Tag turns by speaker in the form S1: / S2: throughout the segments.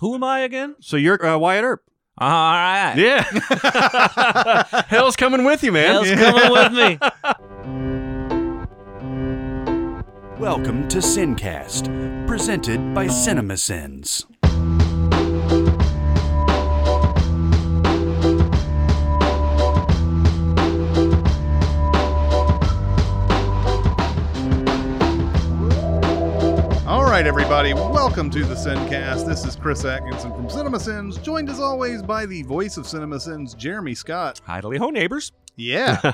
S1: Who am I again?
S2: So you're uh, Wyatt Earp.
S1: All right.
S2: Yeah. Hell's coming with you, man.
S1: Hell's coming with me.
S3: Welcome to Sincast, presented by CinemaSins.
S4: All right, everybody, welcome to the Sincast. This is Chris Atkinson from CinemaSins, joined as always by the voice of CinemaSins, Jeremy Scott.
S1: Idly ho, neighbors.
S4: Yeah.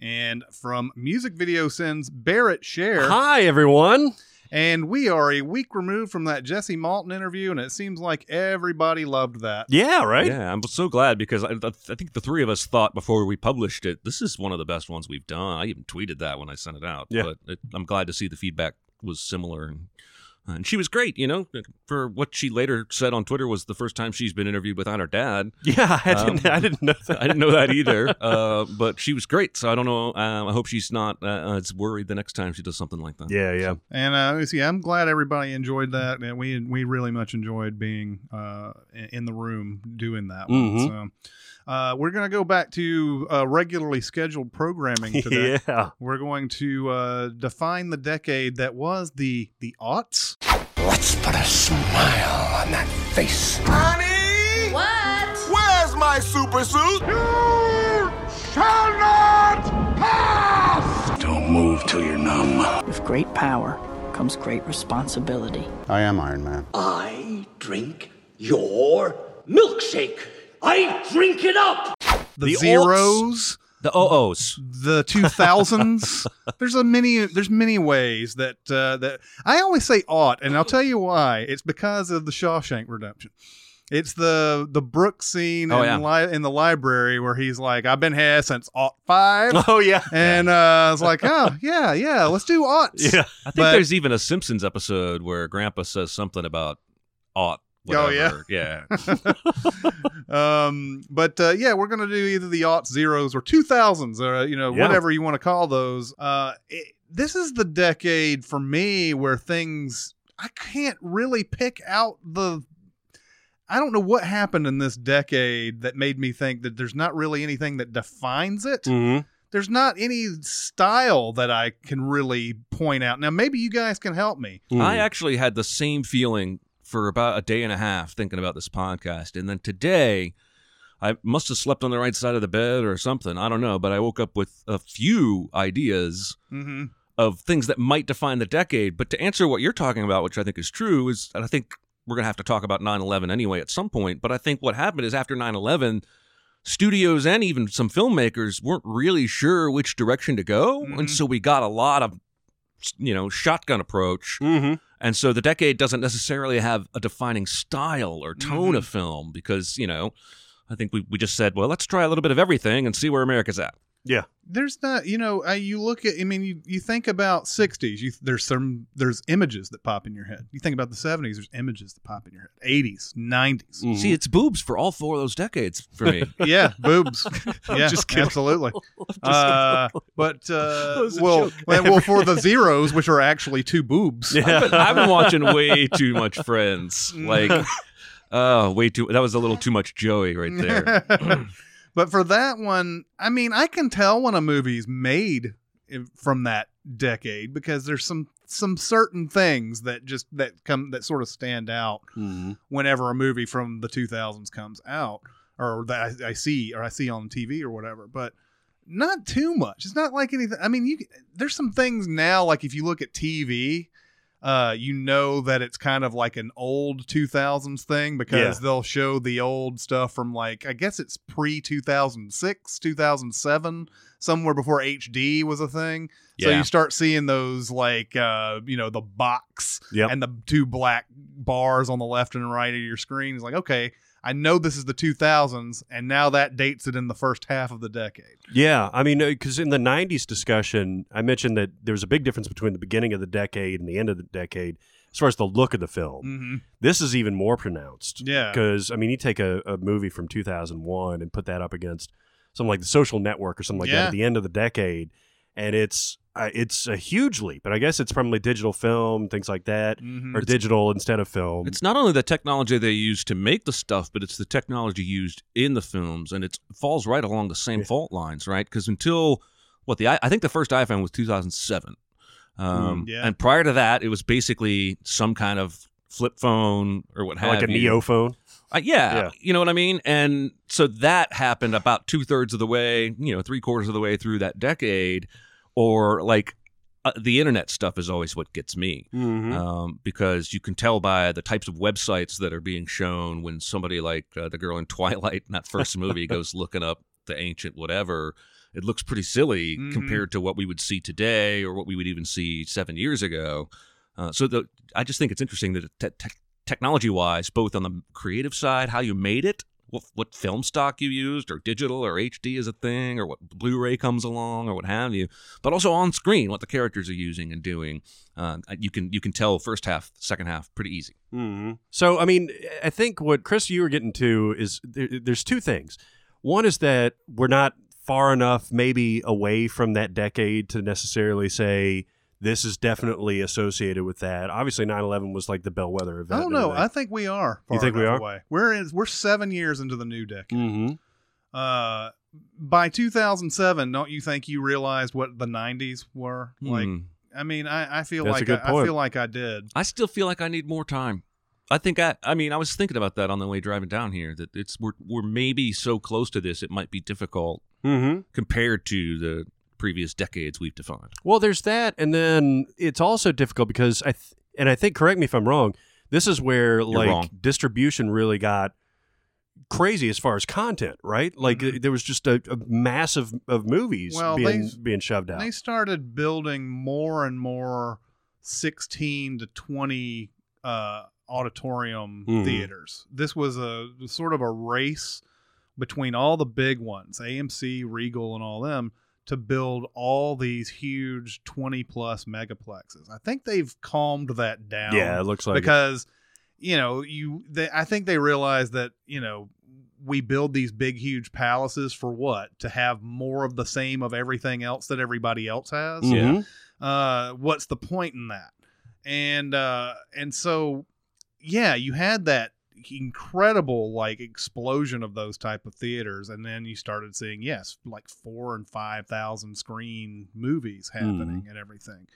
S4: and from Music Video Sins, Barrett Share.
S2: Hi, everyone.
S4: And we are a week removed from that Jesse Malton interview, and it seems like everybody loved that.
S2: Yeah, right?
S1: Yeah, I'm so glad because I, I think the three of us thought before we published it, this is one of the best ones we've done. I even tweeted that when I sent it out.
S2: Yeah.
S1: But it, I'm glad to see the feedback was similar. And, uh, and she was great, you know, for what she later said on Twitter was the first time she's been interviewed without her dad.
S2: Yeah, I didn't,
S1: Um,
S2: I didn't know that.
S1: I didn't know that either. Uh, but she was great. So I don't know. Um, I hope she's not uh, as worried the next time she does something like that.
S2: Yeah, yeah.
S4: And uh, you see, I'm glad everybody enjoyed that, and we we really much enjoyed being uh, in- in the room doing that one. So, uh, we're gonna go back to uh, regularly scheduled programming today.
S2: Yeah.
S4: We're going to uh, define the decade that was the the aughts.
S5: Let's put a smile on that face. Honey!
S6: What?
S5: Where's my super suit?
S3: Don't move till you're numb.
S7: With great power comes great responsibility.
S8: I am Iron Man.
S5: I drink your milkshake. I drink it up!
S4: The,
S1: The aughts.
S4: zeros,
S1: The OOs.
S4: the two thousands. there's a many there's many ways that uh, that I always say aught, and I'll tell you why. It's because of the Shawshank Redemption. It's the the Brooks scene
S1: Oh,
S4: in,
S1: yeah.
S4: li- in the library where he's like, "I've been here since aught five.
S2: Oh, yeah.
S4: and uh, I was like, "Oh yeah, yeah, let's do aughts."
S2: Yeah.
S1: I think
S4: But-
S1: there's even a Simpsons episode where Grandpa says something about ought.
S4: Oh,
S1: Whatever. yeah, yeah.
S4: um, but uh, yeah, we're gonna do either the aughts, zeros, or two thousands, or uh, you know,
S2: Yeah.
S4: whatever you want to call those. Uh, it, this is the decade for me where things I can't really pick out the. I don't know what happened in this decade that made me think that there's not really anything that defines it.
S2: Mm-hmm.
S4: There's not any style that I can really point out. Now, maybe you guys can help me.
S1: I actually had the same feeling for about a day and a half thinking about this podcast, and then today. I must have slept on the right side of the bed or something. I don't know, but I woke up with a few ideas
S4: Mm-hmm.
S1: of things that might define the decade. But to answer what you're talking about, which I think is true, is and I think we're going to have to talk about 9 11 anyway at some point. But I think what happened is after 9 11, studios and even some filmmakers weren't really sure which direction to go. And
S4: Mhm.
S1: so we got a lot of, you know, shotgun approach.
S2: Mm-hmm.
S1: And so the decade doesn't necessarily have a defining style or tone
S4: Mhm.
S1: of film because, you know, I think we, we just said, well, let's try a little bit of everything and see where America's at.
S4: there's not you know uh, you look at i mean you, you think about 60s you there's some there's images that pop in your head you think about the 70s there's images that pop in your head 80s 90s
S2: Mm.
S1: See, it's boobs for all four of those decades for me.
S4: yeah boobs yeah
S2: just kidding.
S4: absolutely uh, but uh,
S2: was a
S4: well,
S2: joke.
S4: well well, for the zeros which are actually two boobs
S1: I've been, I've been watching way too much Friends. Like, oh, way too. That was a little too much Joey right there.
S4: but for that one, I mean, I can tell when a movie's made in- from that decade because there's some some certain things that just that come that sort of stand out whenever a movie from the 2000s comes out or that I, I see or I see on TV or whatever. But not too much. It's not like anything. I mean, you there's some things now like if you look at TV. Uh, you know that it's kind of like an old 2000s thing because they'll show the old stuff from like I guess it's pre 2006, 2007, somewhere before HD was a thing. So
S1: Yeah.
S4: you start seeing those like uh, you know the box
S2: Yep.
S4: and the two black bars on the left and right of your screen. It's like okay, I know this is the 2000s, and now that dates it in the first half of the decade.
S2: Yeah, I mean, because in the '90s discussion, I mentioned that there was a big difference between the beginning of the decade and the end of the decade as far as the look of the film.
S4: Mm-hmm.
S2: This is even more pronounced.
S4: Yeah.
S2: because I mean, you take a, a movie from 2001 and put that up against something like The Social Network or something like that
S4: Yeah.
S2: at the end of the decade, and it's I, it's a huge leap, and I guess it's probably digital film, things like that,
S4: Mhm.
S2: or digital instead of film.
S1: It's not only the technology they use to make the stuff, but it's the technology used in the films, and it falls right along the same
S2: Yeah.
S1: fault lines, right? Because until what the i- I think the first iPhone was 2007, um,
S4: Mm, yeah.
S1: and prior to that, it was basically some kind of flip phone or what have
S2: like a
S1: you.
S2: neophone.
S1: Uh, yeah,
S2: Yeah.
S1: you know what I mean. And so that happened about two thirds of the way, you know, three quarters of the way through that decade, or like uh, the internet stuff is always what gets me
S2: Mm-hmm.
S1: um, because you can tell by the types of websites that are being shown when somebody like uh, the girl in Twilight in that first movie goes looking up the ancient whatever. It looks pretty silly
S4: Mhm.
S1: compared to what we would see today or what we would even see seven years ago. Uh, so the, I just think it's interesting that te- te- technology wise, both on the creative side, how you made it, what, what film stock you used, or digital or HD is a thing, or what Blu ray comes along, or what have you, but also on screen, what the characters are using and doing uh, you can you can tell first half, second half pretty easy.
S2: Mm-hmm. So, I mean, I think what Chris, you were getting to is there, there's two things. One is that we're not far enough, maybe away from that decade to necessarily say this is definitely associated with that. Obviously, 9 11 was like the bellwether event.
S4: I don't know. I think we are.
S2: You
S4: far
S2: think we
S4: enough
S2: are?
S4: Away. We're in, we're seven years into the new decade.
S2: Mm-hmm.
S4: Uh, by 2007, don't you think you realized what the 90s were? Like,
S1: Hmm.
S4: I mean, I, I feel
S2: That's a
S4: like
S2: good
S4: I, I
S2: point.
S4: feel like I did.
S1: I still feel like I need more time. I think I I mean I was thinking about that on the way driving down here that it's we're we're maybe so close to this it might be difficult
S2: Mm-hmm.
S1: compared to the previous decades we've defined.
S2: Well, there's that, and then it's also difficult because I th- and I think correct me if I'm wrong. This is where like
S1: wrong.
S2: distribution really got crazy as far as content, right? Like
S4: Mhm.
S2: uh, there was just a, a mass of, of movies
S4: Well,
S2: being
S4: they-
S2: being shoved out.
S4: They started building more and more 16 to 20 uh, auditorium
S2: Mhm.
S4: theaters. This was a sort of a race between all the big ones, AMC, Regal, and all them, to build all these huge 20 plus megaplexes. I think they've calmed that down
S2: yeah, it looks like it.
S4: because you know you they, i think they realize that you know we build these big huge palaces for what to have more of the same of everything else that everybody else has
S2: Mhm.
S4: uh what's the point in that and uh and so yeah you had that incredible like explosion of those type of theaters and then you started seeing yes like four and five thousand screen movies happening and everything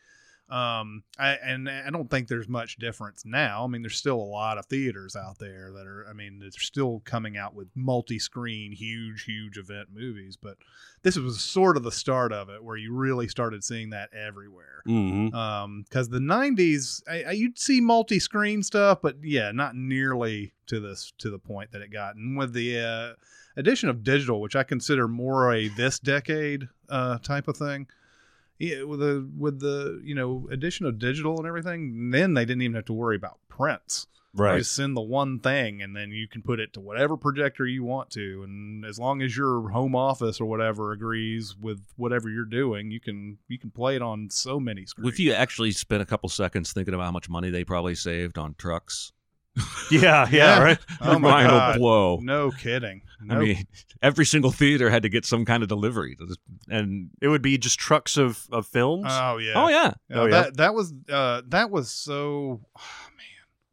S4: um i and i don't think there's much difference now i mean there's still a lot of theaters out there that are i mean they're still coming out with multi-screen huge huge event movies but this was sort of the start of it where you really started seeing that everywhere
S2: Mhm.
S4: um because the 90s I, I, you'd see multi-screen stuff but yeah not nearly to this to the point that it got and with the uh addition of digital which i consider more a this decade uh type of thing yeah, with the with the you know addition of digital and everything then they didn't even have to worry about prints you
S2: Right.
S4: just send the one thing and then you can put it to whatever projector you want to. And as long as your home office or whatever agrees with whatever you're doing, you can you can play it on so many screens.
S1: If you actually spent a couple seconds thinking about how much money they probably saved on trucks,
S2: Yeah, yeah,
S4: Yeah.
S2: right.
S4: oh my
S1: mind
S4: God.
S1: will blow.
S4: No kidding.
S1: I
S4: No-
S1: mean, every single theater had to get some kind of delivery, and
S2: It would be just trucks of, of films.
S4: oh yeah.
S1: oh yeah,
S4: Uh,
S2: Oh, yeah.
S4: That that was uh, that was so oh, man.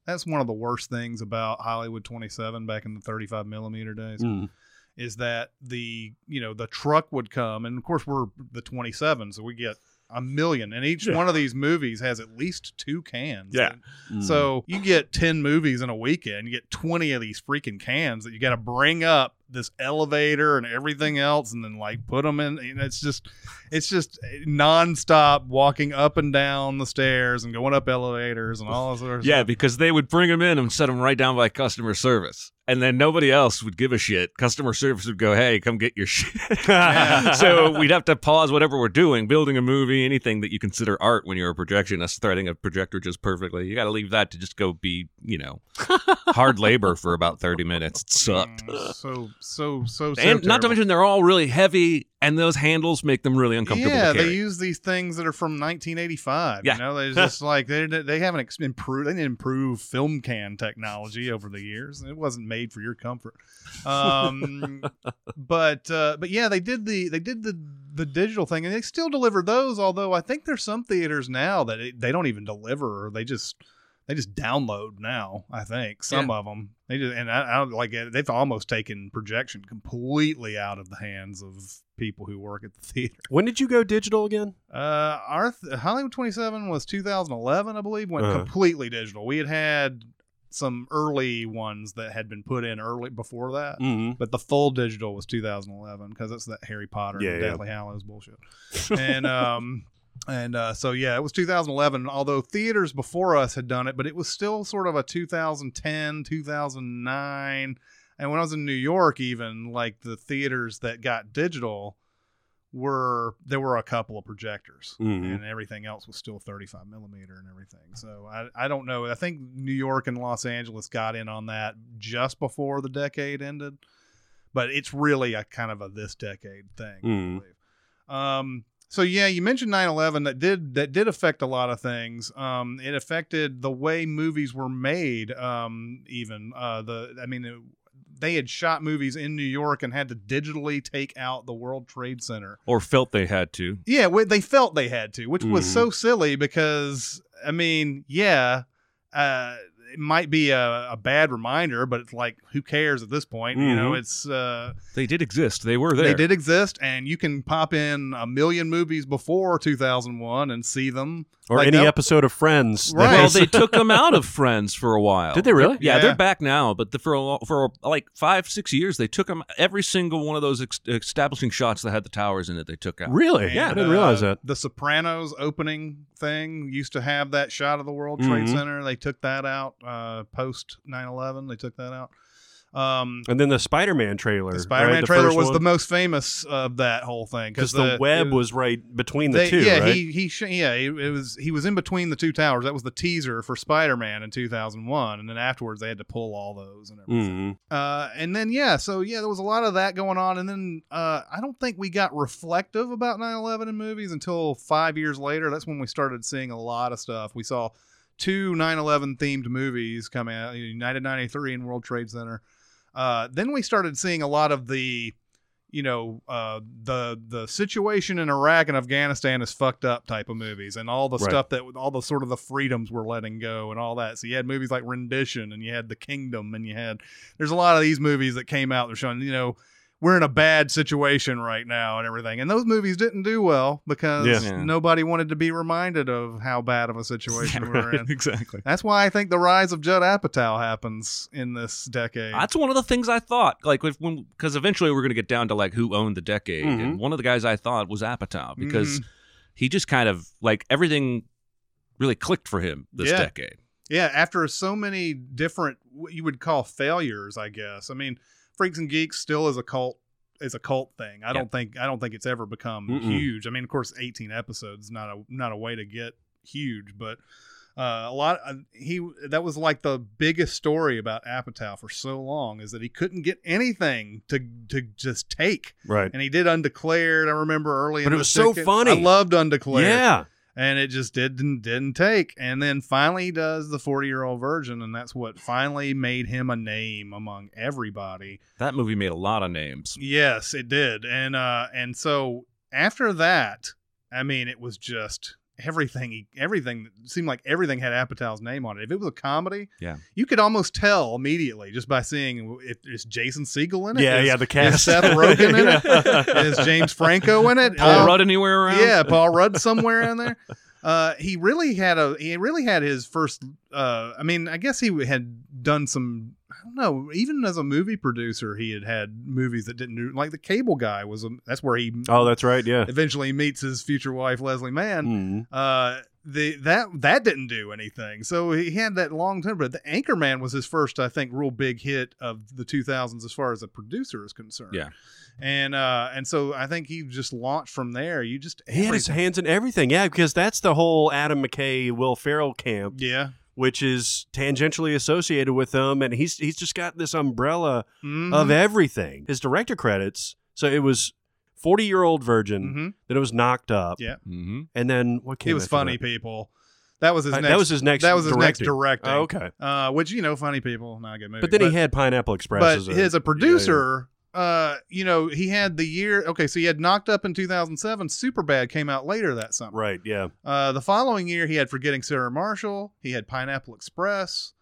S4: That's one of the worst things about Hollywood 27 back in the 35 millimeter days.
S2: Mm.
S4: is that the you know the truck would come and of course we're the 27 so we get a million and each
S2: Yeah.
S4: one of these movies has at least two cans
S2: Yeah.
S1: Hmm.
S2: Mm.
S4: so you get 10 movies in a weekend you get 20 of these freaking cans that you got to bring up this elevator and everything else and then like put them in and it's just it's just eh, nonstop walking up and down the stairs and going up elevators and all this other
S1: Yeah, because they would bring them in and set them right down by customer service. And then nobody else would give a shit. Customer service would go, hey, come get your shit. so we'd have to pause whatever we're doing, building a movie, anything that you consider art when you're a projectionist, threading a projector just perfectly. You got to leave that to just go be, you know, hard labor for about 30 minutes. It sucked.
S4: Mm, so so so. so
S1: and not to
S4: terrible.
S1: mention they're all really heavy, and those handles make them really uncomfortable.
S4: Yeah,
S1: to carry.
S4: they use these things that are from 1985.
S1: Yeah.
S4: You know, they're just like they they haven't ex- improved. They didn't improve film can technology over the years. It wasn't made for your comfort. Um, but uh, but yeah, they did the they did the the digital thing, and they still deliver those. Although I think there's some theaters now that it, they don't even deliver, or they just they just download now. I think some of 'em. of them they just and I, I don't like it. They've almost taken projection completely out of the hands of people who work at the theater.
S2: When did you go digital again?
S4: Uh, our th- Hollywood 27 was 2011, I believe, went
S2: Uh-huh.
S4: completely digital. We had had some early ones that had been put in early before that,
S2: Mm-hmm.
S4: but the full digital was 2011 because it's that Harry Potter
S2: Yeah,
S4: and
S2: yeah.
S4: Deathly Hallows bullshit. and um, and uh, so yeah, it was 2011. Although theaters before us had done it, but it was still sort of a 2010, 2009. And when I was in New York, even like the theaters that got digital were there were a couple of projectors
S2: Mhm.
S4: and everything else was still 35 millimeter and everything so I, I don't know i think new york and los angeles got in on that just before the decade ended but it's really a kind of a this decade thing
S2: Mm.
S4: i believe um so yeah you mentioned 9-11 that did that did affect a lot of things um it affected the way movies were made um even uh the i mean it, they had shot movies in New York and had to digitally take out the World Trade Center
S1: or felt they had to.
S4: yeah, wh- they felt they had to, which was
S2: Mhm.
S4: so silly because I mean, yeah, uh, it might be a, a bad reminder, but it's like who cares at this point? You know,
S2: Mhm.
S4: it's uh,
S1: They did exist. They were there.
S4: they did exist, and you can pop in a million movies before 2001 and see them.
S2: Or
S4: Like
S2: any
S4: that-
S2: episode of Friends? that
S4: Right.
S1: Well,
S2: has-
S1: they took them out of Friends for a while.
S2: did they really?
S1: Yeah, they're
S4: Yeah.
S1: back now, but the, for a, lo- for like five six years, they took them every single one of those ex- establishing shots that had the towers in it. They took out.
S2: Really? I
S4: And,
S2: didn't realize
S4: uh,
S2: that.
S4: The Sopranos opening thing used to have that shot of the World Trade
S2: Mhm.
S4: Center. They took that out uh, post 9/11. They took that out. Um,
S2: And then the Spider-Man trailer.
S4: The
S2: right?
S4: Spider-Man trailer
S2: first
S4: was
S2: one?
S4: the most famous of that whole thing
S2: because the, web was right between the
S4: they-
S2: two.
S4: yeah,
S2: right?
S4: he he sh- yeah, it, it was he was in between the two towers. That was the teaser for Spider-Man in 2001, and then afterwards they had to pull all those and
S2: Mhm.
S4: everything. Uh, and then yeah, so yeah, there was a lot of that going on, and then uh, I don't think we got reflective about 9/11 in movies until five years later. That's when we started seeing a lot of stuff. We saw two 9/11 themed movies come out, United 93 and World Trade Center. Uh, then we started seeing a lot of the, you know, uh, the the situation in Iraq and Afghanistan is fucked up type of movies, and all the
S2: Right.
S4: stuff that all the sort of the freedoms we're letting go and all that. So you had movies like Rendition, and you had The Kingdom, and you had there's a lot of these movies that came out. They're showing, you know, we're in a bad situation right now and everything. And those movies didn't do well because
S2: Yeah.
S1: Yeah.
S4: nobody wanted to be reminded of how bad of a situation we're in.
S1: exactly.
S4: That's why I think the rise of Judd Apatow happens in this decade.
S1: That's one of the things I thought. Like, if, when because eventually we're going to get down to like who owned the decade,
S4: Mm-hmm.
S1: and one of the guys I thought was Apatow because
S4: Mm.
S1: he just kind of like everything really clicked for him this
S4: Yeah.
S1: decade.
S4: Yeah, after so many different what you would call failures, I guess. I mean, Freaks and Geeks still is a cult is a cult thing. I don't think I don't think it's ever become
S2: Mm-mm.
S4: huge. I mean, of course, 18 episodes is not a not a way to get huge, but uh, a lot uh, he that was like the biggest story about Apatow for so long is that he couldn't get anything to to just take,
S2: Right.
S4: and he did Undeclared. I remember early,
S2: But
S4: in
S2: it
S4: the
S2: was so
S4: ticket.
S2: funny.
S4: I loved Undeclared
S2: Yeah.
S4: and it just didn't didn't take. And then finally he does the forty year old virgin, and that's what finally made him a name among everybody.
S1: That movie made a lot of names.
S4: Yes, it did. And uh and so after that, I mean, it was just everything. he- Everything it seemed like everything had Apatow's name on it. If it was a comedy,
S1: Yeah.
S4: you could almost tell immediately just by seeing if is Jason Siegel in it.
S2: Yeah,
S4: Is-
S2: yeah, the cast.
S4: Is Seth Rogen in
S2: Yeah.
S4: it? Is James Franco in it?
S1: Paul
S4: Um,
S1: Rudd anywhere around?
S4: yeah, Paul Rudd somewhere in there. Uh, he really had a he really had his first. Uh, I mean, I guess he had done some. I don't know. Even as a movie producer, he had had movies that didn't do like the Cable Guy was. A, that's where he
S2: Oh, that's right. Yeah.
S4: eventually meets his future wife Leslie Mann
S2: Mhm.
S4: uh the that that didn't do anything. So he had that long term, but the Anchorman was his first, I think, real big hit of the 2000s as far as a producer is concerned.
S1: Yeah.
S4: and uh, and so I think he just launched from there. You just
S2: He had his
S4: everything-
S2: hands in everything. Yeah, because that's the whole Adam McKay, Will Ferrell camp
S4: yeah,
S2: which is tangentially associated with them, and he's he's just got this umbrella
S4: Mhm.
S2: of everything. His director credits. So it was forty year old virgin.
S4: Mhm.
S2: Then it was knocked up.
S4: Yeah.
S1: Mm-hmm.
S2: And then what came?
S4: He was
S2: after
S4: funny
S2: That?
S4: people. That was his
S2: Uh,
S4: next.
S2: that was his next.
S4: That was his
S2: directing.
S4: next directing.
S2: Oh, okay.
S4: Uh, which you know, funny people, not a good movie.
S2: But then he had Pineapple Express.
S4: but
S2: as a,
S4: as a
S2: yeah, yeah.
S4: producer, uh, you know, he had the year. Okay, so he had knocked up in 2007. Superbad came out later that summer.
S2: Right. Yeah.
S4: Uh, the following year, he had Forgetting Sarah Marshall. He had Pineapple Express.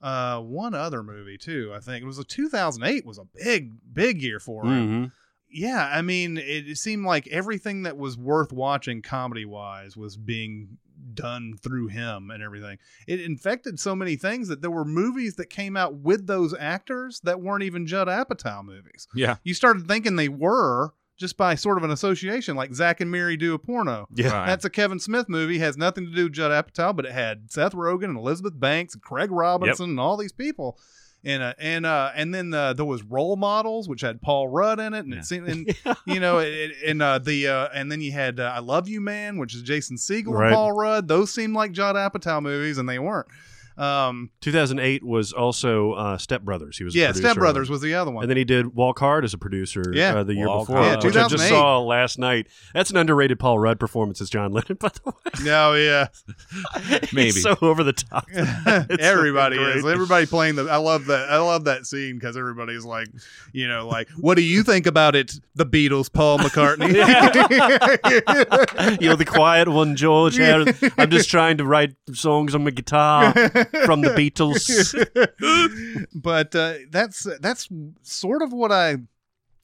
S4: Uh, one other movie too. I think it was a 2008 was a big, big year for him.
S2: Mhm.
S4: Yeah, I mean, it, it seemed like everything that was worth watching comedy wise was being done through him and everything. It infected so many things that there were movies that came out with those actors that weren't even Judd Apatow movies.
S1: Yeah.
S4: You started thinking they were just by sort of an association, like Zach and Mary do a porno.
S2: Yeah.
S1: Right.
S4: That's a Kevin Smith movie. Has nothing to do with Judd Apatow, but it had Seth Rogen and Elizabeth Banks and Craig Robinson and all these people. And uh, and uh, and then uh, there was Role Models, which had Paul Rudd in it, and
S1: Yeah.
S4: it seemed, and, you know, it, it- and uh, the uh, and then you had uh, I Love You Man, which is Jason Segel
S2: Right.
S4: and Paul Rudd. Those seemed like Judd Apatow movies, and they weren't. Um,
S2: 2008 was also uh, Step Brothers. He was a
S4: yeah,
S2: producer
S4: Step
S2: on.
S4: Brothers was the other one.
S2: And then he did Walk Hard as a producer
S4: Yeah.
S2: uh, the year
S1: Walk
S2: before,
S1: Hard.
S2: which I just
S4: 2008.
S2: saw last night. That's an underrated Paul Rudd performance as John Lennon, by the way.
S4: no, Oh, yeah,
S2: He's
S1: Maybe.
S2: so over the top. It's
S4: everybody
S2: great.
S4: is everybody playing the i love that i love that scene because everybody's like you know like what do you think about it the beatles paul mccartney
S2: You're the quiet one, George. Harrison. I'm just trying to write songs on my guitar from the Beatles.
S4: but uh, that's that's sort of what i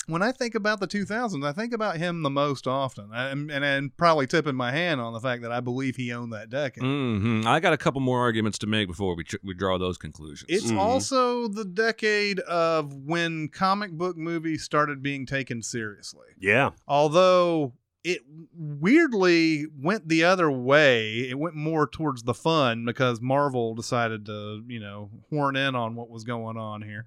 S4: when I think about the 2000s, I think about him the most often, I, and, and I'm probably tipping my hand on the fact that I believe he owned that decade.
S2: Mm-hmm.
S1: hmm I got a couple more arguments to make before we ch- we draw those conclusions.
S4: It's
S2: Mhm.
S4: also the decade of when comic book movies started being taken seriously.
S2: Yeah.
S4: although it weirdly went the other way it went more towards the fun because marvel decided to you know horn in on what was going on here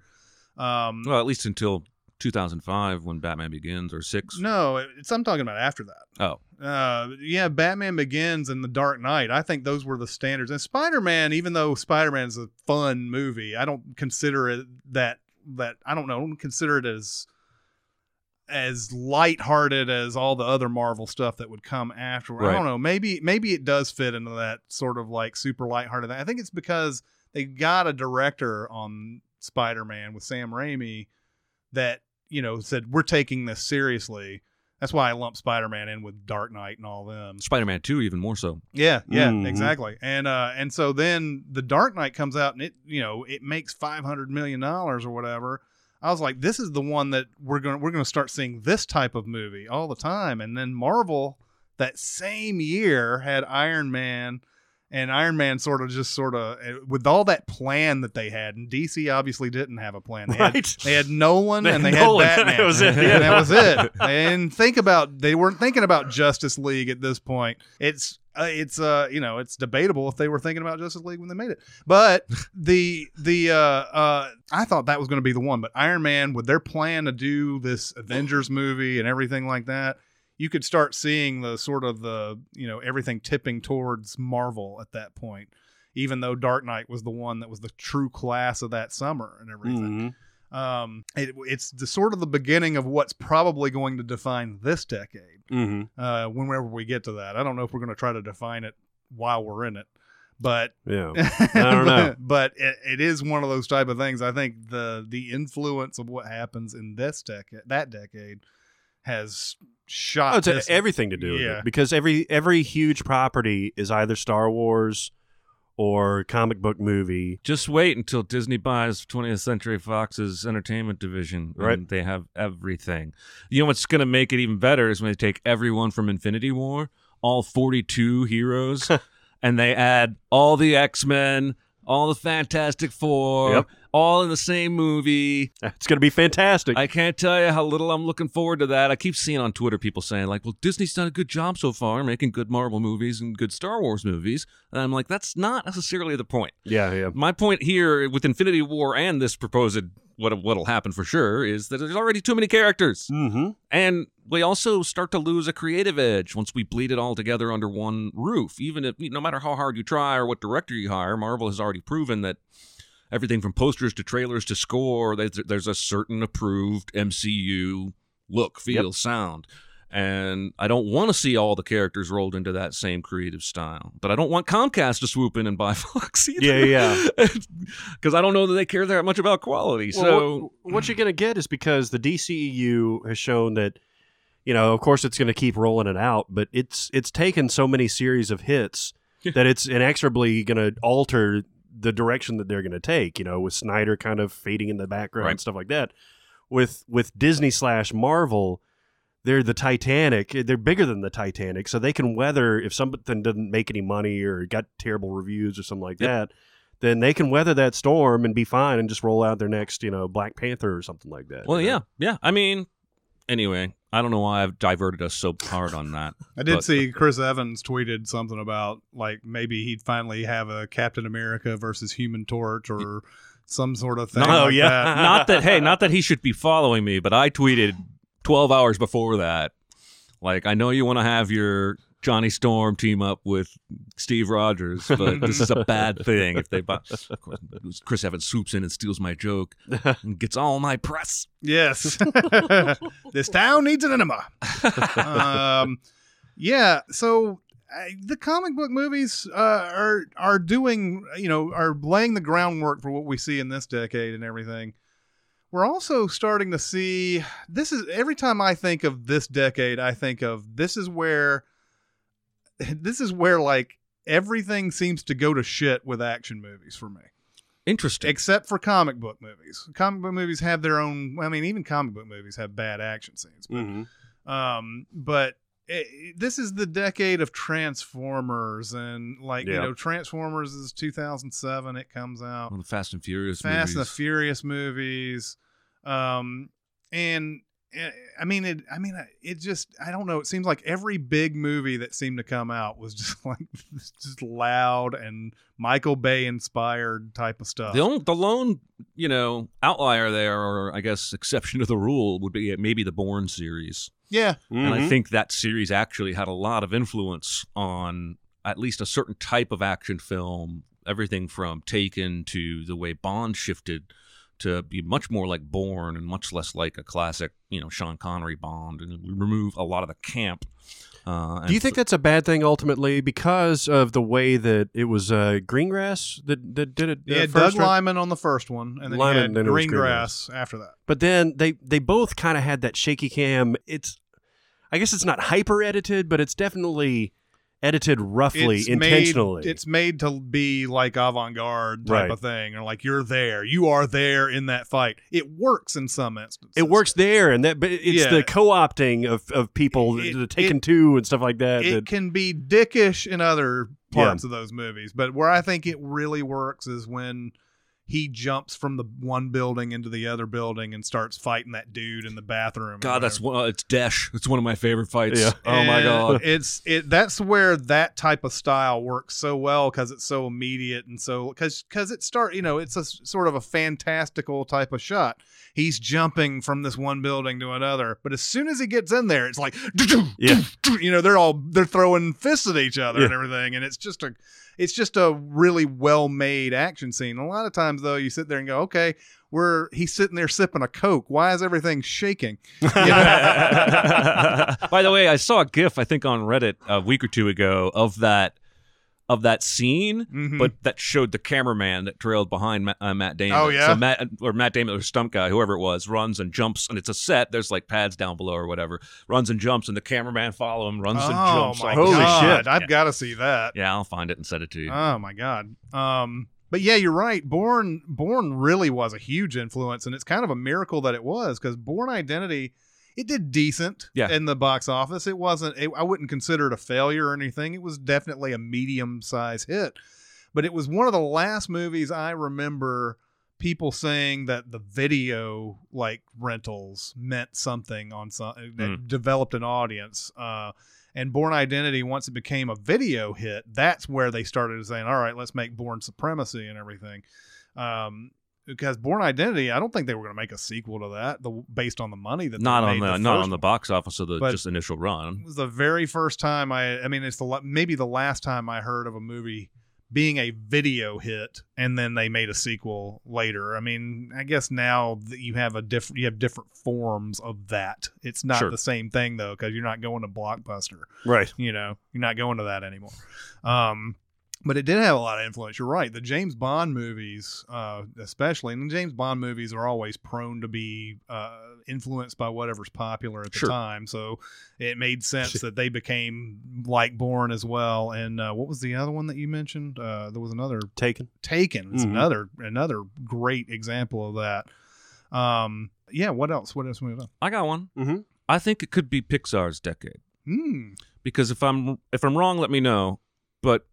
S4: um
S1: well, at least until 2005 when Batman Begins or six.
S4: no it's i'm talking about after that
S1: Oh.
S4: uh yeah batman begins and the dark knight i think those were the standards and spider-man even though spider-man is a fun movie i don't consider it that that i don't know I don't consider it as as lighthearted as all the other Marvel stuff that would come afterward.
S1: Right.
S4: I don't know. Maybe maybe it does fit into that sort of like super lighthearted. thing. I think it's because they got a director on Spider-Man with Sam Raimi that you know said we're taking this seriously. That's why I lump Spider-Man in with Dark Knight and all them.
S1: Spider-Man 2 even more so.
S4: Yeah, yeah,
S2: Mhm.
S4: exactly. And uh and so then the Dark Knight comes out and it, you know, it makes 500 million dollars or whatever. I was like this is the one that we're going to we're going to start seeing this type of movie all the time. And then Marvel that same year had Iron Man and Iron Man sort of just sort of eh, with all that plan that they had and DC obviously didn't have a plan. They had
S2: Right.
S4: they had Nolan and they
S2: Nolan.
S4: had Batman.
S2: That was it, yeah.
S4: And that was it. They didn't think about. They weren't thinking about Justice League at this point. It's uh, it's uh you know it's debatable if they were thinking about Justice League when they made it. But the the uh uh I thought that was going to be the one. But Iron Man with their plan to do this Avengers movie and everything like that. You could start seeing the sort of the you know everything tipping towards Marvel at that point, even though Dark Knight was the one that was the true class of that summer and everything
S2: Mhm.
S1: Mm-hmm,
S4: um, it, it's the sort of the beginning of what's probably going to define this decade.
S1: mm-hmm.
S2: Mhm.
S4: Uh, whenever we get to that, I don't know if we're going to try to define it while we're in it, but
S2: Yeah.
S4: I
S2: don't know.
S4: But it, it is one of those type of things. I think the the influence of what happens in this decade, that decade, has shot.
S2: Oh, it's
S4: this-
S2: everything to do with
S4: Yeah.
S2: it because every every huge property is either Star Wars or comic book movie.
S1: Just wait until Disney buys 20th Century Fox's entertainment division. and
S2: Right.
S1: they have everything. You know what's going to make it even better is when they take everyone from Infinity War, all 42 heroes, and they add all the X Men, all the Fantastic Four,
S2: Yep.
S1: all in the same movie.
S2: It's going to be fantastic.
S1: I can't tell you how little I'm looking forward to that. I keep seeing on Twitter people saying, like, well, Disney's done a good job so far making good Marvel movies and good Star Wars movies. And I'm like, that's not necessarily the point
S2: yeah, yeah.
S1: my point here with Infinity War and this proposed what what'll happen for sure is that there's already too many characters,
S2: Mm-hmm.
S1: and we also start to lose a creative edge once we bleed it all together under one roof. Even if no matter how hard you try or what director you hire, Marvel has already proven that everything from posters to trailers to score, there's, there's a certain approved MCU look, feel, sound. And I don't want to see all the characters rolled into that same creative style, but I don't want Comcast to swoop in and buy Fox either.
S2: Yeah, yeah.
S1: because I don't know that they care that much about quality. so
S2: Well, what, what you're going to get is because the DCEU has shown that you know, of course it's going to keep rolling it out, but it's it's taken so many series of hits that it's inexorably going to alter the direction that they're going to take, you know, with Snyder kind of fading in the background
S1: Right.
S2: and stuff like that. With with Disney slash Marvel, they're the Titanic. They're bigger than the Titanic, so they can weather if something doesn't make any money or got terrible reviews or something like that. Then they can weather that storm and be fine, and just roll out their next, you know, Black Panther or something like that.
S1: Well,
S2: you know?
S1: yeah, yeah. I mean, anyway, I don't know why I've diverted us so hard on that.
S4: I did
S1: but-
S4: see Chris Evans tweeted something about like maybe he'd finally have a Captain America versus Human Torch or some sort of thing.
S1: No,
S4: like
S2: Oh, yeah.
S4: that.
S1: not that hey, not that he should be following me, but I tweeted 12 hours before that. Like, I know you want to have your Johnny Storm team up with Steve Rogers, but this is a bad thing if they buy. Of course, Chris Evans swoops in and steals my joke and gets all my press.
S4: Yes. this town needs an enema. um, yeah. So I, the comic book movies uh, are are doing you know are laying the groundwork for what we see in this decade and everything. We're also starting to see this is every time I think of this decade, I think of this is where this is where like everything seems to go to shit with action movies for me
S1: Interesting.
S4: except for comic book movies. Comic book movies have their own. I mean, even comic book movies have bad action scenes. But,
S2: Mhm.
S4: um, but it, it- this is the decade of Transformers, and like you
S2: Yeah.
S4: know, Transformers is 2007. It comes out.
S1: Well, the Fast and Furious
S4: Fast and the
S1: movies.
S4: Furious movies, um, and eh, I mean it. I mean it. Just I don't know. It seems like every big movie that seemed to come out was just like just loud and Michael Bay inspired type of
S2: Oh.
S4: stuff.
S1: The only, the lone, you know, outlier there, or I guess exception to the rule, would be maybe the Bourne series,
S4: yeah,
S1: and
S2: Mm-hmm.
S1: I think that series actually had a lot of influence on at least a certain type of action film. Everything from Taken to the way Bond shifted to be much more like Bourne and much less like a classic, you know, Sean Connery Bond, and remove a lot of the camp. Uh,
S2: Do you
S1: and
S2: think that's a bad thing ultimately because of the way that it was uh, Greengrass that, that did it? uh,
S4: Yeah, Doug
S2: first or-
S4: Lyman on the first one, and then
S2: Lyman,
S4: you
S2: then
S4: had
S2: it was
S4: green grass after that.
S2: But then they they both kind of had that shaky cam. It's I guess it's not hyper edited, but it's definitely edited roughly
S4: It's
S2: intentionally.
S4: Made, it's made to be like avant garde type
S2: Right.
S4: of thing, or like you're there, you are there in that fight. It works in some instances.
S2: it works there, and that but it's
S4: Yeah.
S2: the co-opting of, of people,
S4: It-
S2: the
S4: it-
S2: Taken Two and stuff like that.
S4: It
S2: that
S4: can be dickish in other
S2: Yeah.
S4: parts of those movies, but where I think it really works is when he jumps from the one building into the other building and starts fighting that dude in the bathroom. or
S1: God, that's
S4: whatever.
S1: one, uh, it's Dash. It's one of my favorite fights.
S2: Mm-hmm. Yeah.
S1: Oh my
S4: And
S1: God.
S4: it's it. That's where that type of style works so well because it's so immediate and so because because it start you know it's a s- sort of a fantastical type of shot. He's jumping from this one building to another, but as soon as he gets in there, it's like
S2: Yeah.
S4: you know they're all they're throwing fists at each other
S2: Yeah.
S4: and everything, and it's just a it's just a really well made action scene. A lot of times though, you sit there and go, okay, we're he's sitting there sipping a coke. Why is everything shaking? You know?
S1: By the way, I saw a GIF I think on Reddit a week or two ago of that of that scene,
S4: Mhm.
S1: but that showed the cameraman that trailed behind Matt, uh, Matt Damon.
S4: Oh, yeah?
S1: so Matt or Matt Damon or Stump guy, whoever it was, runs and jumps, and it's a set. There's like pads down below or whatever. Runs and jumps, and the cameraman follow him. Runs and
S4: Oh
S1: jumps.
S4: my
S1: off the
S2: Holy
S1: side.
S4: god!
S2: shit.
S4: I've got to see that.
S1: Yeah, I'll find it and send it to you.
S4: Oh my god. Um, but yeah, you're right. Born, Born really was a huge influence, and it's kind of a miracle that it was because Born Identity, it did decent
S1: Yeah.
S4: in the box office. It wasn't. It, I wouldn't consider it a failure or anything. It was definitely a medium size hit, but it was one of the last movies I remember people saying that the video like rentals meant something on some that
S1: Mm.
S4: developed an audience uh and Born Identity, once it became a video hit, that's where they started saying, "All right, let's make Born Supremacy and everything." Um, because Born Identity, I don't think they were going to make a sequel to that, the based on the money that
S1: not
S4: they made
S1: on the, not
S4: first
S1: on the
S4: one.
S1: box office of the
S4: But-
S1: just initial run.
S4: It was the very first time I. I mean, it's the la- maybe the last time I heard of a movie being a video hit, and then they made a sequel later. I mean, I guess now that you have a different, you have different forms of that. It's not
S1: Sure.
S4: the same thing though, because you're not going to blockbuster.
S2: Right.
S4: You know, you're not going to that anymore. Um, but it did have a lot of influence. You're right. The James Bond movies, uh, especially, and the James Bond movies are always prone to be uh, influenced by whatever's popular at the
S1: Sure.
S4: time. So it made sense that they became like Born as well. And uh, what was the other one that you mentioned? Uh, there was another
S2: Taken.
S4: Taken. It's
S2: Mhm.
S4: another another great example of that. Um, yeah. What else? What else? Moved on?
S1: I got one.
S2: Mhm.
S1: I think it could be Pixar's decade
S4: Hmm.
S1: because if I'm if I'm wrong, let me know. But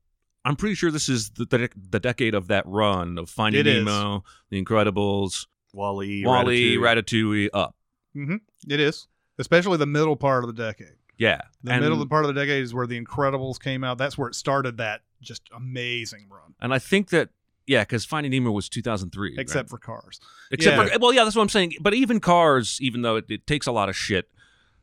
S1: I'm pretty sure this is the the, the decade of that run of Finding
S4: It is.
S1: Nemo, The Incredibles,
S2: Wally.
S1: Wally,
S2: Ratatouille.
S1: Ratatouille, Up.
S4: It is, especially the middle part of the decade.
S1: Yeah,
S4: The
S1: and,
S4: middle of the part of the decade is where The Incredibles came out. That's where it started that just amazing run,
S1: and I think that yeah, because Finding Nemo was 2003. right?
S4: except for Cars.
S1: except
S4: Yeah.
S1: for well yeah that's what i'm saying but even cars even though it, it takes a lot of shit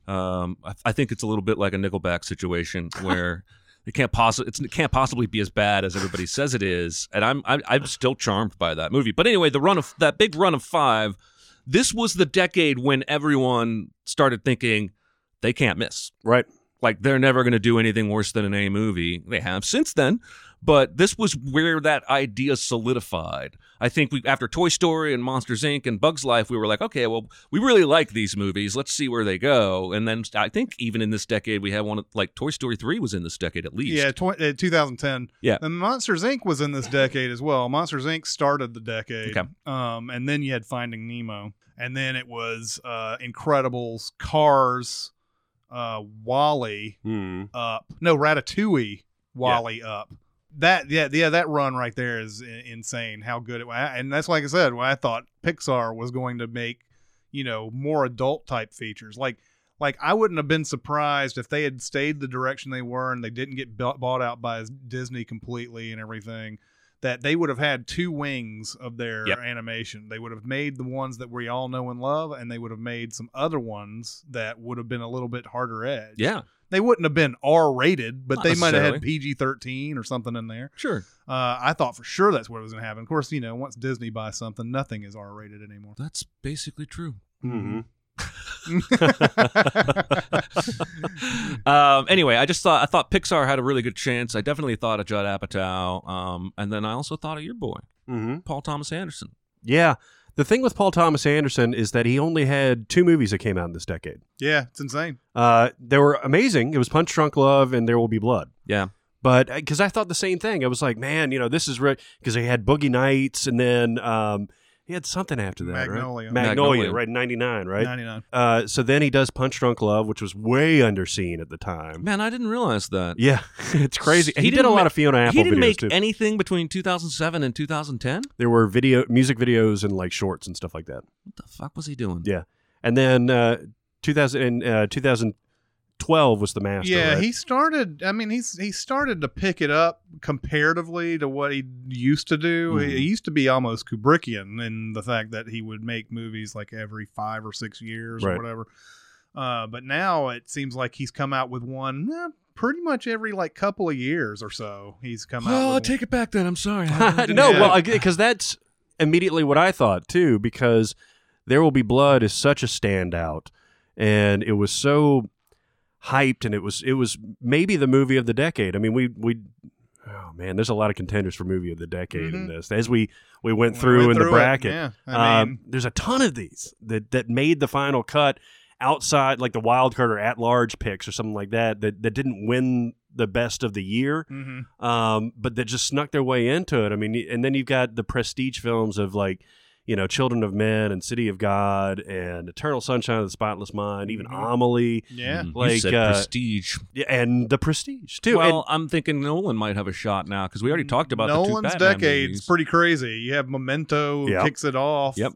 S1: um I, I think it's a little bit like a nickelback situation where it can't possibly it can't possibly be as bad as everybody says it is and i'm I'm, I'm still charmed by that movie but anyway the run of that big run of five this was the decade when everyone started thinking they can't miss
S2: Right.
S1: like they're never going to do anything worse than an A movie. They have since then, but this was where that idea solidified. I think we after Toy Story and Monsters Inc. and Bugs Life, we were like, okay, well, we really like these movies. Let's see where they go. And then I think even in this decade, we had one of- like Toy Story three was in this decade at least.
S4: Yeah, tw- uh, 2010.
S1: Yeah.
S4: and Monsters Inc. was in this decade as well. Monsters Inc. started the decade,
S1: Okay.
S4: um, and then you had Finding Nemo, and then it was uh, Incredibles, Cars, uh, Wally,
S2: Hmm.
S4: up. No, Ratatouille, Wally up. That yeah yeah that run right there is i- insane. How good it was, and that's like I said, when I thought Pixar was going to make you know more adult type features. Like like I wouldn't have been surprised if they had stayed the direction they were and they didn't get bou- bought out by Disney completely and everything. That they would have had two wings of their
S1: Yep.
S4: animation. They would have made the ones that we all know and love, and they would have made some other ones that would have been a little bit harder edge
S1: yeah,
S4: they wouldn't have been R rated, but
S1: Not
S4: they might have had
S1: necessarily.
S4: PG thirteen or something in there.
S1: sure.
S4: Uh, I thought for sure that's what was going to happen. Of course, you know, once Disney buys something, nothing is R rated anymore.
S1: That's basically true.
S4: mm-hmm,
S2: hmm
S1: um, anyway, I just thought I thought Pixar had a really good chance. I definitely thought of Judd Apatow, um, and then I also thought of your boy
S4: mm-hmm.
S2: hmm
S1: Paul Thomas Anderson.
S2: Yeah. The thing with Paul Thomas Anderson is that he only had two movies that came out in this decade.
S4: yeah, it's insane.
S2: Uh, they were amazing. It was Punch Drunk Love and There Will Be Blood.
S1: Yeah.
S2: But because I thought the same thing, I was like, man, you know, this is really because he had Boogie Nights and then um, he had something after that,
S4: Magnolia.
S2: right? Magnolia,
S1: Magnolia.
S2: right? Ninety nine, right?
S4: Ninety nine.
S2: Uh, so then he does Punch Drunk Love, which was way underseen at the time.
S1: Man, I didn't realize that.
S2: Yeah, it's crazy.
S1: He
S2: He, did a
S1: didn't
S2: lot
S1: ma-
S2: of Fiona Apple
S1: he didn't
S2: videos
S1: make
S2: too.
S1: anything between 2007 and 2010.
S2: there were video music videos and like shorts and stuff like that.
S1: What the fuck was he doing?
S2: Yeah, and then uh, 2000 and, uh, 2012 was the master.
S4: Yeah,
S2: right?
S4: he started. I mean, he's he started to pick it up comparatively to what he used to do. He,
S1: Mm-hmm.
S2: Mhm.
S4: he used to be almost Kubrickian in the fact that he would make movies like every five or six years
S2: Right.
S4: or whatever. Uh, but now it seems like he's come out with one eh, pretty much every like couple of years or so. He's come out.
S1: Oh,
S4: with
S1: take it back then. I'm sorry.
S2: no,
S4: Yeah.
S2: well, because that's immediately what I thought too. Because there will be blood is such a standout, and it was so hyped, and it was it was maybe the movie of the decade. I mean, we we. Oh man, there's a lot of contenders for movie of the decade in this. As we we went
S4: We
S2: through
S4: went
S2: in the
S4: through it,
S2: bracket,
S4: yeah. I
S2: um,
S4: mean-
S2: there's a ton of these that that made the final cut outside, like the wild card or at large picks or something like that that that didn't win the best of the year
S4: hmm
S2: um, but that just snuck their way into it. I mean, and then you've got the prestige films of like, you know, Children of Men and City of God and Eternal Sunshine of the Spotless Mind, even
S4: Mm-hmm.
S2: Amelie,
S4: Yeah.
S2: like,
S1: like
S2: uh,
S1: Mm, prestige.
S2: yeah, and the Prestige too.
S1: well, I'm thinking Nolan might have a shot now because we already talked about the
S4: Nolan's
S1: two Batman
S4: decade's
S1: movies.
S4: pretty crazy. You have Memento
S2: Yeah.
S4: kicks it off.
S1: Yep.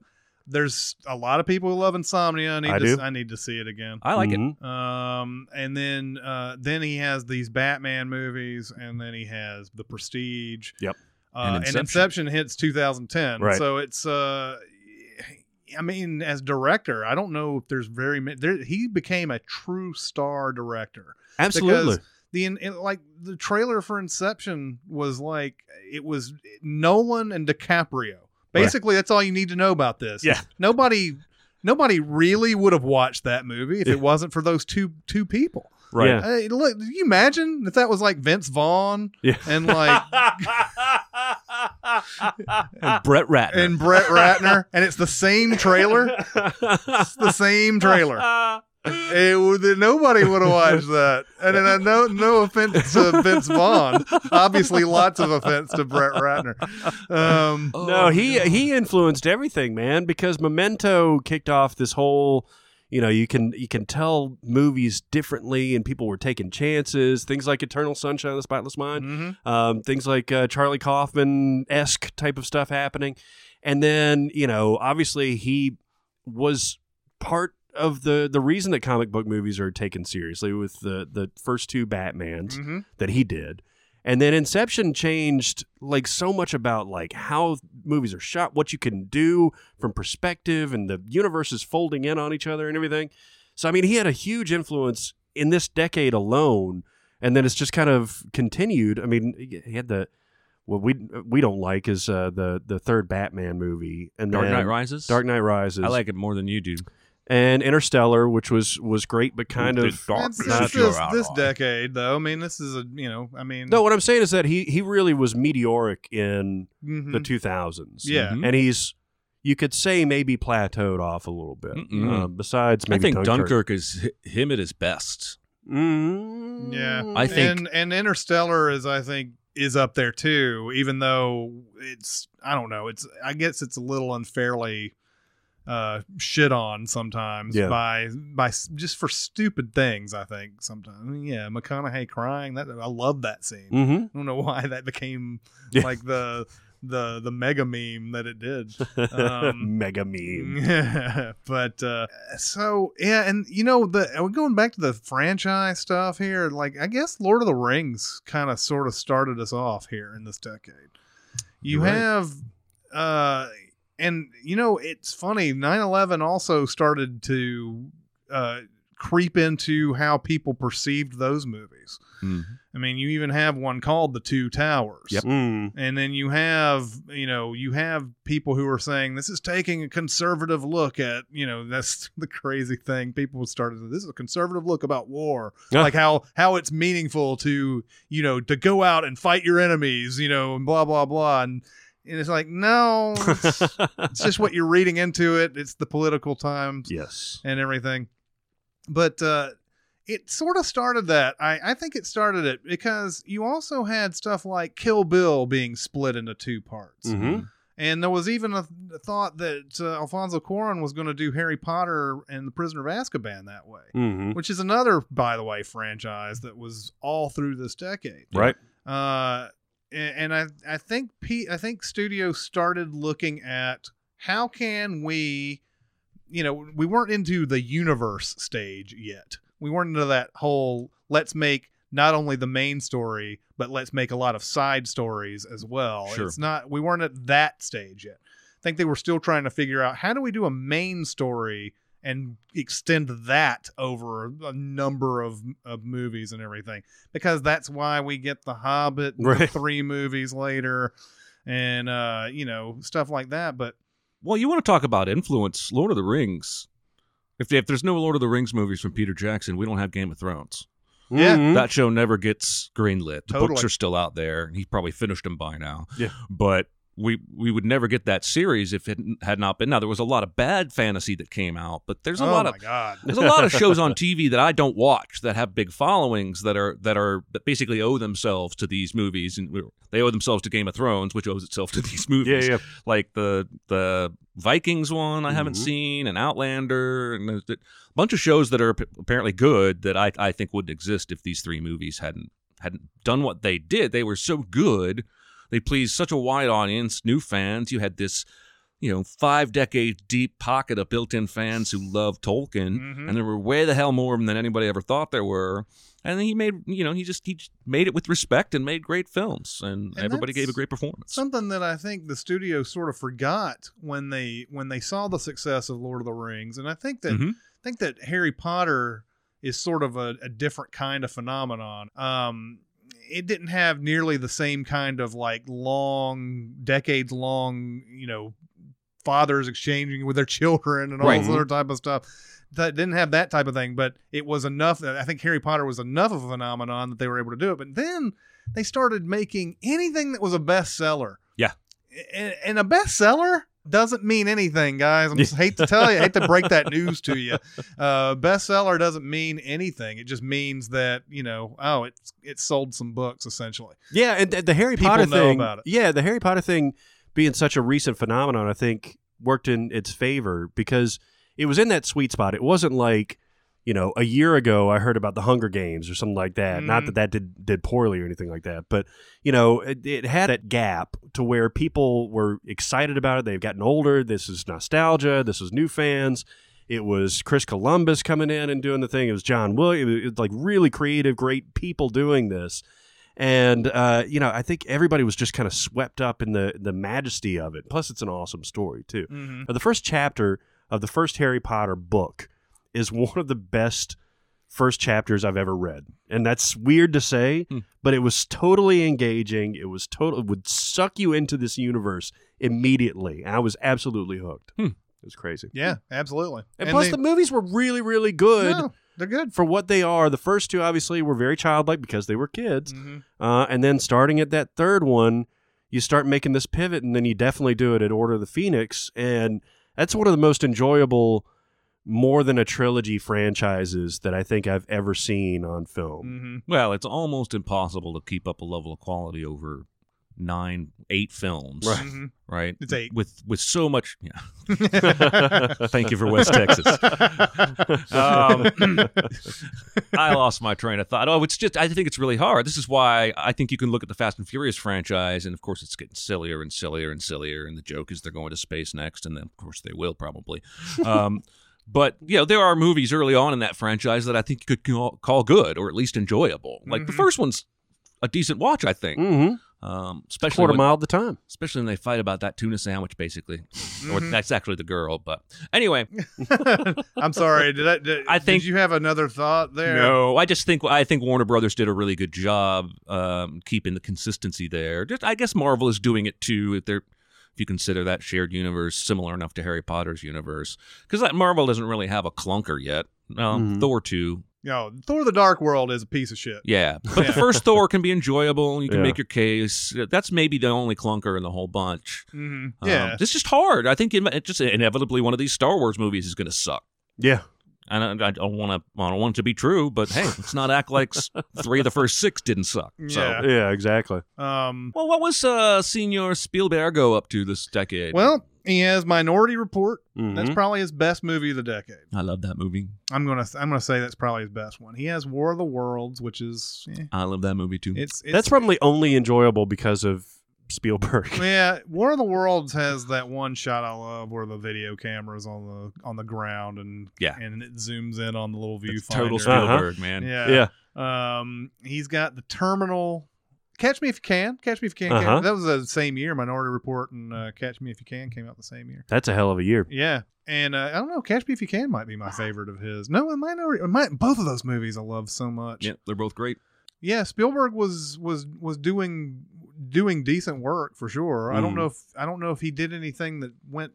S4: There's a lot of people who love Insomnia. I need
S2: I
S4: to, s-
S2: do.
S4: I need to see it again.
S1: I like it.
S2: Mhm.
S4: Um, and then uh, then he has these Batman movies, and then he has The Prestige.
S2: Yep.
S4: Uh, and, Inception. hits 2010.
S2: Right.
S4: So it's, uh, I mean, as director, I don't know if there's very many. There, he became a true star director.
S2: Absolutely.
S4: Because the in, in- like the trailer for Inception was like it was Nolan and DiCaprio. Basically, that's all you need to know about this.
S2: Yeah.
S4: Nobody, nobody really would have watched that movie if
S2: Yeah.
S4: it wasn't for those two two people.
S1: Right.
S2: Yeah.
S4: Hey, look, do you imagine if that was like Vince Vaughn
S2: Yeah.
S4: and like
S1: And Brett Ratner.
S4: and Brett Ratner, and it's the same trailer. It's the same trailer. It would- then nobody would have watched that. And then I know no offense to Vince Vaughn. Obviously, lots of offense to Brett Ratner. Um,
S2: no, he he influenced everything, man, because Memento kicked off this whole, you know, you can you can tell movies differently and people were taking chances, things like Eternal Sunshine of the Spotless Mind,
S4: mhm.
S2: um, things like uh, Charlie Kaufman esque type of stuff happening, and then you know, obviously he was part of the the reason that comic book movies are taken seriously with the the first two Batmans
S4: Mhm.
S2: that he did. And then Inception changed like so much about like how movies are shot, what you can do from perspective and the universes folding in on each other and everything. So I mean, he had a huge influence in this decade alone and then it's just kind of continued. I mean, he had the what we we don't like is uh, the the third Batman movie and
S1: Dark
S2: then
S1: Knight Rises.
S2: Dark Knight Rises.
S1: I like it more than you do.
S2: and Interstellar, which was was great, but kind
S1: The
S2: of
S4: That's-
S1: darkness
S4: This,
S1: you are
S4: this,
S1: out
S4: this
S1: on.
S4: decade, though, I mean, this is a you know, I mean,
S2: No, what I'm saying is that he he really was meteoric in
S4: mhm.
S2: the 2000s.
S4: yeah,
S1: Mhm.
S2: and he's you could say maybe plateaued off a little bit.
S1: Mm-mm.
S2: Um, besides,
S1: I
S2: maybe
S1: think Dunkirk,
S2: Dunkirk.
S1: is hi- him at his best.
S2: Mm.
S4: Yeah.
S1: I think-
S4: and, and Interstellar is I think is up there too, even though it's I don't know, it's I guess it's a little unfairly uh shit on sometimes
S2: Yeah.
S4: by by s- just for stupid things I think sometimes. I mean, yeah, McConaughey crying, that I love that scene.
S2: Mhm.
S4: I don't know why that became
S2: Yeah.
S4: like the the the mega meme that it did. Um,
S2: Mega meme.
S4: but uh, so yeah, and you know the we're going back to the franchise stuff here. Like I guess Lord of the Rings kind of sort of started us off here in this decade. You
S2: You're right.
S4: have uh and you know it's funny 9/11 also started to uh creep into how people perceived those movies.
S1: Mhm.
S4: I mean, you even have one called The Two Towers
S2: Mm.
S4: and then you have you know you have people who are saying this is taking a conservative look at you know that's the crazy thing people started this is a conservative look about war
S2: Yeah.
S4: like how how it's meaningful to you know to go out and fight your enemies you know and blah blah blah and, and it's like no it's, it's just what you're reading into it it's the political times
S2: Yes.
S4: and everything. But uh, it sort of started that. I, I think it started it because you also had stuff like Kill Bill being split into two parts.
S2: hmm
S4: And there was even a th- thought that uh, Alfonso Cuaron was going to do Harry Potter and the Prisoner of Azkaban that way,
S2: hmm
S4: which is another, by the way, franchise that was all through this decade.
S2: Right.
S4: Uh, and, and I I think Pete I think studio started looking at how can we, you know, we weren't into the universe stage yet. We weren't into that whole let's make not only the main story but let's make a lot of side stories as well.
S1: Sure.
S4: It's not we weren't at that stage yet. I think they were still trying to figure out how do we do a main story and extend that over a number of, of movies and everything because that's why we get the hobbit
S2: Right.
S4: three movies later and uh you know stuff like that but
S1: Well, you want to talk about influence? Lord of the Rings. If, if there's no Lord of the Rings movies from Peter Jackson, we don't have Game of Thrones.
S4: Yeah.
S2: Mhm.
S1: That show never gets greenlit. The books
S4: Hmm? Totally.
S1: are still out there, and he probably finished them by now.
S2: Yeah.
S1: But we we would never get that series if it had not been. Now there was a lot of bad fantasy that came out, but there's a
S4: oh
S1: lot
S4: my
S1: of
S4: god
S1: There's a lot of shows on TV that I don't watch that have big followings that are that are that basically owe themselves to these movies, and they owe themselves to Game of Thrones, which owes itself to these
S2: yeah,
S1: movies.
S2: yeah.
S1: Like the the Vikings one I haven't
S2: Mhm.
S1: seen, and Outlander, and there's a bunch of shows that are p- apparently good that I I think wouldn't exist if these three movies hadn't hadn't done what they did. They were so good, they pleased such a wide audience, new fans. You had this you know, five decades deep pocket of built in fans who love Tolkien.
S4: Mhm.
S1: And there were way the hell more of them than anybody ever thought there were. And he made, you know, he just he just made it with respect and made great films, and,
S4: And
S1: everybody
S4: that's
S1: gave a great performance.
S4: Something that I think the studio sort of forgot when they when they saw the success of Lord of the Rings, and I think that
S1: Mhm.
S4: I think that Harry Potter is sort of a, a different kind of phenomenon. Um, it didn't have nearly the same kind of like long, decades long, you know, fathers exchanging with their children and all
S1: Right.
S4: this other type of stuff. That didn't have that type of thing, but it was enough. That I think Harry Potter was enough of a phenomenon that they were able to do it. But then they started making anything that was a bestseller.
S1: Yeah.
S4: And, and a bestseller doesn't mean anything, guys. I hate to tell you, I hate to break that news to you. Uh, bestseller doesn't mean anything. It just means that you know, oh, it's it sold some books essentially.
S2: Yeah, and th- the Harry
S4: People
S2: Potter
S4: know
S2: thing.
S4: about it.
S2: Yeah, the Harry Potter thing being such a recent phenomenon, I think worked in its favor because it was in that sweet spot. It wasn't like you know a year ago I heard about the Hunger Games or something like that. Not
S4: Mhm.
S2: that that did did poorly or anything like that, but you know it, it had that gap to where people were excited about it. They've gotten older. This is nostalgia. This is new fans. It was Chris Columbus coming in and doing the thing. It was John Williams. It was like really creative, great people doing this and uh, you know, I think everybody was just kind of swept up in the the majesty of it. Plus, it's an awesome story too.
S4: Mm-hmm.
S2: Uh, The first chapter of the first Harry Potter book is one of the best first chapters I've ever read, and that's weird to say,
S1: Hmm.
S2: but it was totally engaging. It was total it would suck you into this universe immediately, and I was absolutely hooked.
S1: Hmm.
S2: It was crazy,
S4: Yeah, absolutely.
S2: and, plus
S4: they-
S2: the movies were really, really good.
S4: No, they're good.
S2: For what they are, the first two obviously were very childlike because they were kids.
S4: Mhm.
S2: Uh, and then starting at that third one, you start making this pivot, and then you definitely do it at Order of the Phoenix. And that's one of the most enjoyable, more than a trilogy franchises that I think I've ever seen on film.
S4: Mhm.
S1: Well, it's almost impossible to keep up a level of quality over nine, eight films,
S2: Right.
S4: Mhm.
S1: right?
S4: It's eight.
S1: With with so much. Yeah.
S2: Thank
S4: Mm-hmm.
S1: Thank you for West Texas. um, I lost my train of thought. Oh, it's just I think it's really hard. This is why I think you can look at the Fast and Furious franchise, and of course it's getting sillier and sillier and sillier. And the joke is they're going to space next, and then of course they will probably. Um, but you know there are movies early on in that franchise that I think you could call, call good or at least enjoyable. Like the
S4: Mhm.
S1: first one's a decent watch, I think.
S2: Mm-hmm.
S1: Um, especially
S2: Quarter
S1: when-
S2: mile at the time.
S1: especially when they fight about that tuna sandwich, basically. Or
S4: Mhm.
S1: that's actually the girl, but anyway,
S4: I'm sorry. Did I? Did,
S1: I think-
S4: did you have another thought there.
S1: no, I just think I think Warner Brothers did a really good job um, keeping the consistency there. Just I guess Marvel is doing it too. If they're if you consider that shared universe similar enough to Harry Potter's universe, because that Marvel doesn't really have a clunker yet. Um,
S2: Mhm.
S1: Thor two,
S4: No, Thor: The Dark World is a piece of shit.
S1: yeah, but
S4: Yeah.
S1: the first Thor can be enjoyable. You can
S2: Yeah.
S1: make your case. That's maybe the only clunker in the whole bunch.
S4: Mhm.
S1: Um,
S4: Yeah,
S1: it's just hard. I think in- it just inevitably one of these Star Wars movies is going to suck.
S2: Yeah.
S1: I don't, I don't want to. I don't want it to be true, but hey, let's not act like s- three of the first six didn't suck. So.
S4: Yeah.
S2: Yeah, exactly.
S4: Um,
S1: Well, what was uh, Senor Spielbergo up to this decade?
S4: well, he has Minority Report. That's
S1: Mm-hmm.
S2: Mhm.
S4: probably his best movie of the decade.
S1: I love that movie.
S4: I'm gonna I'm gonna say that's probably his best one. He has War of the Worlds, which is eh,
S1: I love that movie too.
S4: it's, it's
S2: That's probably only enjoyable because of Spielberg.
S4: yeah. War of the Worlds has that one shot I love where the video camera's on the on the ground and
S1: Yeah.
S4: and it zooms in on the little
S1: That's
S4: viewfinder.
S1: total
S2: Uh-huh.
S1: Spielberg, man.
S4: Yeah.
S2: yeah.
S4: Um, he's got the Terminal. Catch Me If You Can. Catch Me If You Can.
S2: Uh-huh.
S4: That was the same year. Minority Report and uh, Catch Me If You Can came out the same year.
S2: That's a hell of a year.
S4: Yeah. And uh, I don't know, Catch Me If You Can might be my favorite of his. No, it might already, it might, both of those movies I love so much.
S1: Yeah, they're both great.
S4: Yeah, Spielberg was was was doing doing decent work for sure. I don't
S1: Mm.
S2: Mhm.
S4: know if I don't know if he did anything that went,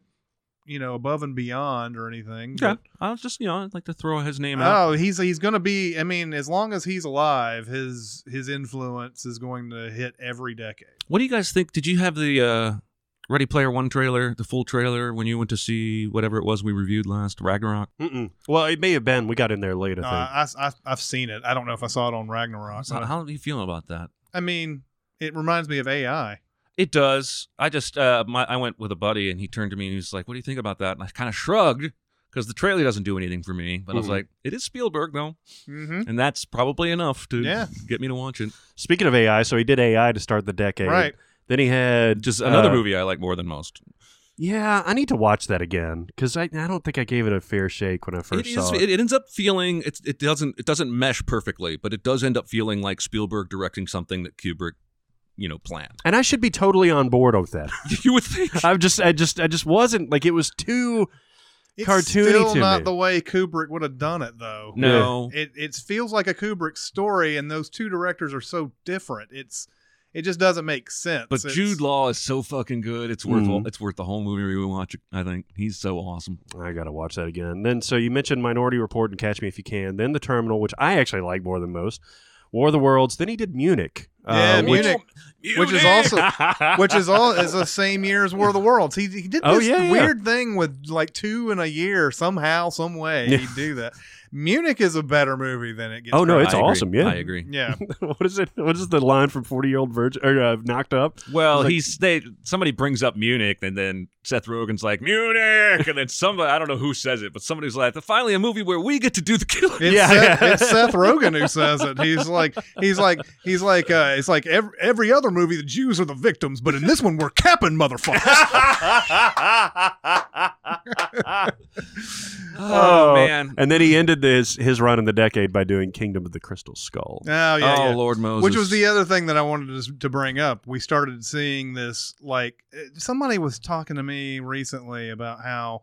S4: you know, above and beyond or anything.
S1: Okay, I was just you know I'd like to throw his
S4: but-
S1: name out.
S4: Oh, he's he's gonna be. I mean, as long as he's alive, his his influence is going to hit every decade.
S1: What do you guys think? Did you have the uh, Ready Player One trailer, the full trailer, when you went to see whatever it was we reviewed last, Ragnarok?
S2: Mm-mm. Well, it may have been. We got in there late, I
S4: Uh,
S2: think.
S4: I, I I've seen it. I don't know if I saw it on Ragnarok.
S1: So
S4: but
S1: how do you feel about that?
S4: I mean, it reminds me of AI.
S1: It does. I just uh, my I went with a buddy and he turned to me and he was like, "What do you think about that?" And I kind of shrugged because the trailer doesn't do anything for me. But I was
S2: Mhm.
S1: like, "It is Spielberg though,
S4: Mm-hmm.
S1: and that's probably enough to
S4: Yeah.
S1: get me to watch it."
S2: Speaking of AI, so he did AI to start the decade.
S4: Right.
S2: Then he had
S1: Just another
S2: uh,
S1: movie I like more than most.
S2: Yeah, I need to watch that again because I, I don't think I gave it a fair shake when I first
S1: It, is,
S2: saw it.
S1: it it ends up feeling it, it doesn't it doesn't mesh perfectly, but it does end up feeling like Spielberg directing something that Kubrick, you know, planned.
S2: and I should be totally on board with that.
S1: you would think.
S2: I just, I just, I just wasn't like it was too.
S4: It's
S2: Cartoony
S4: still
S2: to
S4: not
S2: me.
S4: the way Kubrick would have done it, though.
S1: No.
S4: It it feels like a Kubrick story, and those two directors are so different. It's it just doesn't make sense.
S1: But
S4: It's-
S1: Jude Law is so fucking good. It's worth
S2: Mhm.
S1: it's worth the whole movie we watch. I think he's so awesome.
S2: I gotta watch that again. And then so you mentioned Minority Report and Catch Me If You Can, then The Terminal, which I actually like more than most. War of the Worlds. Then he did Munich.
S4: Yeah,
S2: uh, which-
S4: Munich. which is also which is all is the same year as War of the Worlds. He, he did this
S2: Oh, yeah, yeah.
S4: weird thing with like two in a year somehow, some way
S2: Yeah.
S4: he'd do that. Munich is a better movie than it gets.
S2: Oh, no,
S4: credit.
S2: it's awesome, yeah.
S1: I agree.
S4: yeah.
S2: what is it? What is the line from Forty Year Old Virgin or uh, Knocked Up?
S1: Well, he's they somebody brings up Munich, and then Seth Rogen's like Munich, and then somebody I don't know who says it, but somebody's like, "Finally, a movie where we get to do the killing."
S4: It's,
S2: Yeah.
S4: Seth, it's Seth Rogen who says it. He's like, he's like, he's like, uh, it's like every, every other movie, the Jews are the victims, but in this one, we're capping motherfuckers.
S1: Oh, man.
S2: And then he ended this his run in the decade by doing Kingdom of the Crystal Skull.
S4: oh yeah,
S1: oh
S4: yeah.
S1: Lord Moses,
S4: Which was the uh, other thing that I wanted to, s- to bring up. We started seeing this, like, eh, somebody was talking to me recently about how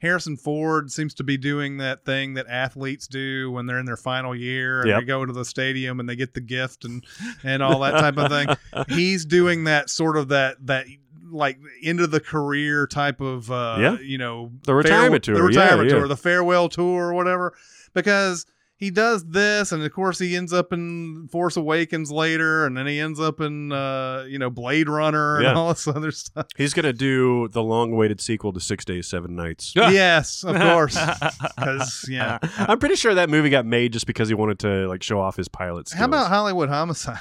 S4: Harrison Ford seems to be doing that thing that athletes do when they're in their final year and
S2: Yep.
S4: they go to the stadium and they get the gift and, and all that type of thing. He's doing that sort of that, that, like end of the career type of uh
S2: Yeah.
S4: you know
S2: The retirement
S4: farewell-
S2: tour,
S4: the retirement
S2: yeah, yeah.
S4: tour the farewell tour or whatever because he does this and of course he ends up in force awakens later and then he ends up in uh you know blade runner and
S2: Yeah.
S4: all this other stuff
S2: He's gonna do the long-awaited sequel to Six Days, Seven Nights.
S4: yes of course because yeah
S2: I'm pretty sure that movie got made just because he wanted to like show off his pilot skills.
S4: how about hollywood homicide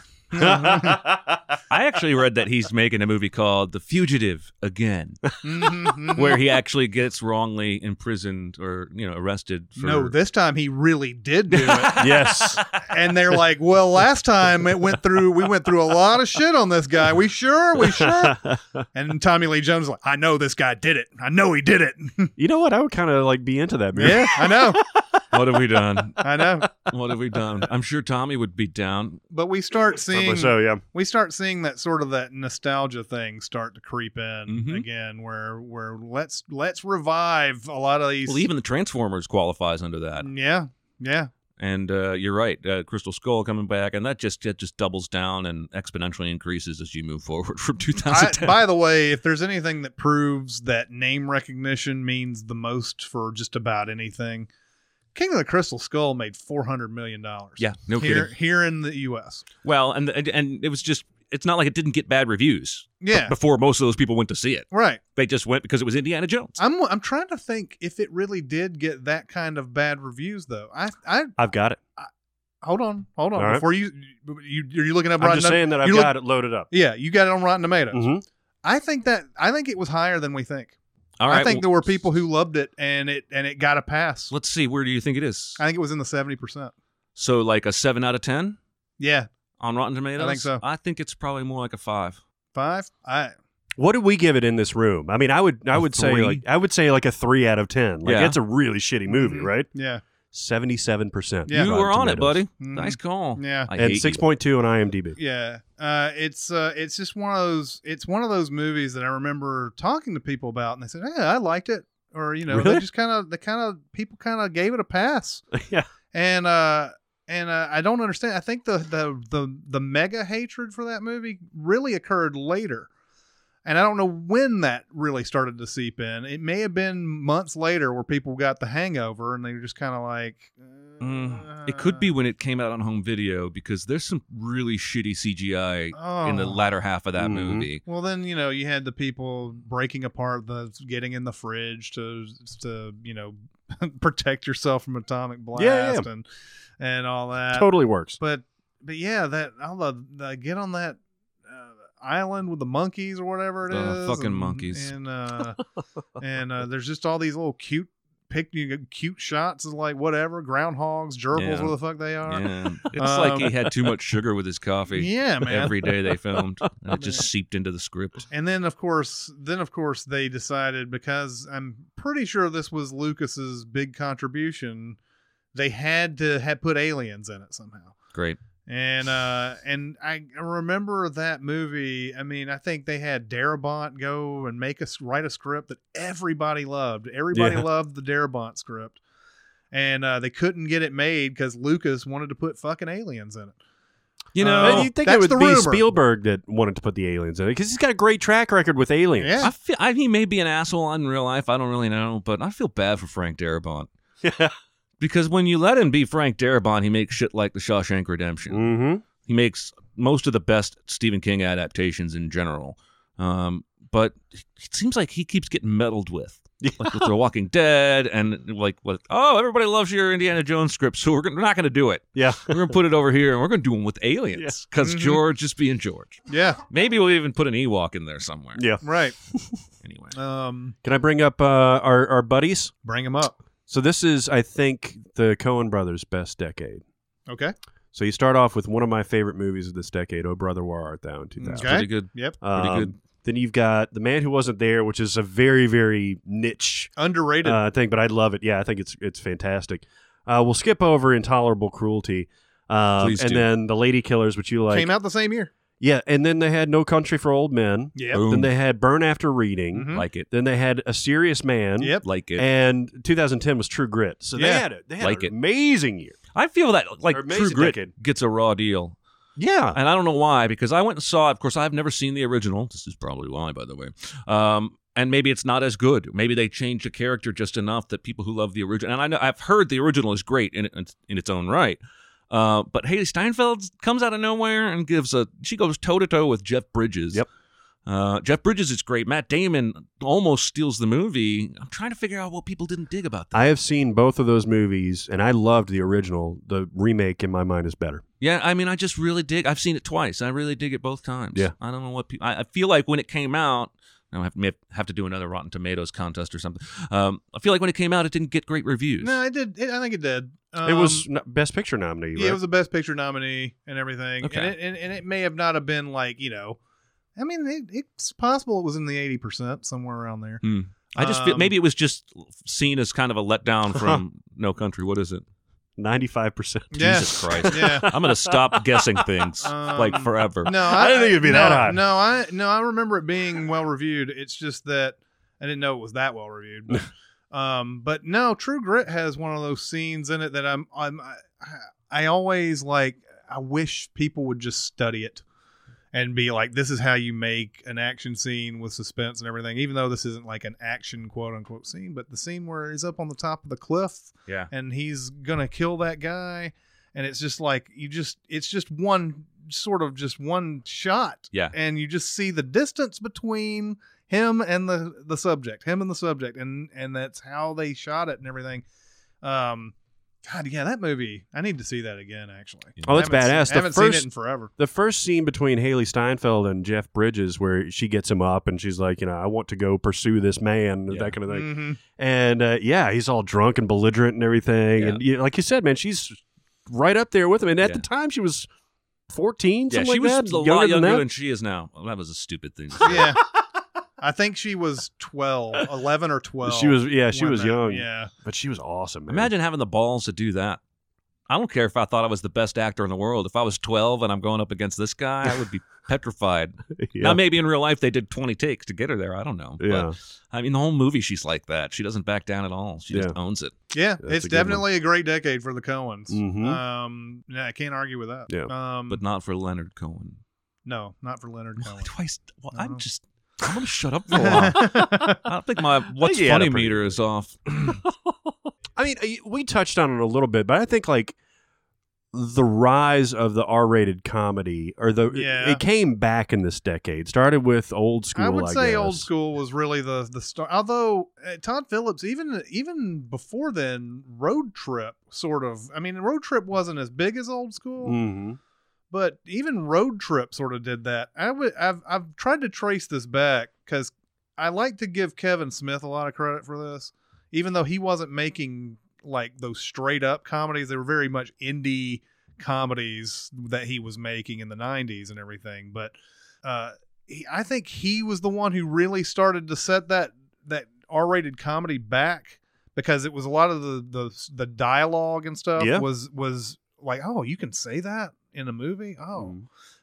S1: I actually read that he's making a movie called The Fugitive again,
S4: Mhm, mhm.
S1: where he actually gets wrongly imprisoned or you know arrested. For,
S4: no this time he really did do it
S2: yes?
S4: and they're like well last time it went through we went through a lot of shit on this guy we sure we sure and tommy lee jones is like i know this guy did it i know he did it
S2: You know what? I would kind of like be into that movie.
S4: yeah i know
S1: what have we done?
S4: i know
S1: What have we done? I'm sure Tommy would be down.
S4: but we start seeing
S2: Probably so yeah.
S4: we start seeing that sort of that nostalgia thing start to creep in
S1: Mhm.
S4: again where where let's let's revive a lot of these
S1: Well, even the Transformers qualifies under that.
S4: yeah yeah
S1: And uh, you're right, uh, Crystal Skull coming back, and that just that just doubles down and exponentially increases as you move forward from
S4: I,
S1: 2010.
S4: by the way if there's anything that proves that name recognition means the most for just about anything king of the crystal skull made 400 million dollars
S1: yeah, no
S4: here
S1: kidding.
S4: here in the us
S1: Well, and, and and it was just it's not like it didn't get bad reviews
S4: yeah
S1: before most of those people went to see it.
S4: right
S1: They just went because it was Indiana Jones.
S4: i'm i'm trying to think if it really did get that kind of bad reviews though i i
S2: I've got it.
S4: hold on hold on
S2: All right.
S4: before you you are you looking up
S2: I'm
S4: rotten
S2: just saying that I've
S4: you look-
S2: got it loaded up.
S4: Yeah, you got it on Rotten Tomatoes.
S2: Mhm.
S4: I think that I think it was higher than we think.
S1: All right,
S4: I think
S1: well,
S4: there were people who loved it and it and it got a pass.
S1: let's see where do you think it is?
S4: I think it was in the seventy percent.
S1: So like a seven out of ten
S4: Yeah,
S1: on Rotten Tomatoes.
S4: so.
S1: I think it's probably more like a five.
S4: five. I
S2: What did we give it in this room? I mean, I would, I
S1: A
S2: would say,
S1: three?
S2: like, I would say like a three out of ten. Like,
S1: Yeah.
S2: that's a really shitty movie,
S4: Mhm.
S2: right?
S4: yeah
S2: Seventy-seven percent.
S4: Yeah.
S1: you were on it, buddy.
S4: Mhm.
S1: Nice call.
S4: yeah
S1: I hate
S2: And
S1: you.
S2: six point two on IMDb.
S4: yeah. Uh, it's uh, it's just one of those. It's one of those movies that I remember talking to people about, and they said, "Yeah, I liked it," or you know, they
S2: Really?
S4: just kind of they kind of people kind of gave it a pass.
S2: yeah.
S4: and uh and uh, I don't understand. I think the the the the mega hatred for that movie really occurred later. And I don't know when that really started to seep in. It may have been months later where people got the hangover and they were just kind of like uh,
S1: Mm. It could be when it came out on home video because there's some really shitty CGI in the
S4: Oh.
S1: latter half of that
S2: Mhm.
S1: movie.
S4: Well, then you know you had the people breaking apart the getting in the fridge to to you know protect yourself from atomic blast
S2: yeah.
S4: and and all that.
S2: totally works.
S4: But but yeah, that I love the, get on that uh, island with the monkeys or whatever it is.
S1: The fucking
S4: and-
S1: monkeys.
S4: And uh, and uh, there's just all these little cute pick you know, cute shots is like whatever groundhogs, gerbils,
S1: Yeah.
S4: what the fuck they are.
S1: Yeah. Um, It's like he had too much sugar with his coffee.
S4: Yeah, man.
S1: Every day they filmed, and it just seeped into the script.
S4: And then of course, then of course they decided because I'm pretty sure this was Lucas's big contribution, they had to have put aliens in it somehow.
S1: Great.
S4: And uh and I remember that movie. I mean, I think they had Darabont go and make us write a script that everybody loved. Everybody
S2: Yeah.
S4: loved the Darabont script. And uh, they couldn't get it made because Lucas wanwanted to put fucking aliens in it.
S1: You
S4: Uh,
S1: know,
S2: you think
S4: that's
S2: it would
S4: the
S2: be
S4: rumor.
S2: Spielberg that wanted to put the aliens in it because he's got a great track record with aliens.
S4: Yeah.
S1: I feel I, he may be an asshole in real life. I don't really know, but I feel bad for Frank Darabont because when you let him be Frank Darabont, he makes shit like The Shawshank Redemption.
S2: mm-hmm.
S1: He makes most of the best Stephen King adaptations in general. Um, but it seems like he keeps getting meddled with. Like with The Walking Dead, and like, with, oh, everybody loves your Indiana Jones script, so we're, gonna, we're not going to do it.
S2: Yeah.
S1: We're going to put it over here, and we're going to do them with aliens because
S2: Mm-hmm.
S4: Mhm.
S1: George is being George.
S4: Yeah,
S1: Maybe we'll even put an Ewok in there somewhere.
S2: Yeah.
S4: right.
S1: Anyway,
S4: Um,
S2: Can I bring up uh, our our buddies?
S4: bring them up.
S2: So this is, I think, the Coen Brothers' best decade.
S4: Okay.
S2: So you start off with one of my favorite movies of this decade, Oh Brother, Where Art Thou? In 2000.
S4: Okay.
S1: pretty good.
S4: Yep.
S1: Pretty
S2: Um,
S1: good.
S4: Mm-hmm.
S2: Then you've got The Man Who Wasn't There, which is a very, very niche
S4: Underrated.
S2: uh, thing, but I love it. Yeah, I think it's it's fantastic. Uh, we'll skip over Intolerable Cruelty, um,
S1: Please
S2: and
S1: do.
S2: then The Lady Killers, which you like.
S4: Came out the same year.
S2: Yeah, and then they had No Country for Old Men.
S4: Yep.
S1: Boom.
S2: Then they had Burn After Reading.
S4: Mhm.
S1: like it.
S2: Then they had A Serious Man.
S4: Yep.
S1: Like it.
S2: hmm. And 2010 was True Grit. So they
S4: Yeah.
S2: had it. They had
S1: Like
S2: an
S1: it.
S2: amazing year.
S1: I feel that like
S2: Or
S1: True
S2: Amazing
S1: Grit
S2: Decade.
S1: gets a raw deal.
S2: Yeah.
S1: and I don't know why because I went and saw. Of course, I've never seen the original. This is probably why, by the way. Um, and maybe it's not as good. Maybe they changed the character just enough that people who love the original. And I know I've heard the original is great in in, in its own right. Uh, but Haley Steinfeld comes out of nowhere and gives a. She goes toe to toe with Jeff Bridges.
S2: Yep.
S1: Uh, Jeff Bridges is great. Matt Damon almost steals the movie. I'm trying to figure out what people didn't dig about that.
S2: I have seen both of those movies, and I loved the original. The remake, in my mind, is better.
S1: Yeah, I mean, I just really dig. I've seen it twice. I really dig it both times.
S2: Yeah.
S1: I don't know what people. I, I feel like when it came out, I have may have to do another Rotten Tomatoes contest or something. Um, I feel like when it came out, it didn't get great reviews.
S4: No, it did. It, I think it did.
S2: it was
S4: Um,
S2: n- Best Picture nominee.
S4: Yeah,
S2: right?
S4: it was the best picture nominee and everything.
S1: Okay.
S4: And, it, and, and it may have not have been like, you know, I mean, it, it's possible it was in the 80% somewhere around there.
S1: Hmm. I just feel
S4: Um,
S1: maybe it was just seen as kind of a letdown from No Country. What is it?
S2: ninety-five percent.
S4: Yeah.
S1: Jesus Christ!
S4: Yeah.
S1: I'm gonna stop guessing things
S4: Um,
S1: like forever.
S4: No,
S2: I didn't think it'd be
S4: no,
S2: that high.
S4: No, I no, I remember it being well reviewed. It's just that I didn't know it was that well reviewed. But, um, but no, True Grit has one of those scenes in it that I'm I'm I, I always like. I wish people would just study it and be like, this is how you make an action scene with suspense and everything. Even though this isn't like an action quote unquote scene, but the scene where he's up on the top of the cliff,
S1: Yeah.
S4: and he's gonna kill that guy and it's just like you just it's just one sort of just one shot
S1: Yeah.
S4: and you just see the distance between him and the the subject him and the subject and and that's how they shot it and everything um god yeah that movie i need to see that again actually
S1: Yeah.
S2: Oh, that's
S4: I haven't
S2: badass. The
S4: seen- i haven't seen
S2: first-
S4: it in forever
S2: The first scene between Haley Steinfeld and Jeff Bridges, where she gets him up and she's like, you know, I want to go pursue this man,
S1: Yeah.
S2: that kind of thing.
S4: Mhm.
S2: And uh, yeah, he's all drunk and belligerent and everything.
S1: Yeah.
S2: And you know, like you said, man, she's right up there with him. And at
S1: Yeah.
S2: the time, she was fourteen,
S1: Yeah,
S2: something
S1: she
S2: like
S1: was
S2: that,
S1: a
S2: younger
S1: lot
S2: than
S1: younger
S2: that.
S1: than she is now. Well, that was a stupid thing. to say.
S4: yeah i think she was 12 11 or 12
S2: she was, yeah, she
S4: when
S2: was
S4: that-
S2: young,
S4: yeah
S2: but she was awesome. Man.
S1: Imagine having the balls to do that. I don't care if I thought I was the best actor in the world. If I was 12 and I'm going up against this guy, I would be petrified.
S2: yeah.
S1: Now, maybe in real life they did 20 takes to get her there. I don't know.
S2: Yeah.
S1: But, I mean, the whole movie, she's like that. She doesn't back down at all. She
S2: Yeah.
S1: just owns it.
S4: Yeah,
S2: That's
S4: it's
S2: a good one.
S4: definitely a great decade for the Coens.
S2: Mhm.
S4: Um, yeah, I can't argue with that.
S2: Yeah.
S4: Um,
S1: But not for Leonard Cohen.
S4: no, not for Leonard Cohen.
S1: Twice. Well,
S4: I don't
S1: I'm
S4: know.
S1: just. I'm going to shut up for a while. I don't think my what's
S2: think he had a
S1: funny
S2: pretty
S1: meter is off.
S2: I mean, I- we touched on it a little bit, but I think like the rise of the R-rated comedy or the
S4: Yeah.
S2: it came back in this decade. Started with old school.
S4: I would say
S2: guess.
S4: old school was really the the star. Although uh, Todd Phillips, even even before then, Road Trip sort of. I mean, Road Trip wasn't as big as old school,
S2: Mhm.
S4: but even Road Trip sort of did that. I would I've I've tried to trace this back because I like to give Kevin Smith a lot of credit for this. even though he wasn't making like those straight up comedies, they were very much indie comedies that he was making in the 90s and everything. But uh, he, I think he was the one who really started to set that that R rated comedy back because it was a lot of the the, the dialogue and stuff
S2: Yeah.
S4: was was like, oh, you can say that in a movie. Oh,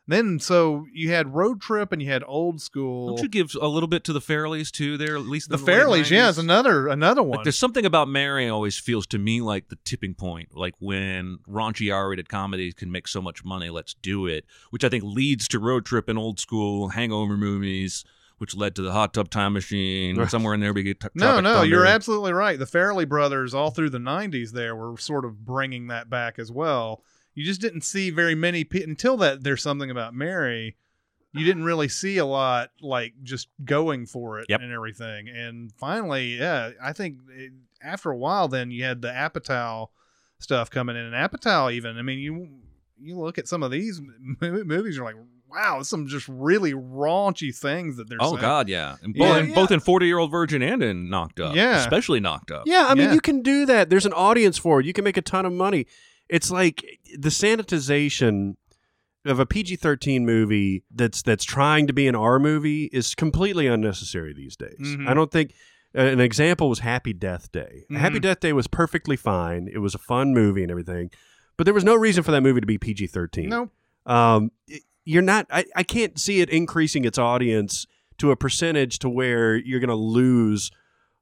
S4: then so you had Road Trip and you had Old School.
S1: Don't you give a little bit to the Fairleys too? There, at least
S4: the
S1: in late
S4: Fairleys, yeah,
S1: 90s?
S4: is another another
S1: Like,
S4: one.
S1: there's something about Mary always feels to me like the tipping point, like when raunchy R-rated comedies can make so much money, let's do it, which I think leads to Road Trip and Old School Hangover movies, which led to the Hot Tub Time Machine. and Somewhere in there, we get t-
S4: no,
S1: Tropic
S4: no, you're
S1: Thunder.
S4: absolutely right. The Fairley brothers, all through the '90s, there were sort of bringing that back as well. You just didn't see very many pe- until that. There's something about Mary. You didn't really see a lot, like just going for it
S1: Yep.
S4: and everything. And finally, yeah, I think it, after a while, then you had the Apatow stuff coming in, and Apatow even. I mean, you you look at some of these m- movies, you're like, wow, some just really raunchy things that they're.
S1: Oh
S4: saying.
S1: God, yeah, and
S4: Yeah,
S1: both, in
S4: yeah.
S1: both in Forty Year Old Virgin and in Knocked Up,
S4: Yeah.
S1: especially Knocked Up.
S2: Yeah, I mean,
S4: Yeah.
S2: you can do that. There's an audience for it. You can make a ton of money. It's like the sanitization of a PG-13 movie that's that's trying to be an R movie is completely unnecessary these days.
S4: Mhm.
S2: I don't think uh, an example was Happy Death Day. Happy Death Day was perfectly fine. It was a fun movie and everything, but there was no reason for that movie to be PG-13.
S4: Nope.
S2: um, y- you're not I, I can't see it increasing its audience to a percentage to where you're going to lose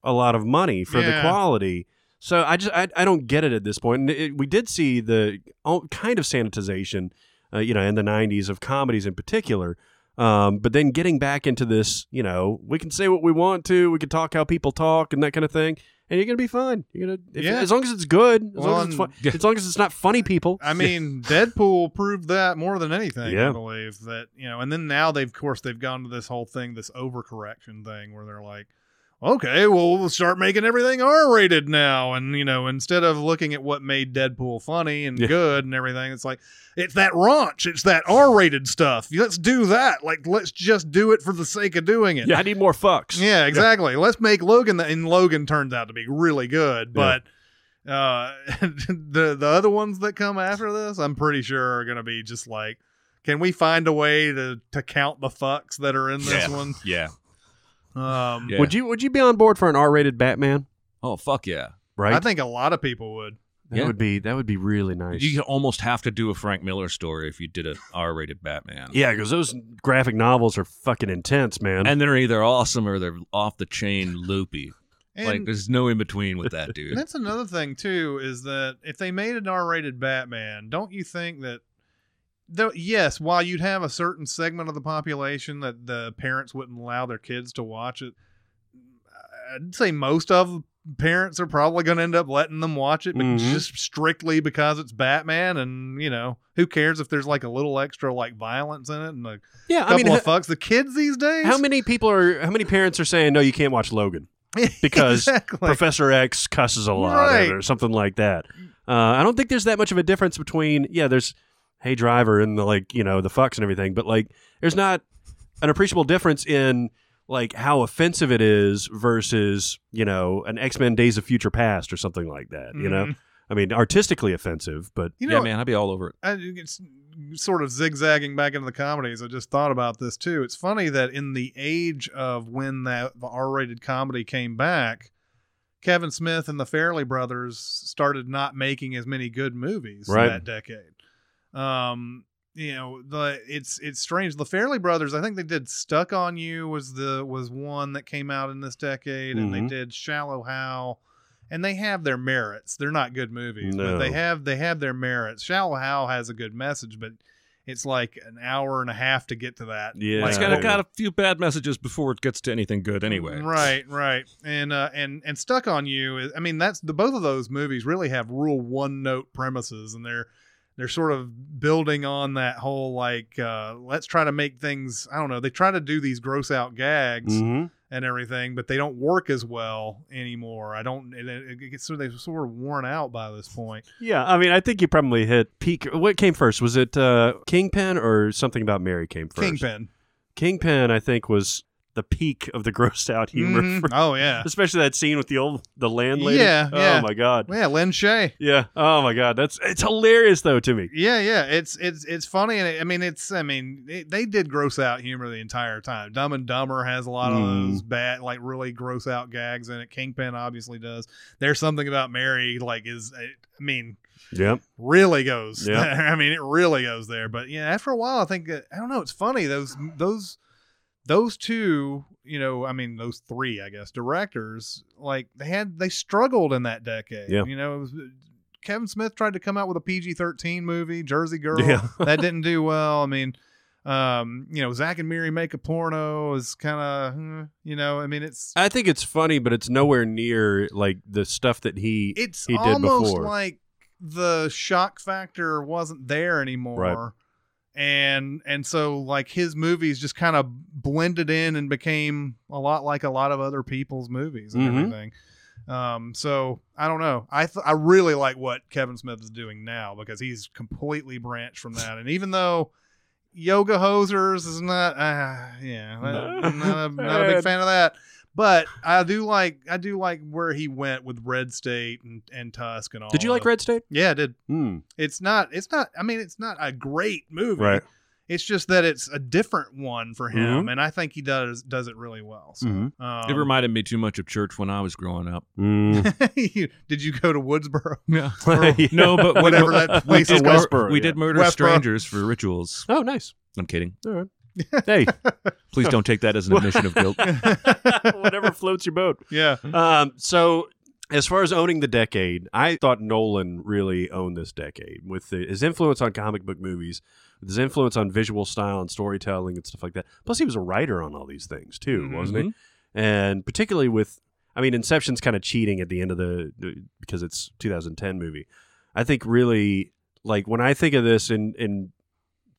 S2: a lot of money for the
S4: Yeah.
S2: quality so i just I, I don't get it at this point and it, we did see the all, kind of sanitization uh, you know in the 90s of comedies in particular um, but then getting back into this you know we can say what we want to we can talk how people talk and that kind of thing and you're gonna be fine. You're gonna if,
S4: Yeah.
S2: as long as it's good, as
S4: Well,
S2: long as it's fun,
S4: and-
S2: as long as it's not funny people.
S4: I mean, Deadpool proved that more than anything,
S2: Yeah.
S4: I believe that you know. And then now they've, of course, they've gone to this whole thing, this overcorrection thing, where they're like, okay, well, we'll start making everything R-rated now, and you know, instead of looking at what made Deadpool funny and
S2: Yeah.
S4: good and everything, it's like it's that raunch, it's that R-rated stuff. Let's do that. Like, let's just do it for the sake of doing it.
S2: yeah, I need more fucks.
S4: Yeah, exactly. Let's make Logan the, and Logan turns out to be really good,
S2: Yeah.
S4: but uh the the other ones that come after this, I'm pretty sure are going to be just like can we find a way to to count the fucks that are in this
S1: Yeah.
S4: one?
S1: yeah.
S4: Um
S1: Yeah.
S2: Would you would you be on board for an R-rated Batman?
S1: Oh fuck yeah.
S2: Right.
S4: I think a lot of people would.
S2: that
S1: Yeah.
S2: would be that would be really nice.
S1: You almost have to do a Frank Miller story if you did an R-rated Batman.
S2: yeah, because those graphic novels are fucking intense, man.
S1: and they're either awesome or they're off the chain loopy.
S4: And
S1: like there's no in between with that dude.
S4: that's another thing too is that if they made an R-rated Batman, don't you think that though yes, while you'd have a certain segment of the population that the parents wouldn't allow their kids to watch it, I'd say most of the parents are probably going to end up letting them watch it, but
S2: Mhm.
S4: just strictly because it's Batman, and you know who cares if there's like a little extra like violence in it and a
S2: yeah, I
S4: couple
S2: mean,
S4: of
S2: h-
S4: fucks. The kids these days,
S2: how many people are how many parents are saying no, you can't watch Logan because
S4: exactly.
S2: Professor X cusses a lot
S4: Right.
S2: or something like that. Uh, I don't think there's that much of a difference between yeah, there's Hey Driver and the like, you know, the fucks and everything, but like there's not an appreciable difference in like how offensive it is versus you know an X Men Days of Future Past or something like that. You know,
S4: Mhm.
S2: I mean, artistically offensive, but
S4: you
S1: yeah,
S4: know,
S1: man, I'd be all over it.
S4: I, it's sort of zigzagging back into the comedies. I just thought about this too. It's funny that in the age of when that the R-rated comedy came back, Kevin Smith and the Fairley brothers started not making as many good movies
S2: Right.
S4: in that decade. Um, you know, the it's it's strange. The Fairley brothers, I think they did "Stuck on You" was the was one that came out in this decade, and
S2: Mhm.
S4: they did "Shallow How." And they have their merits. They're not good movies,
S2: No.
S4: but they have they have their merits. Shallow How has a good message, but it's like an hour and a half to get to that.
S2: Yeah.
S4: Like, oh,
S1: It's got, got a few bad messages before it gets to anything good anyway.
S4: Right, right. And uh and and stuck on you is I mean that's the both of those movies really have real one note premises and they're they're sort of building on that whole like uh let's try to make things I don't know, they try to do these gross out gags
S2: Mhm.
S4: and everything, but they don't work as well anymore. I don't it, it gets so they sort of worn out by this point.
S2: yeah, I mean, I think you probably hit peak. What came first? Was it uh, Kingpin or something about Mary came first?
S4: Kingpin.
S2: Kingpin, I think, was the peak of the grossed out humor.
S4: Mhm.
S2: for-
S4: Oh yeah,
S2: especially that scene with the old the landlady.
S4: Yeah, yeah.
S2: Oh my god.
S4: yeah. Lynn Shay.
S2: Yeah. Oh my god. That's it's hilarious though to me.
S4: Yeah, yeah. It's it's it's funny, and it, I mean, it's I mean, it, they did gross out humor the entire time. Dumb and Dumber has a lot
S2: Mm.
S4: of those bad, like really gross out gags in it. Kingpin obviously does. There's something about Mary, like is I mean,
S2: Yep.
S4: really goes.
S2: Yeah.
S4: I mean, it really goes there. But yeah, after a while, I think that, I don't know. It's funny those those those two. You know, I mean, those three, I guess, directors like they had they struggled in that decade.
S2: Yeah.
S4: You know, it was, uh, Kevin Smith tried to come out with a PG thirteen movie, Jersey Girl.
S2: Yeah.
S4: that didn't do well. I mean. Um, you know, Zach and Miri make a porno is kind of, hmm, you know, I mean, it's
S2: I think it's funny, but it's nowhere near like the stuff that he
S4: it's
S2: he did
S4: almost
S2: before.
S4: like the shock factor wasn't there anymore
S2: Right.
S4: and and so like his movies just kind of blended in and became a lot like a lot of other people's movies and
S2: Mhm.
S4: everything um so i don't know i th- i really like what kevin smith is doing now because he's completely branched from that and even though yoga hosers is not uh, yeah
S2: No.
S4: I'm not, a, not a big fan of that but i do like i do like where he went with red state and, and tusk and all
S2: did you like
S4: those.
S2: Red State?
S4: yeah i did
S2: Hmm.
S4: it's not it's not i mean it's not a great movie
S2: Right. Mm-hmm.
S4: it's just that it's a different one for him and i think he does does it really well so,
S2: Mhm.
S4: um,
S1: it reminded me too much of church when I was growing up.
S2: Mm.
S4: you- did you go to woodsboro no
S2: Yeah.
S1: No, but we-
S4: whatever that
S1: We
S4: place is
S1: did,
S2: It's
S4: called.
S1: mur-
S2: Westboro,
S1: we
S2: yeah.
S1: did murder
S4: Westboro.
S1: strangers for rituals.
S2: Oh, nice.
S1: I'm kidding.
S2: All right. Hey,
S1: Please don't take that as an admission of guilt.
S2: whatever floats your boat.
S4: yeah
S2: Um, so as far as owning the decade, I thought Nolan really owned this decade with the, his influence on comic book movies, with his influence on visual style and storytelling and stuff like that. Plus, he was a writer on all these things too, wasn't he? And particularly with, I mean, Inception's kind of cheating at the end of the the- because it's 2010 movie. I think really like when I think of this in in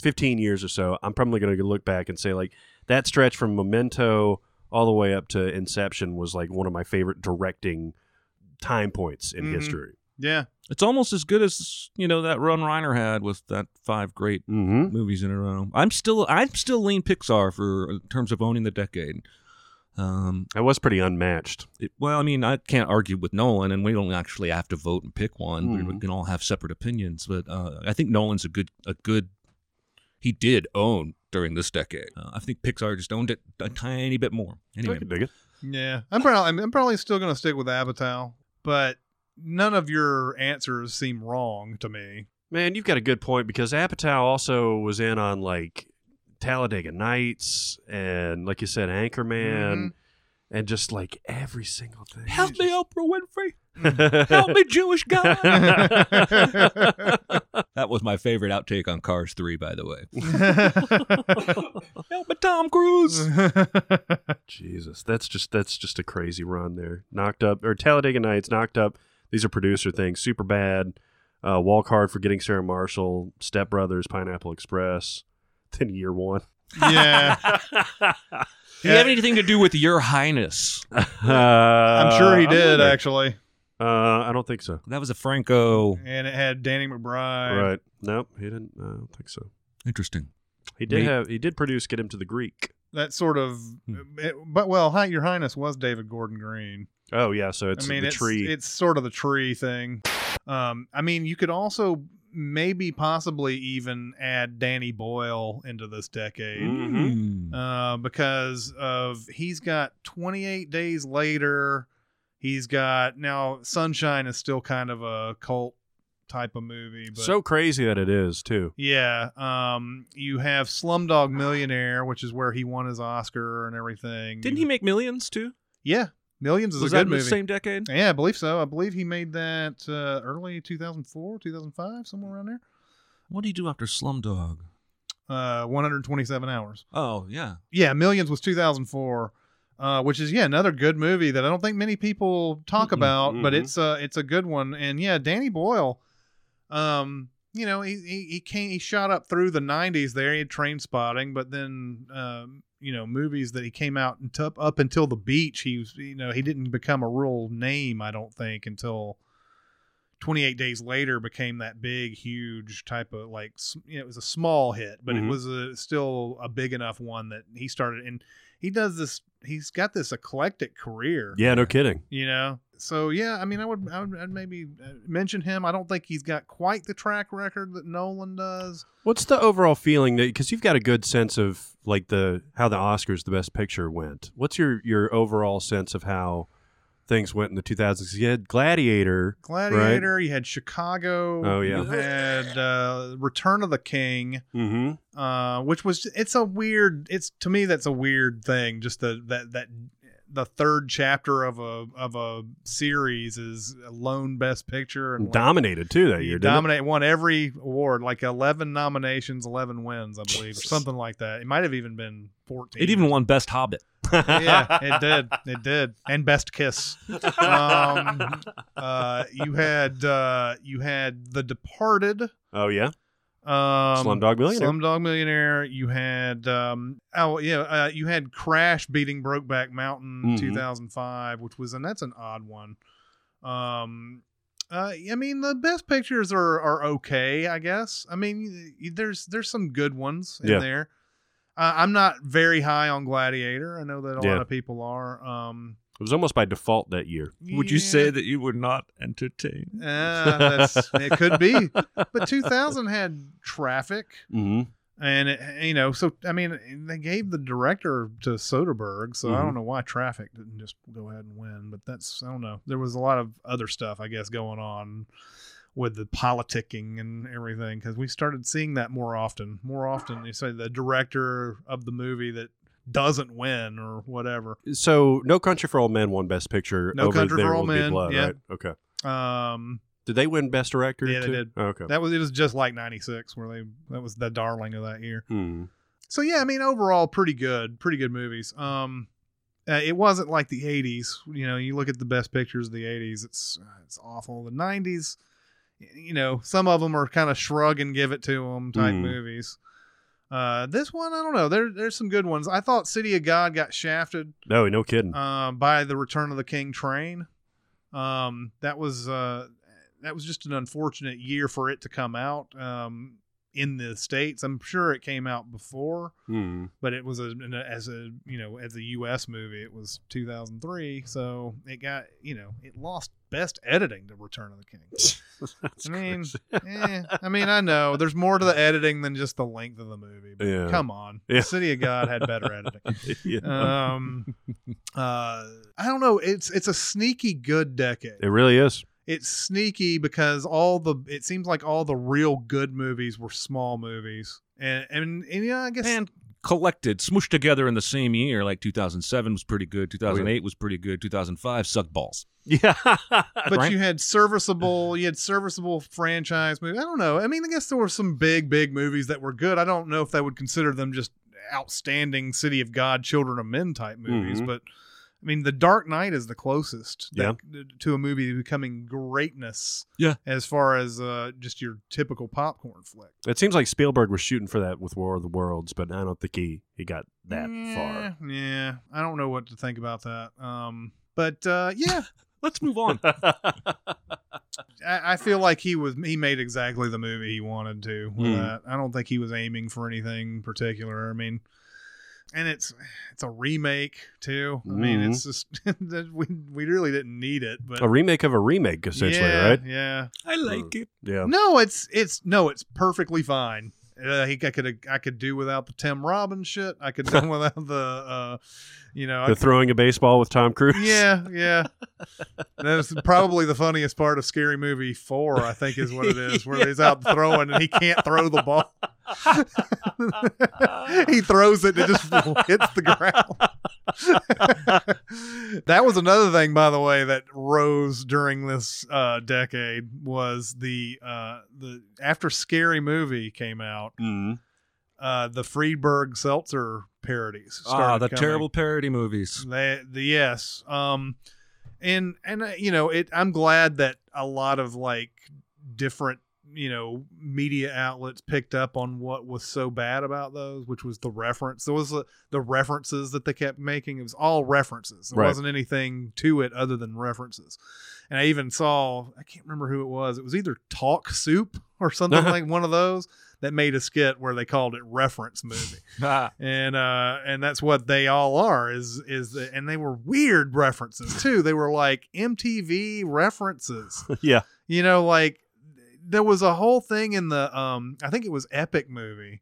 S2: 15 years or so, I'm probably going to look back and say like that stretch from Memento all the way up to Inception was like one of my favorite directing time points in
S1: Mm-hmm.
S4: Mhm.
S2: history.
S4: yeah
S1: It's almost as good as you know that run Reiner had with that five great
S2: Mm-hmm.
S1: movies in a row. I'm still I'm still lean Pixar for in terms of owning the decade. Um,
S2: That was pretty unmatched.
S1: it- well, I mean, I can't argue with Nolan, and we don't actually have to vote and pick one. We
S2: Mhm.
S1: can all have separate opinions, but uh, I think Nolan's a good a good. He did own during this decade. Uh, I think Pixar just owned it a tiny bit more. Anyway,
S2: I can dig it.
S4: yeah i'm probably i'm probably still gonna stick with avatar but none of your answers seem wrong to me
S2: Man, you've got a good point because Apatow also was in on like Talladega Nights and like you said, Anchorman
S4: Mhm.
S2: and just like every single thing.
S1: Mm-hmm. help me, Oprah Winfrey.
S2: me.
S1: Help me, Jewish God.
S4: me.
S1: that was my favorite outtake on Cars Three, by the way. Help me, Tom Cruise.
S2: Jesus, that's just that's just a crazy run there. Knocked up or Talladega Nights, knocked up. These are producer things. Super bad. Uh, Walk hard for getting Sarah Marshall. Step Brothers, Pineapple Express. Then year one.
S4: yeah
S1: Do you have anything to do with Your Highness?
S4: i'm sure he
S2: Uh,
S4: did
S2: wondering.
S4: actually
S2: Uh, I don't think so.
S1: That was a Franco.
S4: and it had danny mcbride
S2: Right? Nope, he didn't. uh, I don't think so.
S1: Interesting.
S2: He did
S1: Me-
S2: have. He did produce Get Him to the Greek.
S4: that sort of
S2: Hmm.
S4: it- but well hi your highness was david gordon green
S2: Oh yeah, so it's
S4: i mean
S2: the
S4: it's,
S2: tree.
S4: it's sort of the tree thing um i mean you could also maybe possibly even add danny boyle into this decade
S1: Mm-hmm.
S2: Mhm.
S1: Hmm.
S4: uh, because of he's got 28 days later he's got now sunshine is still kind of a cult type of movie but
S2: So crazy that it is too.
S4: Yeah. Um, you have Slumdog Millionaire, which is where he won his Oscar and everything.
S1: Didn't he make Millions too?
S4: Yeah, Millions is
S1: Was
S4: a
S1: that
S4: good
S1: in the
S4: movie.
S1: same decade?
S4: Yeah, I believe so. I believe he made that uh, early 2004, 2005, somewhere around there.
S1: What do you do after Slumdog?
S4: Uh, 127 hours.
S1: Oh yeah,
S4: Yeah, Millions was 2004. Uh, which is yeah another good movie that I don't think many people talk
S1: Mm-mm,
S4: about, but
S2: mhm.
S4: it's a it's a good one. And yeah, Danny Boyle, um, you know he he, he came he shot up through the '90s there. He had Train Spotting, but then um, you know movies that he came out and up up until The Beach. He was you know he didn't become a real name I don't think until 28 Days Later became that big huge type of like s- you know, it was a small hit, but
S2: Mhm.
S4: it was a, still a big enough one that he started and he does this. He's got this eclectic career.
S2: Yeah, no kidding.
S4: You know. So yeah, I mean, I would, I would, I'd maybe uh, mention him. I don't think he's got quite the track record that Nolan does.
S2: What's the overall feeling that because you've got a good sense of like the how the Oscars the Best Picture went? What's your your overall sense of how things went in the 2000s? You had Gladiator,
S4: Gladiator. You had Chicago.
S2: Oh, yeah.
S4: You had uh, Return of the King.
S2: mm-hmm.
S4: uh, which was it's a weird it's to me that's a weird thing just the that that the third chapter of a of a series is a lone best picture and like,
S2: dominated too that
S4: you
S2: year. Didn't it?
S4: dominate won every award like 11 nominations 11 wins i believe or something like that it might have even been 14
S1: It even won Best Hobbit.
S4: yeah it did it did and best kiss um uh you had uh you had the departed
S2: Oh yeah,
S4: um,
S2: Slumdog Millionaire.
S4: Slumdog Millionaire. You had um, oh yeah, uh, you had Crash beating Brokeback Mountain
S2: Mhm.
S4: 2005, which was and that's an odd one. Um, uh, I mean the best pictures are are okay, I guess. I mean y- there's there's some good ones in
S2: Yeah.
S4: there. Uh, I'm not very high on Gladiator. I know that a
S2: Yeah.
S4: lot of people are. Um,
S2: it was almost by default that year.
S1: Would you
S4: yeah.
S1: say that you were not entertained?
S4: Uh, that's, it could be, but 2000 had Traffic.
S2: Mm-hmm.
S4: and it, you know, so I mean, they gave the director to Soderbergh, so I
S2: Mhm.
S4: don't know why Traffic didn't just go ahead and win, but that's I don't know. There was a lot of other stuff, I guess, going on with the politicking and everything because we started seeing that more often. More often, you say the director of the movie that doesn't win or whatever.
S2: So No Country for Old Men won Best Picture.
S4: No
S2: over
S4: Country
S2: There
S4: for Old
S2: Will Be
S4: Men,
S2: Blood,
S4: yeah.
S2: right? Okay.
S4: Um,
S2: Did they win Best Director?
S4: Yeah, they
S2: too?
S4: did.
S2: Oh, okay.
S4: that was it was just like '96 where they that was the darling of that year.
S2: Mhm.
S4: So yeah, I mean overall pretty good, pretty good movies. Um uh, it wasn't like the 80s, you know, you look at the best pictures of the 80s, it's uh, it's awful. The 90s, y- you know, some of them are kind of shrug and give it to them type
S2: Mm.
S4: movies. Uh this one, I don't know. There there's some good ones. I thought City of God got shafted
S2: No, no kidding.
S4: uh, by the Return of the King train. Um that was uh that was just an unfortunate year for it to come out um in the states. I'm sure it came out before
S2: Mhm.
S4: but it was a, an- as a you know as a U.S. movie. It was 2003, so it got you know it lost best editing to Return of the King.
S2: That's
S4: I mean,
S2: crazy.
S4: eh, I mean, I know there's more to the editing than just the length of the movie. But
S2: Yeah.
S4: come on,
S2: Yeah.
S4: City of God had better editing.
S2: Yeah.
S4: Um, uh, I don't know. It's it's a sneaky good decade
S2: it really is.
S4: it's sneaky because all the it seems like all the real good movies were small movies and and, and yeah i guess
S1: And collected, smooshed together in the same year. Like 2007 was pretty
S6: Oh,
S1: good. 2008 was pretty good. 2005 sucked balls.
S2: Yeah.
S4: but you had serviceable you had serviceable franchise movies i don't know i mean i guess there were some big big movies that were good i don't know if they would consider them just outstanding city of god children of men type movies
S2: Mhm.
S4: but i mean the dark knight is the closest that- to a movie becoming greatness
S1: Yeah.
S4: as far as uh, just your typical popcorn flick
S2: it seems like Spielberg was shooting for that with War of the Worlds, but I don't think he he got that far.
S4: Yeah, Yeah, I don't know what to think about that. Um, but uh, yeah,
S1: Let's move on.
S4: I, I feel like he was he made exactly the movie he wanted to. With
S2: Hmm.
S4: that. I don't think he was aiming for anything particular. I mean, and it's it's a remake too. I mean,
S2: Mhm.
S4: it's just that we we really didn't need it, but
S2: A remake of a remake, Oh, essentially,
S4: yeah,
S2: right? Oh.
S4: Yeah.
S2: Hmm.
S1: I like it.
S2: Yeah.
S4: No, it's it's no, it's perfectly fine. Uh, he, I could I could do without the Tim Robbins shit. I could do without the uh, you know I
S2: The throwing a baseball with Tom Cruise.
S4: Yeah, yeah. That's probably the funniest part of Scary Movie Four. I think is what it is, where he's out throwing and he can't throw the ball. he throws it and it just hits the ground. that was another thing, by the way, that rose during this uh, decade was the uh, the after Scary Movie came out,
S2: Mhm.
S4: uh, the Friedberg Seltzer parodies.
S1: Ah,
S4: started
S1: the
S4: coming.
S1: terrible parody movies.
S4: They, the yes, um, and and uh, you know, it. I'm glad that a lot of like different you know media outlets picked up on what was so bad about those, which was the reference. There was uh, the references that they kept making. It was all references. There
S2: Right.
S4: wasn't anything to it other than references. And I even saw I can't remember who it was. It was either Talk Soup or something like one of those that made a skit where they called it reference movie. and uh and that's what they all are is is the, and they were weird references too they were like mtv references
S2: yeah.
S4: you know like there was a whole thing in the um i think it was epic movie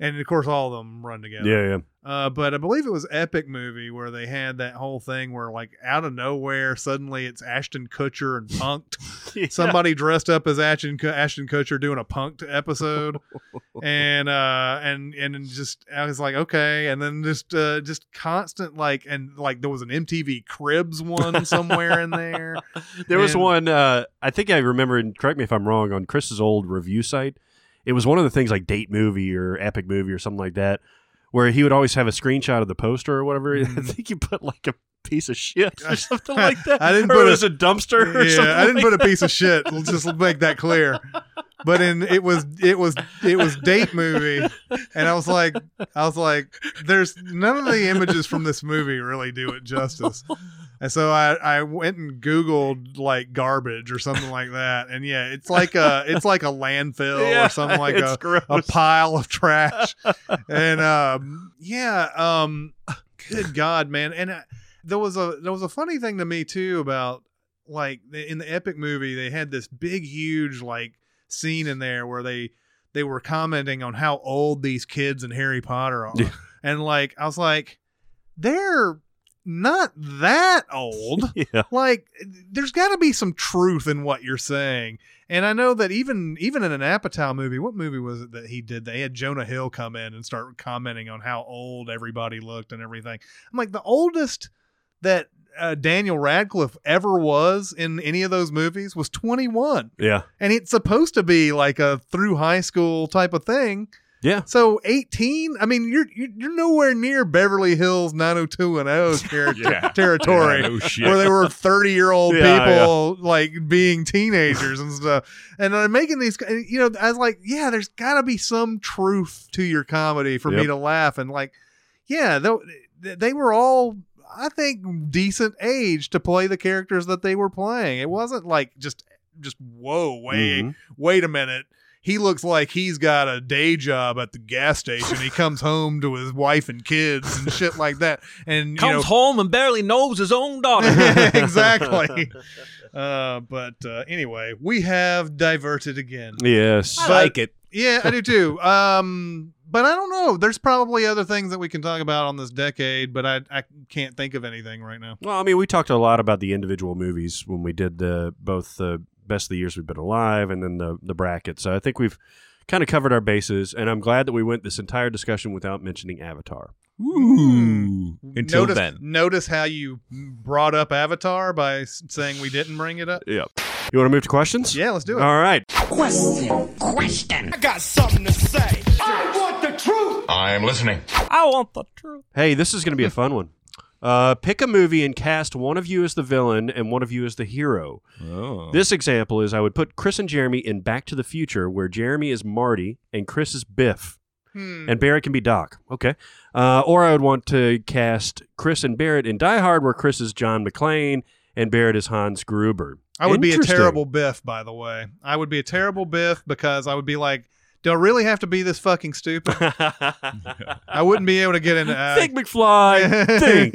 S4: and of course all of them run together
S2: Yeah. Yeah.
S4: uh, but I believe it was Epic Movie where they had that whole thing where, like, out of nowhere, suddenly it's Ashton Kutcher and Punked.
S2: Yeah.
S4: Somebody dressed up as Ashton Ku- Ashton Kutcher doing a Punked episode, and uh, and and then just I was like, okay, and then just uh, just constant like, and like there was an MTV Cribs one somewhere in there.
S2: There was
S4: And-
S2: one. Uh, I think I remember. And correct me if I'm wrong. On Chris's old review site, it was one of the things like date movie or epic movie or something like that, where he would always have a screenshot of the poster or whatever. I
S4: Mm.
S2: think he put like a piece of shit or something like that.
S4: I didn't
S2: or
S4: put
S2: it
S4: a-
S2: was a dumpster. Or something
S4: Yeah, I didn't
S2: like
S4: put a piece of shit. We'll just make that clear. But in it was it was it was date movie, and I was like I was like, there's none of the images from this movie really do it justice. And so I I went and Googled like garbage or something like that, and yeah, it's like a it's like a landfill
S2: Yeah,
S4: or something like
S2: it's
S4: a
S2: gross.
S4: a pile of trash. and um, yeah, um, good God, man. And uh, there was a there was a funny thing to me too about like the- in the epic movie they had this big huge like scene in there where they they were commenting on how old these kids in Harry Potter are.
S2: Yeah.
S4: And like I was like they're not that old
S2: yeah.
S4: like there's got to be some truth in what you're saying and i know that even even in an apatow movie what movie was it that he did they had jonah hill come in and start commenting on how old everybody looked and everything i'm like the oldest that uh, daniel radcliffe ever was in any of those movies was 21
S2: Yeah.
S4: and it's supposed to be like a through high school type of thing
S2: Yeah.
S4: so 18 i mean you're you're you're nowhere near beverly hills 90210 ter-
S6: Yeah.
S4: territory
S6: Yeah,
S1: Oh,
S6: no shit.
S4: where they were 30 year old
S2: Yeah,
S4: people like being teenagers and stuff. And they're making these, and, you know, I was like, yeah, there's got to be some truth to your comedy for me
S2: Yep.
S4: to laugh. And like, yeah, they, they were all, I think, decent age to play the characters that they were playing. It wasn't like just, just whoa, wait,
S2: Mhm.
S4: wait a minute. He looks like he's got a day job at the gas station. He comes home to his wife and kids and shit like that. And
S1: Comes
S4: you know,
S1: home and barely knows his own daughter.
S4: exactly. Uh, but uh, anyway, we have diverted again.
S2: Yes.
S4: But- like
S6: it.
S4: Yeah, I do too. Um, but I don't know. There's probably other things that we can talk about on this decade, but I, I can't think of anything right now.
S2: Well, I mean, we talked a lot about the individual movies when we did the both the best of the years we've been alive and then the the bracket. So I think we've kind of covered our bases, and I'm glad that we went this entire discussion without mentioning Avatar.
S4: Ooh.
S6: Until
S4: notice,
S6: then.
S4: notice how you brought up Avatar by s- saying we didn't bring it up.
S2: Yeah. You want to move to questions?
S4: Yeah, let's do it.
S2: All right.
S8: I'm listening.
S1: I want the truth.
S2: Hey, this is going to be a fun one. Uh, pick a movie and cast one of you as the villain and one of you as the hero.
S6: Oh.
S2: This example is I would put Chris and Jeremy in Back to the Future, where Jeremy is Marty and Chris is Biff.
S4: Hmm.
S2: And Barrett can be Doc. Okay. Uh, or I would want to cast Chris and Barrett in Die Hard, where Chris is John McClane and Barrett is Hans Gruber.
S4: I would be a
S2: Interesting.
S4: terrible Biff, by the way. I would be a terrible Biff because I would be like, do I really have to be this fucking stupid? I wouldn't be able to get into. I-
S2: Think McFly. Think.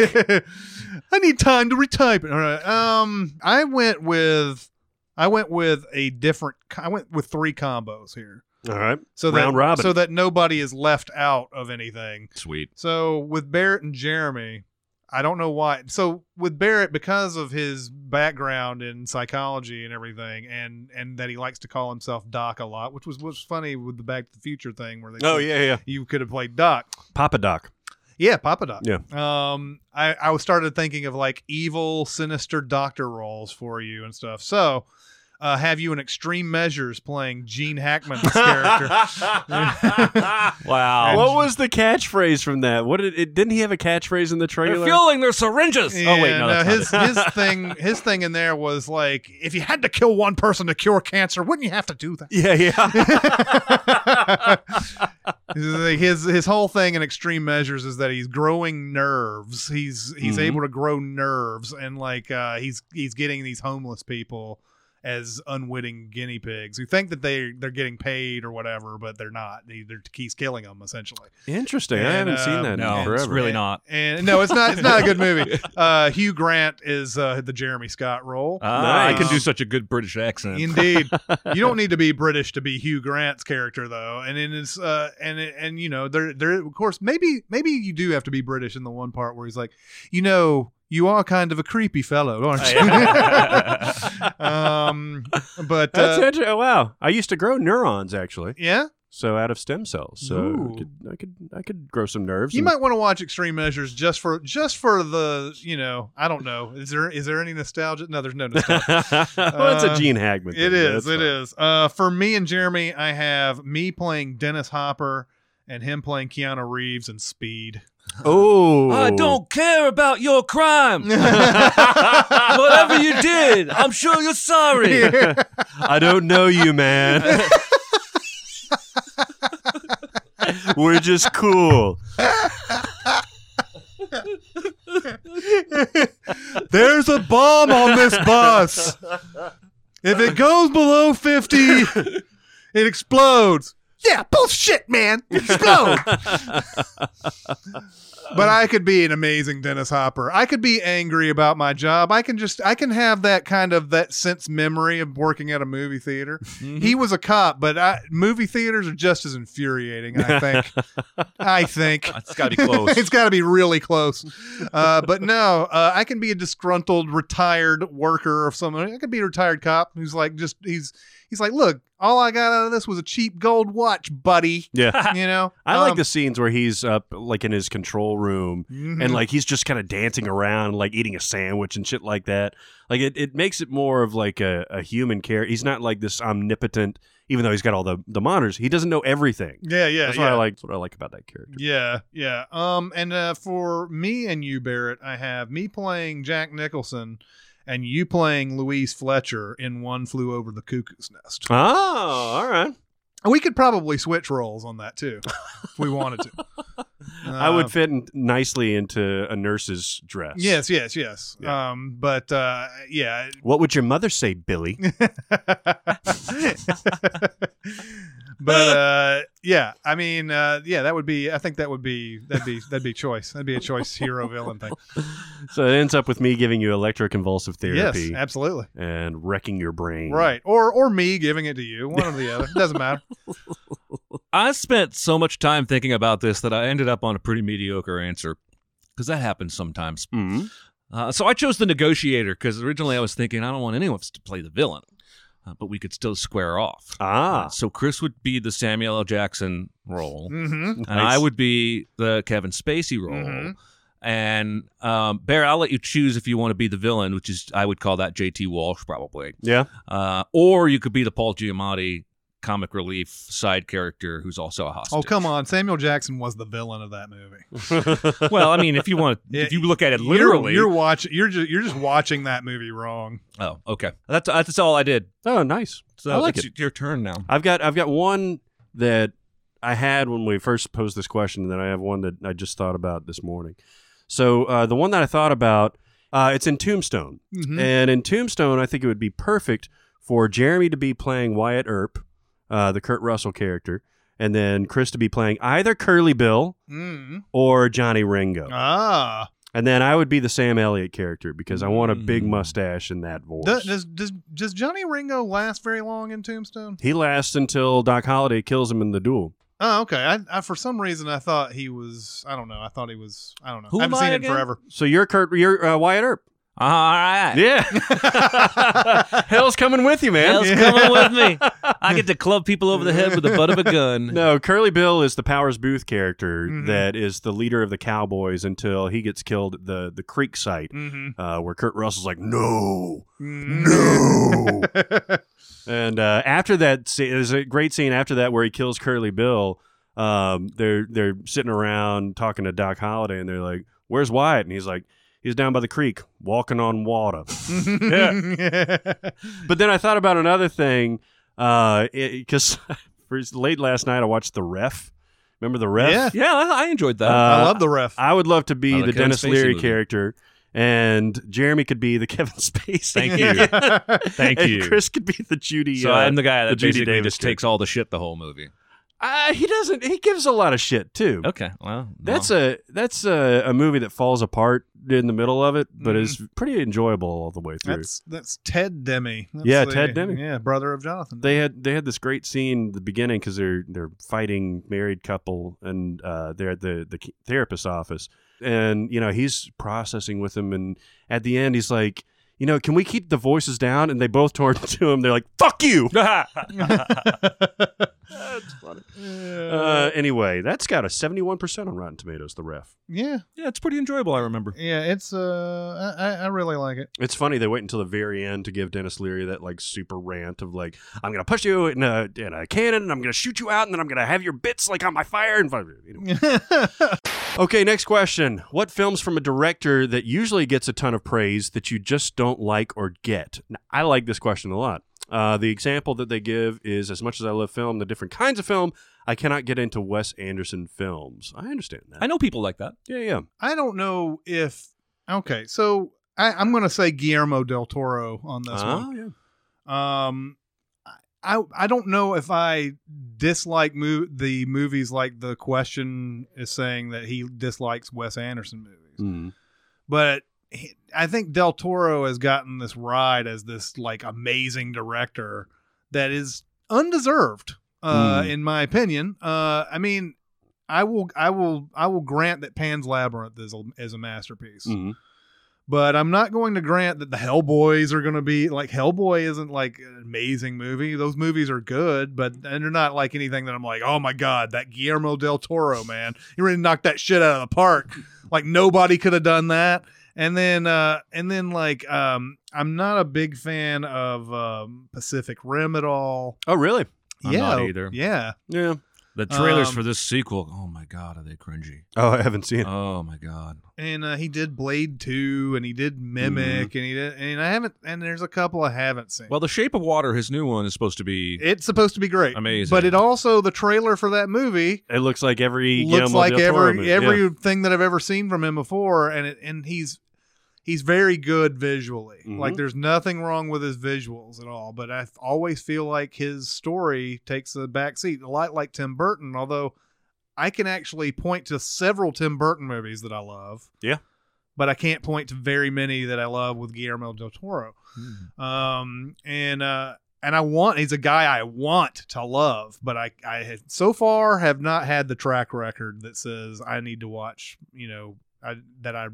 S4: I need time to retype it. All right. Um, I went with, I went with a different. co- I went with three combos here,
S2: All right.
S4: so
S2: Round
S4: that
S2: robin.
S4: so that nobody is left out of anything.
S6: Sweet.
S4: So with Barrett and Jeremy, I don't know why. So with Barrett, because of his background in psychology and everything, and and that he likes to call himself Doc a lot, which was was funny with the Back to the Future thing where they
S2: Oh,
S4: said
S2: yeah, yeah.
S4: you could have played Doc.
S2: Papa Doc.
S4: Yeah, Papa Doc.
S2: Yeah.
S4: Um, I I was started thinking of like evil, sinister doctor roles for you and stuff. So, uh, have you in Extreme Measures playing Gene Hackman's character?
S1: Oh, Wow.
S2: What was the catchphrase from that? What did it? Didn't he have a catchphrase in the
S1: They're
S2: trailer?
S1: fueling their syringes. oh wait,
S4: Yeah,
S1: no, that's not
S4: uh, his his thing his thing in there was like, if you had to kill one person to cure cancer, wouldn't you have to do that?
S2: yeah, yeah.
S4: his his whole thing in extreme measures is that he's growing nerves. He's he's
S2: Mhm.
S4: able to grow nerves and like uh, he's he's getting these homeless people as unwitting guinea pigs who think that they they're getting paid or whatever, but they're not. They, they're, he's killing them essentially.
S2: Interesting. I
S4: And,
S2: haven't seen
S4: um,
S2: that
S1: no,
S2: in
S1: it's
S2: forever.
S1: really not.
S4: And no, it's not. It's not a good movie. Uh, Hugh Grant is uh, the Jeremy Scott role.
S1: Ah, I can
S4: Um,
S1: do such a good British accent.
S4: Indeed, you don't need to be British to be Hugh Grant's character, though. And it is, uh, and it- and you know, there, there, of course, maybe, maybe you do have to be British in the one part where he's like, you know, you are kind of a creepy fellow, aren't you? um, but
S2: That's
S4: uh,
S2: interesting. Oh, wow. I used to grow neurons actually,
S4: yeah,
S2: so out of stem cells. So
S4: Ooh.
S2: I could, I could I could grow some nerves.
S4: you
S2: and-
S4: might want to watch Extreme Measures just for just for the, you know, I don't know, is there is there any nostalgia? No, there's no nostalgia.
S2: Well, it's a
S4: Uh,
S2: Gene Hagman.
S4: It is. It is. Uh, for me and Jeremy, I have me playing Dennis Hopper and him playing Keanu Reeves and Speed.
S2: Oh,
S1: I don't care about your crime. Whatever you did, I'm sure you're sorry.
S2: I don't know you, man. We're just cool.
S4: There's a bomb on this bus. If it goes below 50, it explodes. Yeah, bullshit, man. It explodes. but I could be an amazing Dennis Hopper. I could be angry about my job. I can just I can have that kind of that sense memory of working at a movie theater. He was a cop, but I, movie theaters are just as infuriating, I think. I think.
S1: It's got to be close.
S4: it's got to be really close. Uh, but no, uh, I can be a disgruntled retired worker of someone. I could be a retired cop who's like just he's he's like, look, all I got out of this was a cheap gold watch, buddy.
S2: Yeah.
S4: You know,
S2: I like
S4: Um,
S2: the scenes where he's up, like in his control room,
S4: mhm.
S2: and like he's just kind of dancing around, like eating a sandwich and shit like that. Like it, it makes it more of like a, a human care. He's not like this omnipotent, even though he's got all the the monitors. He doesn't know everything.
S4: yeah, yeah,
S2: That's
S4: yeah.
S2: what I like. That's what I like about that character.
S4: Yeah, yeah. Um, and uh, for me and you, Barrett, I have me playing Jack Nicholson, and you playing Louise Fletcher in One Flew Over the Cuckoo's Nest.
S2: Oh, all right.
S4: We could probably switch roles on that too, if we wanted to.
S2: I
S4: Uh,
S2: would fit in nicely into a nurse's dress.
S4: Yes, yes, yes. Um, but uh, yeah.
S2: What would your mother say, Billy?
S4: but uh, yeah, I mean, uh, yeah, that would be. I think that would be that'd be that'd be choice. That'd be a choice hero villain thing.
S2: so it ends up with me giving you electroconvulsive therapy
S4: Yes, absolutely.
S2: and wrecking your brain.
S4: Right, or or me giving it to you, one or the other. Doesn't matter.
S1: I spent so much time thinking about this that I ended up on a pretty mediocre answer because that happens sometimes.
S2: hmm
S1: Uh, so I chose the negotiator because originally I was thinking I don't want anyone to play the villain, uh, but we could still square off.
S2: Ah.
S1: So Chris would be the Samuel L. Jackson role,
S4: hmm
S1: and
S2: Nice.
S1: I would be the Kevin Spacey role.
S4: Mhm.
S1: And um, Bear, I'll let you choose if you want to be the villain, which is I would call that J.T. Walsh probably,
S2: Yeah.
S1: uh, or you could be the Paul Giamatti comic relief side character who's also a hostage.
S4: Oh come on, Samuel Jackson was the villain of that movie.
S1: well, I mean, if you want,
S4: Yeah,
S1: if you look at it
S4: You're-
S1: literally,
S4: you're, watching. You're just you're just watching that movie wrong.
S1: oh, okay, that's that's all I did.
S2: Oh, nice.
S1: So
S2: I like
S1: it's
S2: it.
S1: your turn now.
S2: I've got I've got one that I had when we first posed this question, and then I have one that I just thought about this morning. So uh, the one that I thought about, uh, it's in Tombstone,
S4: Mhm.
S2: and in Tombstone, I think it would be perfect for Jeremy to be playing Wyatt Earp, uh, the Kurt Russell character, and then Chris to be playing either Curly Bill
S4: Mm.
S2: or Johnny Ringo,
S4: Ah.
S2: and then I would be the Sam Elliott character because I want a big
S1: Mm.
S2: mustache and that voice.
S4: Does, does does does Johnny Ringo last very long in Tombstone?
S2: he lasts until Doc Holliday kills him in the duel.
S4: Oh, okay. I, I for some reason I thought he was. I don't know. I thought he was. I don't know.
S1: Who
S4: I haven't
S1: am I
S4: seen
S1: again?
S4: him forever.
S2: So you're Kurt, you're uh, Wyatt Earp.
S1: All right.
S2: Yeah. Hell's coming with you, man.
S1: Hell's coming with me. I get to club people over the head with the butt of a gun.
S2: No, Curly Bill is the Powers Booth character
S4: Mhm.
S2: that is the leader of the Cowboys until he gets killed at the, the Creek site,
S4: Mm-hmm.
S2: uh, where Kurt Russell's like, no,
S4: No.
S2: And uh, after that, sce- there's a great scene after that where he kills Curly Bill. Um, they're they're sitting around talking to Doc Holliday, and they're like, "Where's Wyatt?" And he's like, "He's down by the creek, walking on water." but then I thought about another thing, because for late last night I watched The Ref. Remember The Ref?
S4: Yeah.
S1: Yeah, I, I enjoyed that.
S2: Uh,
S4: I love the ref.
S2: I would love to be
S1: I like
S2: the
S1: Kevin
S2: Dennis
S1: Spacey
S2: Leary
S1: movie.
S2: character and Jeremy could be the Kevin Spacey.
S1: Thank you. Thank
S2: and
S1: you.
S2: Chris could be the Judy.
S1: So
S2: uh,
S1: I'm the guy that
S2: the Judy
S1: basically
S2: Davis
S1: just
S2: kid.
S1: takes all the shit the whole movie.
S2: Uh, he doesn't. He gives a lot of shit too.
S1: Okay, well,
S2: That's a that's a, a movie that falls apart in the middle of it, but
S1: Mm-hmm.
S2: is pretty enjoyable all the way through.
S4: That's that's Ted Demi. That's
S2: Yeah,
S4: the-
S2: Ted Demme.
S4: Yeah, brother of Jonathan.
S2: they had they had this great scene at the beginning because they're they're fighting married couple and uh, they're at the the therapist's office and you know he's processing with them and at the end he's like you know can we keep the voices down and they both turn to him they're like fuck you uh, anyway that's got a seventy one percent on Rotten Tomatoes the ref
S4: yeah,
S1: yeah, it's pretty enjoyable. I remember.
S4: yeah. It's uh, I, I- I really like it.
S2: It's funny they wait until the very end to give Dennis Leary that like super rant of like I'm gonna push you in a in a cannon and I'm gonna shoot you out and then I'm gonna have your bits like on my fire and anyway. okay, next question: What films from a director that usually gets a ton of praise that you just don't like or get? Now, I like this question a lot. Uh, the example that they give is as much as I love film, the different kinds of film, I cannot get into Wes Anderson films. I understand that.
S1: I know people like that.
S2: yeah, yeah.
S4: I don't know if okay. So I, I'm going to say Guillermo del Toro on this
S2: Ah,
S4: one.
S2: yeah.
S4: Um, I I don't know if I dislike mo- the movies like the question is saying that he dislikes Wes Anderson movies,
S2: Mm.
S4: but he, I think Del Toro has gotten this ride as this like amazing director that is undeserved, uh,
S2: Mm.
S4: in my opinion. Uh, I mean. I will, I will, I will grant that Pan's Labyrinth is a, is a masterpiece
S2: Mhm.
S4: but I'm not going to grant that the Hellboys are going to be like Hellboy isn't like an amazing movie. Those movies are good, but and they're not like anything that I'm like, oh my god, that Guillermo del Toro man, he really knocked that shit out of the park. Like nobody could have done that. And then uh and then like um I'm not a big fan of um Pacific Rim at all.
S2: Oh, really?
S1: I'm
S4: yeah,
S1: not either.
S4: Yeah.
S2: Yeah.
S1: The trailers
S4: Um,
S1: for this sequel, oh my god, are they cringy?
S2: Oh, I haven't seen it.
S1: Oh my god.
S4: and uh, he did Blade Two, and he did
S1: Mm-hmm.
S4: Mimic, and he did, and I haven't, and there's a couple I haven't seen.
S1: Well, The Shape of Water, his new one, is supposed to be.
S4: It's supposed to be great,
S1: Amazing.
S4: But it also the trailer for that movie
S2: It looks like every
S4: looks
S2: Guillermo
S4: like
S2: del Toro
S4: every
S2: movie. Yeah.
S4: everything that I've ever seen from him before, and it, and he's he's very good visually.
S2: Mhm.
S4: Like there's nothing wrong with his visuals at all. But I always feel like his story takes a back seat, a lot like Tim Burton. Although I can actually point to several Tim Burton movies that I love.
S2: Yeah.
S4: But I can't point to very many that I love with Guillermo del Toro um and uh and I want he's a guy I want to love, but I I had, so far have not had the track record that says I need to watch you know I, that I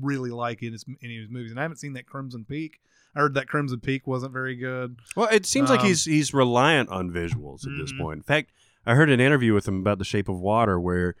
S4: really like in his any of his movies, and I haven't seen that Crimson Peak. I heard that Crimson Peak wasn't very good.
S2: Well, it seems like
S4: Um,
S2: he's he's reliant on visuals at this
S4: Mhm.
S2: point. In fact, I heard an interview with him about The Shape of Water, where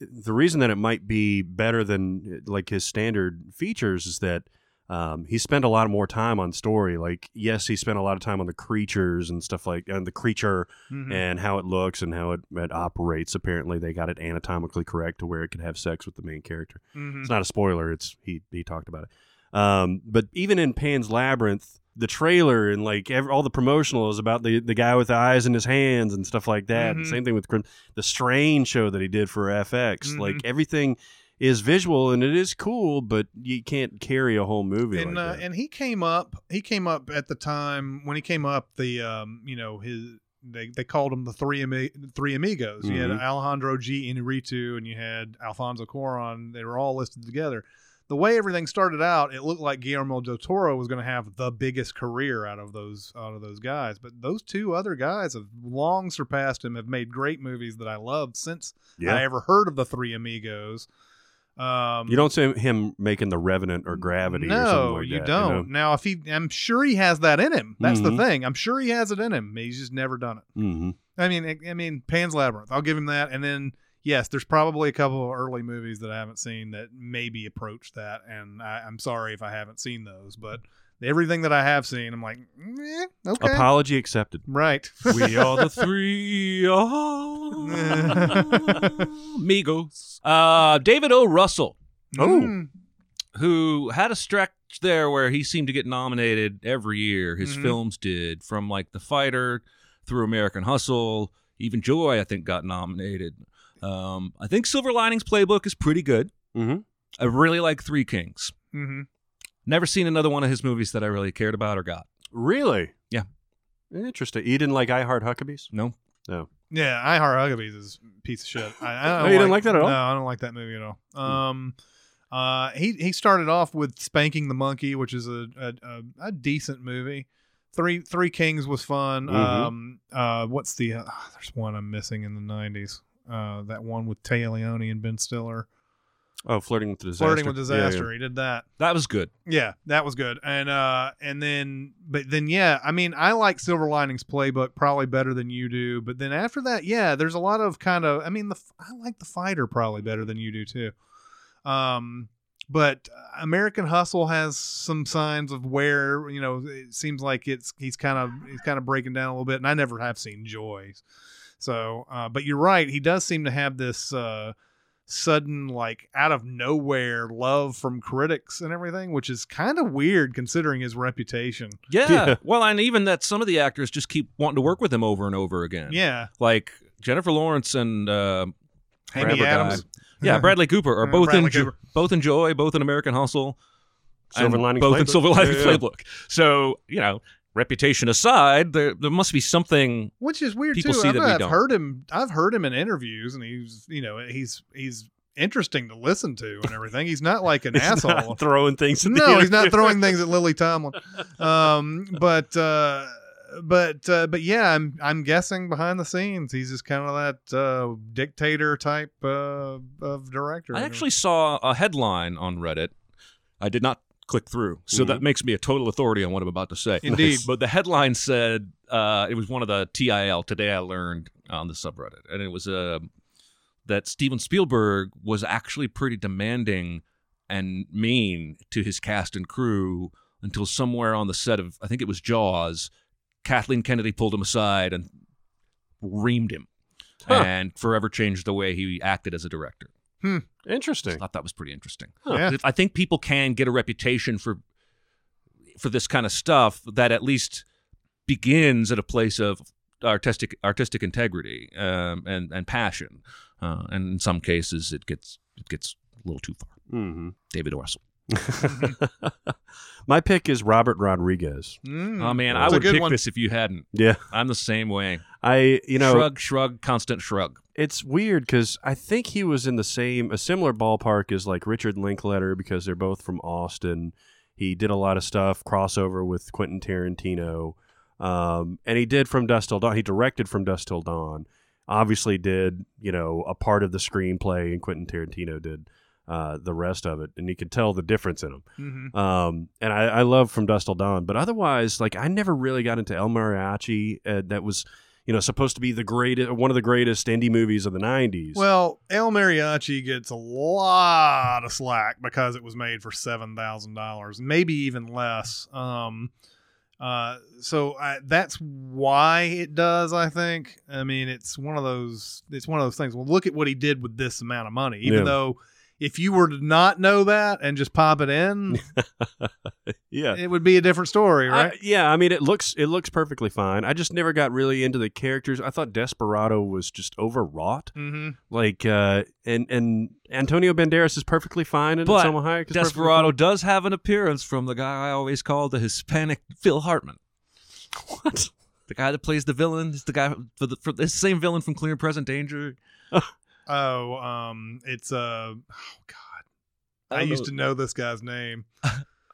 S2: the reason that it might be better than like his standard features is that um, he spent a lot more time on story. Like, yes, he spent a lot of time on the creatures and stuff like and the creature and how it looks and how it, it operates. Apparently, they got it anatomically correct to where it could have sex with the main character.
S4: Mhm.
S2: It's not a spoiler. It's he he talked about it. Um, but even in Pan's Labyrinth, the trailer and like ev all the promotional is about the the guy with the eyes in his hands and stuff like that. And
S4: Mhm.
S2: same thing with Grim- the Strain show that he did for FX. Like
S4: Mhm.
S2: everything is visual and it is cool, but you can't carry a whole movie
S4: and
S2: like
S4: uh,
S2: that.
S4: and he came up he came up at the time when he came up the um you know his they, they called him the three Ami- three amigos. You had
S2: Mhm.
S4: Alejandro G. Inarritu and you had Alfonso Cuarón. They were all listed together. The way everything started out, it looked like Guillermo del Toro was going to have the biggest career out of those out of those guys. But those two other guys have long surpassed him. Have made great movies that I love since
S2: yeah.
S4: I ever heard of the Three Amigos. Um,
S2: you don't see him making the Revenant or Gravity. or something
S4: no,
S2: like
S4: you
S2: that,
S4: don't.
S2: know?
S4: Now, if he, I'm sure he has that in him. That's
S2: Mhm.
S4: the thing. I'm sure he has it in him. He's just never done it.
S2: Mhm.
S4: I mean, I, I mean, Pan's Labyrinth. I'll give him that. And then, yes, there's probably a couple of early movies that I haven't seen that maybe approach that. And I, I'm sorry if I haven't seen those, but everything that I have seen, I'm like, eh, okay,
S2: Apology accepted.
S4: right.
S1: we are the three
S2: Oh.
S1: amigos. Uh, David O. Russell,
S2: Oh.
S4: Mm.
S1: who had a stretch there where he seemed to get nominated every year. His
S4: Mhm.
S1: films did, from like The Fighter through American Hustle. Even Joy, I think, got nominated. Um, I think Silver Linings Playbook is pretty good.
S2: Mhm.
S1: I really like Three Kings.
S4: Mm-hmm.
S1: Never seen another one of his movies that I really cared about or got.
S2: Really?
S1: Yeah.
S2: Interesting. You didn't like I Heart Huckabees?
S1: No.
S2: No.
S4: Yeah, I Heart Huckabees is a piece of shit. I, I don't
S2: No, you didn't like that at all? Hmm.
S4: No, I don't like that movie at all. Um, uh, he he started off with Spanking the Monkey, which is a a, a, a decent movie. Three Three Kings was fun.
S2: Mhm.
S4: Um, uh, what's the uh, there's one I'm missing in the '90s. Uh, that one with Tay Leone and Ben Stiller,
S2: Oh, flirting with disaster.
S4: Flirting with
S2: Yeah,
S4: Disaster.
S2: yeah.
S4: He did that.
S1: That was good.
S4: Yeah, that was good. And uh and then but then yeah, I mean, I like Silver Linings Playbook probably better than you do, but then after that, yeah, there's a lot of kind of I mean, the f- I like The Fighter probably better than you do too. Um but uh, American Hustle has some signs of where, you know, it seems like it's he's kind of he's kind of breaking down a little bit and I never have seen Joy. So, uh but you're right, he does seem to have this uh sudden like out of nowhere love from critics and everything which is kind of weird considering his reputation
S1: Yeah.
S2: Yeah.
S1: Well, and even that some of the actors just keep wanting to work with him over and over again.
S4: yeah
S1: Like Jennifer Lawrence and uh,
S4: Amy
S1: Forever
S4: Adams
S1: yeah Bradley Cooper are
S2: Uh,
S4: Yeah,
S1: both in
S4: Bradley
S1: jo-
S4: Cooper.
S1: both in Joy, both in American Hustle,
S2: Silver
S1: and
S2: Linings
S1: both in
S2: Playbook.
S1: Silver Linings
S2: Yeah, yeah.
S1: Playbook. So you know, reputation aside, there there must be something
S4: which is weird
S1: People
S4: too
S1: see
S4: I've,
S1: that we
S4: I've
S1: don't.
S4: heard him I've heard him in interviews and he's you know he's he's interesting to listen to and everything he's not like an
S2: He's
S4: asshole
S2: not throwing things. At the
S4: no, he's not
S2: interview.
S4: throwing things at Lily Tomlin. Um, but uh, but uh, but yeah, I'm I'm guessing behind the scenes he's just kind of that uh, dictator type uh, of director.
S1: I actually saw a headline on Reddit. I did not click through, so that makes me a total authority on what I'm about to say.
S4: Indeed.
S1: But the headline said uh, it was one of the TIL today I learned on the subreddit, and it was uh, that Steven Spielberg was actually pretty demanding and mean to his cast and crew until somewhere on the set of I think it was Jaws, Kathleen Kennedy pulled him aside and reamed him.
S2: Huh.
S1: And forever changed the way he acted as a director. I
S2: Interesting.
S1: thought that was pretty interesting.
S2: Huh.
S4: Yeah.
S1: I think people can get a reputation for for this kind of stuff that at least begins at a place of artistic artistic integrity um, and and passion. Uh, and in some cases, it gets it gets a little too far.
S2: Mm-hmm.
S1: David Russell.
S2: My pick is Robert Rodriguez.
S4: Mm.
S1: Oh man,
S2: That's
S1: I
S4: a
S1: would
S4: good
S1: pick
S4: one.
S1: this if you hadn't.
S2: Yeah,
S1: I'm the same way.
S2: I you know
S1: shrug, shrug, constant shrug.
S2: it's weird because I think he was in the same a similar ballpark as like Richard Linkletter because they're both from Austin. He did a lot of stuff crossover with Quentin Tarantino, um, and he did from Dust Till Dawn. He directed from Dust Till Dawn. Obviously, did you know a part of the screenplay, and Quentin Tarantino did uh, the rest of it, and you could tell the difference in them.
S4: Mhm.
S2: Um, and I, I love From Dust Till Dawn, but otherwise, like I never really got into El Mariachi. Uh, that was, you know, supposed to be the greatest, one of the greatest indie movies of the '90s.
S4: Well, El Mariachi gets a lot of slack because it was made for seven thousand dollars, maybe even less. Um, uh, so I, that's why it does. I think. I mean, it's one of those. It's one of those things. Well, look at what he did with this amount of money. Even
S2: Yeah.
S4: though, if you were to not know that and just pop it in,
S2: yeah,
S4: it would be a different story, right?
S2: I- yeah. I mean, it looks it looks perfectly fine. I just never got really into the characters. I thought Desperado was just overwrought.
S4: mm-hmm.
S2: Like, uh, and and Antonio Banderas is perfectly fine, and
S1: But
S2: Selma Hayek is perfectly
S1: Desperado does have an appearance from the guy I always call the Hispanic Phil Hartman.
S2: fine. What?
S1: The guy that plays the villain is the guy for the, for the same villain from Clear and Present Danger.
S4: Oh, um, it's uh, oh god,
S1: I
S4: I,
S1: don't
S4: used
S1: know.
S4: to know this guy's name.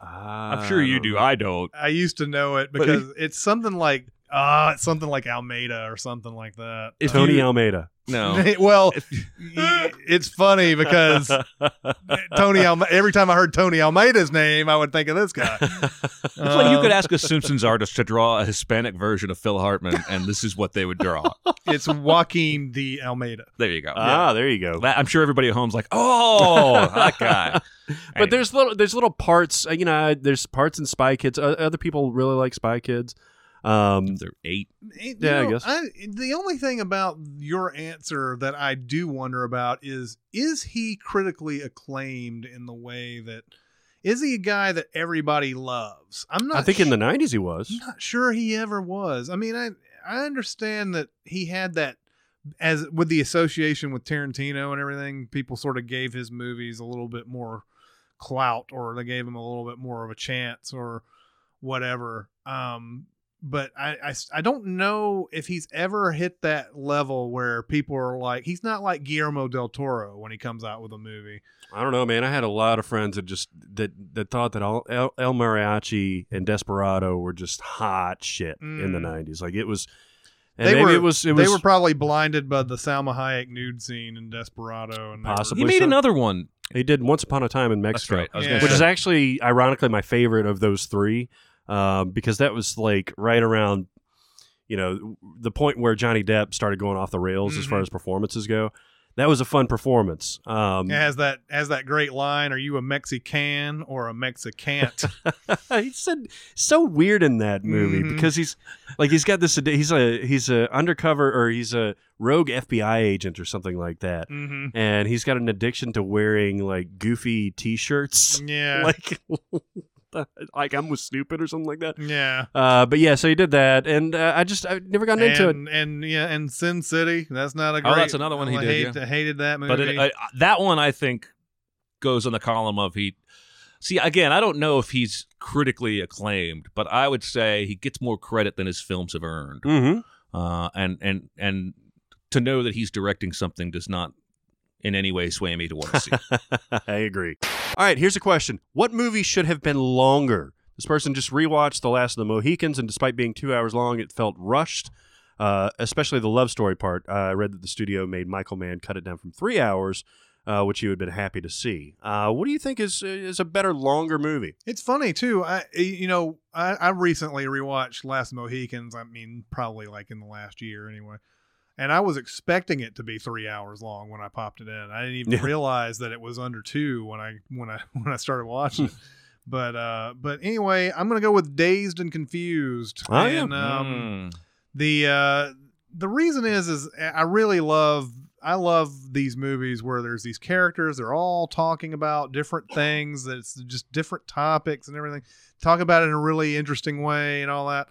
S1: I'm sure
S2: Ah,
S1: you do. I don't.
S4: I used to know it
S1: But he-
S4: because it's something like uh it's something like Almeida or something like that.
S1: If
S4: Uh,
S2: Tony
S1: you-
S2: Almeida.
S1: No.
S4: well, y- it's funny because Tony Alme- every time I heard Tony Almeida's name, I would think of this guy. Um,
S1: It's like you could ask a Simpsons artist to draw a Hispanic version of Phil Hartman, and this is what they would draw.
S4: It's Joaquin D. Almeida.
S1: There you go.
S2: Ah, there you go.
S1: That- I'm sure everybody at home's like, "Oh, that guy."
S2: But there's little there's little parts uh, you know I- there's parts in Spy Kids. O- other people really like Spy Kids. Um,
S1: they're eight.
S4: You
S2: Yeah, I
S4: know,
S2: guess.
S4: the only thing about your answer that I do wonder about is is he critically acclaimed in the way that is he a guy that everybody loves? I'm not
S2: I think
S4: sure.
S2: in the '90s he was.
S4: I'm not sure he ever was. I mean, I I understand that he had that as with the association with Tarantino and everything, people sort of gave his movies a little bit more clout or they gave him a little bit more of a chance or whatever. Um, but I, I s- I don't know if he's ever hit that level where people are like, he's not like Guillermo del Toro when he comes out with a movie.
S2: I don't know, man. I had a lot of friends that just that that thought that all El, El Mariachi and Desperado were just hot shit in the
S4: Mm.
S2: '90s. Like it was, and
S4: they
S2: maybe
S4: were,
S2: it was. It
S4: they
S2: was
S4: were probably blinded by the Salma Hayek nude scene in Desperado and they were-
S2: Possibly.
S1: He made
S2: so.
S1: another one.
S2: he did once upon a time in Mexico,
S1: right. I
S4: was gonna
S2: which
S4: say.
S2: is actually ironically my favorite of those three, um, because that was like right around, you know, the point where Johnny Depp started going off the rails as far
S4: Mhm.
S2: as performances go. That was a fun performance. Um,
S4: It has that has that great line, are you a Mexican or a Mexicant?
S2: he said so weird in that movie
S4: Mhm.
S2: because he's like he's got this he's a he's a undercover or he's a rogue FBI agent or something like that,
S4: hmm
S2: and he's got an addiction to wearing like goofy T-shirts,
S4: Yeah.
S2: like like I'm with stupid or something like that.
S4: yeah.
S2: Uh, but yeah, so he did that, and uh, I just I never got into it.
S4: and, and yeah, and Sin City. That's not a
S1: Oh,
S4: great.
S1: that's another one he
S4: I
S1: did,
S4: hate- I hated that movie.
S1: But it, uh, that one, I think, goes in the column of he. See, again, I don't know if he's critically acclaimed, but I would say he gets more credit than his films have earned.
S2: Mm-hmm.
S1: Uh, and and and to know that he's directing something does not in any way sway me to want to see. it.
S2: I agree. All right, here's a question. What movie should have been longer? This person just rewatched The Last of the Mohicans, and despite being two hours long, it felt rushed, uh, especially the love story part. Uh, I read that the studio made Michael Mann cut it down from three hours, uh, which you had been happy to see. Uh, what do you think is is a better, longer movie?
S4: it's funny too. I eh, you know I, I recently rewatched Last Mohicans. I mean, probably like in the last year anyway. And I was expecting it to be three hours long when I popped it in. I didn't even
S2: Yeah.
S4: realize that it was under two when I when I when I started watching it. But uh, but anyway, I'm gonna go with Dazed and Confused.
S2: Oh, yeah.
S4: and, um, the uh the reason is is i really love i love these movies where there's these characters they're all talking about different things that it's just different topics and everything talk about it in a really interesting way and all that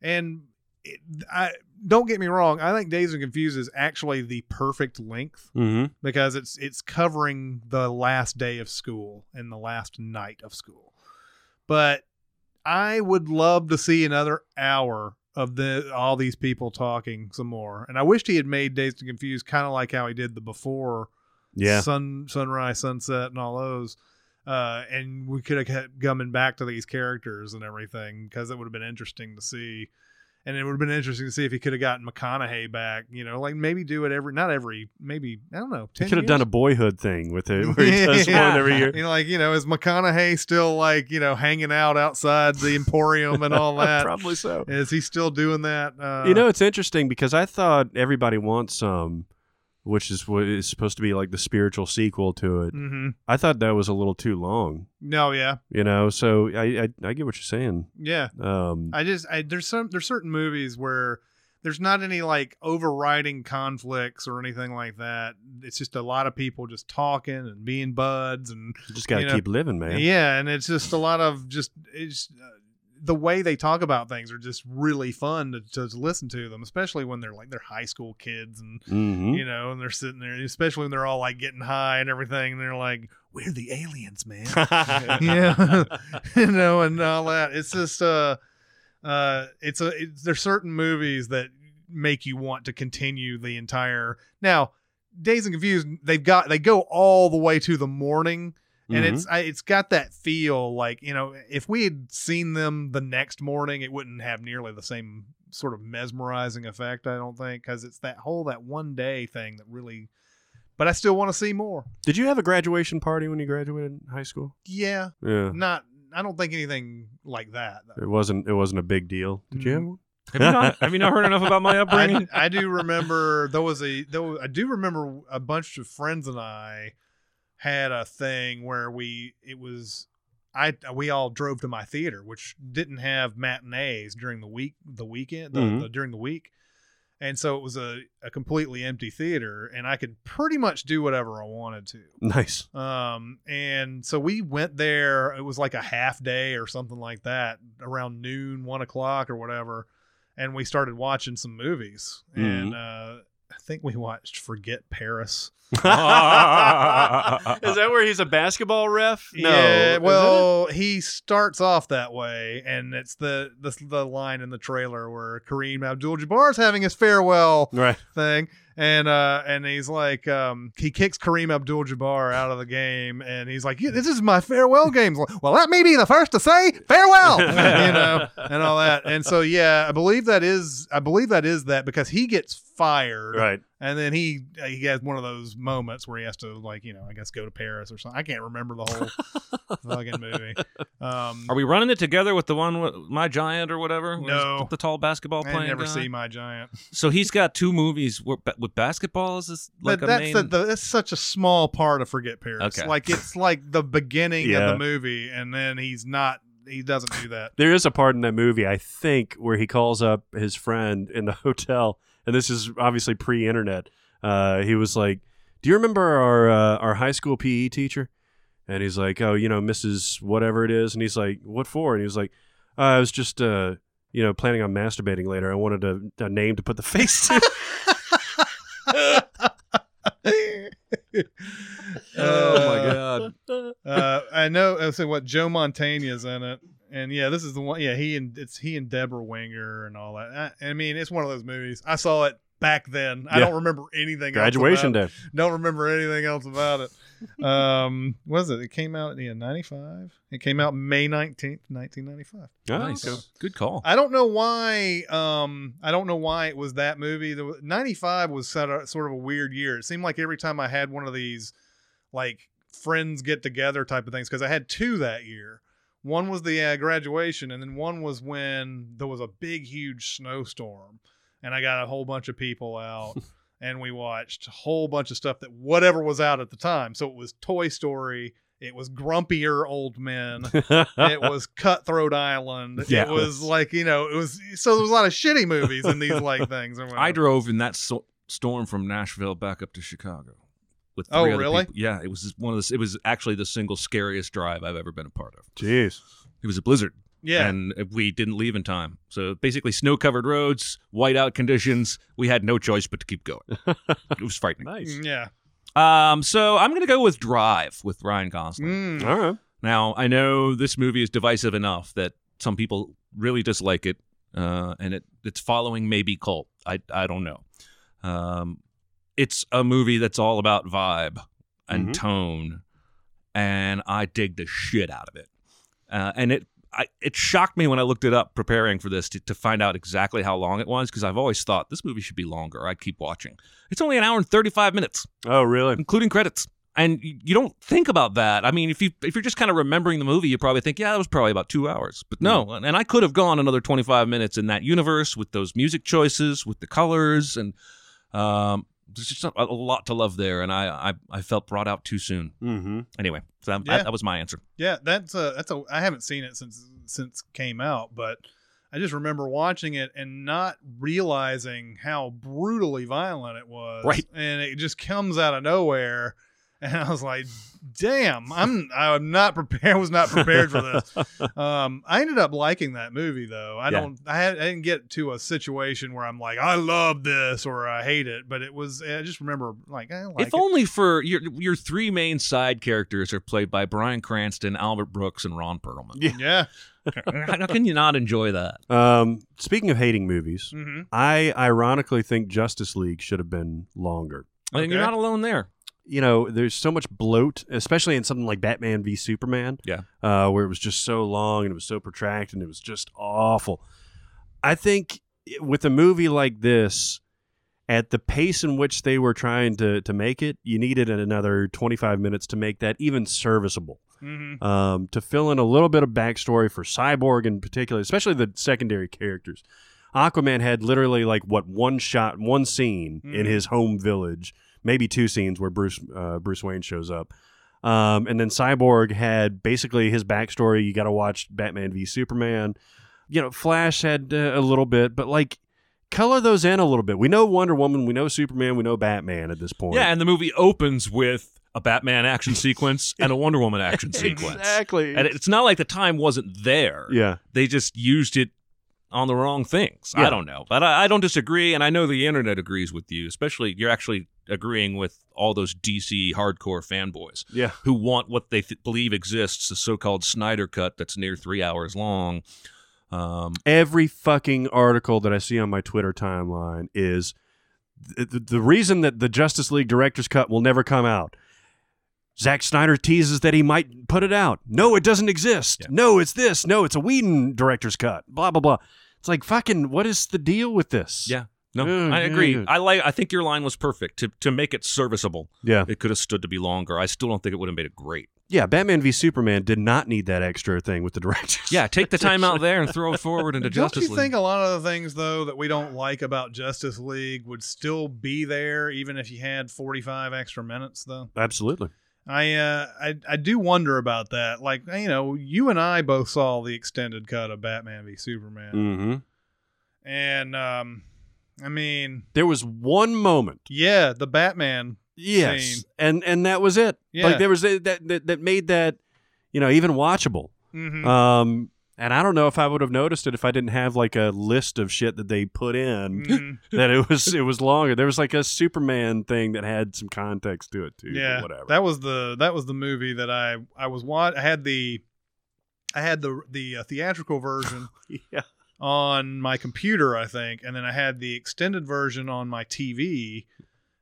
S4: and it, i don't get me wrong i think days and confused is actually the perfect length
S2: Mm-hmm.
S4: because it's it's covering the last day of school and the last night of school. But I would love to see another hour of the all these people talking some more. And I wished he had made Days to Confuse kind of like how he did the before
S2: Yeah.
S4: sun sunrise, sunset, and all those. Uh, and we could have kept coming back to these characters and everything because it would have been interesting to see. And it would have been interesting to see if he could have gotten McConaughey back, you know, like maybe do it every, not every, maybe, I don't know, 10
S2: He could have
S4: years?
S2: done a boyhood thing with it, where he does one every year.
S4: You know, like, you know, is McConaughey still like, you know, hanging out outside the Emporium and all that?
S2: Probably so.
S4: is he still doing that? Uh,
S2: you know, it's interesting because I thought everybody wants some, which is what is supposed to be like the spiritual sequel to it.
S4: hmm
S2: I thought that was a little too long.
S4: No, yeah.
S2: You know, so I I, I get what you're saying.
S4: Yeah.
S2: Um,
S4: I just I, there's some there's certain movies where there's not any like overriding conflicts or anything like that. It's just a lot of people just talking and being buds and
S2: just gotta
S4: you know,
S2: keep living, man.
S4: yeah, and it's just a lot of just it's uh, the way they talk about things are just really fun to, to listen to them, especially when they're like they're high school kids and
S2: hmm
S4: you know and they're sitting there, especially when they're all like getting high and everything. And they're like, "We're the aliens, man." yeah you know and all that it's just uh uh it's a it's, there's certain movies that make you want to continue the entire now days and confused they've got they go all the way to the morning and it's I, it's got that feel like you know if we had seen them the next morning it wouldn't have nearly the same sort of mesmerizing effect i don't think because it's that whole that one day thing that really but i still want to see more
S2: mm-hmm. Did you have a graduation party when you graduated high school?
S4: yeah
S2: Yeah.
S4: not I don't think anything like that. though.
S2: It wasn't. It wasn't a big deal. Did you have one?
S1: Have you not? Have you not heard enough about my
S4: Mm. I,
S1: upbringing?
S4: I do remember there was a though I do remember a bunch of friends and I had a thing where we it was I we all drove to my theater which didn't have matinees during the week the weekend the,
S2: Mhm.
S4: the- during the week and so it was a, a completely empty theater and I could pretty much do whatever I wanted to
S2: Nice.
S4: Um, and so we went there. It was like a half day or something like that, around
S2: Mm-hmm.
S4: noon, one o'clock or whatever. And we started watching some movies. And uh, I think we watched Forget Paris.
S2: Is that where he's a basketball ref? No.
S4: Yeah,
S2: Is it?
S4: well, he starts off that way, and it's the the, the line in the trailer where Kareem Abdul-Jabbar's having his farewell
S2: right.
S4: thing, and uh, and he's like, um, he kicks Kareem Abdul-Jabbar out of the game, and he's like, "Yeah, "This is my farewell game." He's like, Well, let me be the first to say farewell, you know, and all that. And so, yeah, I believe that is, I believe that is that because he gets fired,
S2: Right.
S4: and then he he has one of those moments where he has to like you know I guess go to Paris or something. I can't remember the whole fucking movie. Um,
S1: Are we running it together with the one with My Giant or whatever? Where he's
S4: No.
S1: the tall basketball
S4: I
S1: playing.
S4: never
S1: guy?
S4: see my giant.
S1: So he's got two movies where, ba- with basketball is this like
S4: but
S1: a
S4: that's
S1: main.
S4: the, the, that's such a small part of Forget Paris.
S1: Okay.
S4: Like it's like the beginning of
S2: Yeah.
S4: the movie, and then he's not. He doesn't do that.
S2: There is a part in that movie, I think, where he calls up his friend in the hotel, and this is obviously pre-internet. Uh, he was like, "Do you remember our uh, our high school PE teacher?" And he's like, "Oh, you know, Mrs. Whatever it is." And he's like, "What for?" And he was like, uh, "I was just, uh, you know, planning on masturbating later. I wanted a, a name to put the face to."
S1: Oh, Oh, god!
S4: Uh, I know. I said what Joe Montaigne is in it, and yeah, this is the one. Yeah, he and it's he and Deborah Winger and all that. I, I mean, it's one of those movies. I saw it back then. I
S2: Yeah.
S4: don't remember anything.
S2: Graduation
S4: else about
S2: day.
S4: it. Don't remember anything else about it. Um, was it? It came out in '95. It came out May 19th, 1995.
S2: Oh. Hmm.
S1: Nice, good call.
S4: I don't know why. Um, I don't know why it was that movie. The '95 was sort of, sort of a weird year. It seemed like every time I had one of these, like friends get together type of things, because I had two that year. One was the uh, graduation, and then one was when there was a big, huge snowstorm, and I got a whole bunch of people out. And we watched a whole bunch of stuff that whatever was out at the time. So it was Toy Story. It was grumpier old men it was Cutthroat Island.
S2: Yeah.
S4: It was like you know, it was so there was a lot of shitty movies in these like things. Or whatever.
S1: I drove in that so- storm from Nashville back up to Chicago. With three
S4: Oh,
S1: other
S4: really?
S1: people. Yeah, it was one of the. It was actually the single scariest drive I've ever been a part of.
S2: Jeez.
S1: It was a blizzard,
S4: yeah,
S1: and we didn't leave in time. So basically, snow-covered roads, whiteout conditions. We had no choice but to keep going. it was frightening.
S2: Nice.
S4: Mm, yeah.
S1: Um, so I'm gonna go with Drive with Ryan Gosling.
S4: Mm.
S2: All right.
S1: Now, I know this movie is divisive enough that some people really dislike it, uh, and it it's following maybe cult. I I don't know. Um, it's a movie that's all about vibe and
S2: Mhm.
S1: tone, and I dig the shit out of it. Uh, and it I, it shocked me when I looked it up preparing for this to, to find out exactly how long it was because I've always thought this movie should be longer. I'd keep watching. It's only an hour and thirty five minutes
S2: Oh, really?
S1: including credits. And y- you don't think about that. I mean, if you if you're just kind of remembering the movie, you probably think, yeah, that was probably about two hours. But no,
S4: Mm.
S1: and- and I could have gone another 25 minutes in that universe with those music choices, with the colors, and um, there's just a, a lot to love there. And I, I I felt brought out too soon.
S2: Mm-hmm.
S1: Anyway, so that,
S4: Yeah.
S1: that was my answer.
S4: Yeah, that's a that's a. I haven't seen it since since it came out, but I just remember watching it and not realizing how brutally violent it was.
S1: Right.
S4: and it just comes out of nowhere, and I was like, "Damn, I'm I'm not prepared. Was not prepared for this." um, I ended up liking that movie though. I
S1: Yeah.
S4: don't. I, had, I didn't get to a situation where I'm like, "I love this" or "I hate it," but it was. I just remember like, I like
S1: if
S4: it.
S1: only for your your three main side characters are played by Brian Cranston, Albert Brooks, and Ron Perlman.
S4: yeah.
S1: How can you not enjoy that?
S2: Um, speaking of hating movies,
S4: hmm
S2: I ironically think Justice League should have been longer.
S1: And you're
S4: Okay.
S1: not alone there.
S2: you know, there's so much bloat, especially in something like Batman v Superman.
S1: Yeah.
S2: Uh, where it was just so long and it was so protracted and it was just awful. I think i- with a movie like this, at the pace in which they were trying to, to make it, you needed another 25 minutes to make that even serviceable.
S4: hmm
S2: Um, to fill in a little bit of backstory for Cyborg in particular, especially the secondary characters. Aquaman had literally like what one shot, one scene in
S4: Mhm.
S2: his home village, maybe two scenes where Bruce uh, Bruce Wayne shows up, um, and then Cyborg had basically his backstory. You got to watch Batman v Superman. You know, Flash had uh, a little bit, but like color those in a little bit. We know Wonder Woman, we know Superman, we know Batman at this point.
S1: Yeah, and the movie opens with a Batman action sequence and a Wonder Woman action sequence.
S2: exactly.
S1: And it's not like the time wasn't there.
S2: yeah.
S1: They just used it on the wrong things. I
S2: Yeah.
S1: don't know, but I, I don't disagree, and I know the internet agrees with you. Especially, you're actually agreeing with all those DC hardcore fanboys
S2: Yeah.
S1: who want what they th- believe exists the so-called Snyder cut that's near three hours long. Um,
S2: Every fucking article that I see on my Twitter timeline is the, the, the reason that the Justice League director's cut will never come out. Zack Snyder teases that he might put it out. No, it doesn't exist. No, it's this. No, it's a Whedon director's cut. Blah blah blah. It's like fucking. What is the deal with this?
S1: yeah, no,
S2: Yeah,
S1: I
S2: yeah,
S1: agree.
S2: yeah.
S1: I like. I think your line was perfect to to make it serviceable.
S2: yeah,
S1: It could have stood to be longer. I still don't think it would have made it great.
S2: yeah. Batman v Superman did not need that extra thing with the directors.
S1: Yeah, take the time out there and throw it forward into
S4: Don't
S1: Justice
S4: you
S1: League.
S4: think a lot of the things though that we don't like about Justice League would still be there even if you had 45 extra minutes though?
S2: absolutely.
S4: I uh I, I do wonder about that. Like, you know, you and I both saw the extended cut of Batman v Superman.
S1: Mm.
S2: Mm-hmm.
S4: And um I mean,
S2: There was one moment
S4: yeah, the Batman
S2: Yes,
S4: scene.
S2: and and that was it.
S4: Yeah.
S2: Like there was a, that, that that made that you know even watchable.
S4: Mhm.
S2: Um, and I don't know if I would have noticed it if I didn't have like a list of shit that they put in
S4: Mhm.
S2: that it was it was longer. There was like a Superman thing that had some context to it too. but
S4: yeah
S2: whatever.
S4: that was the that was the movie that i i was watch i had the i had the the uh, theatrical version
S2: yeah,
S4: on my computer i think and then i had the extended version on my tv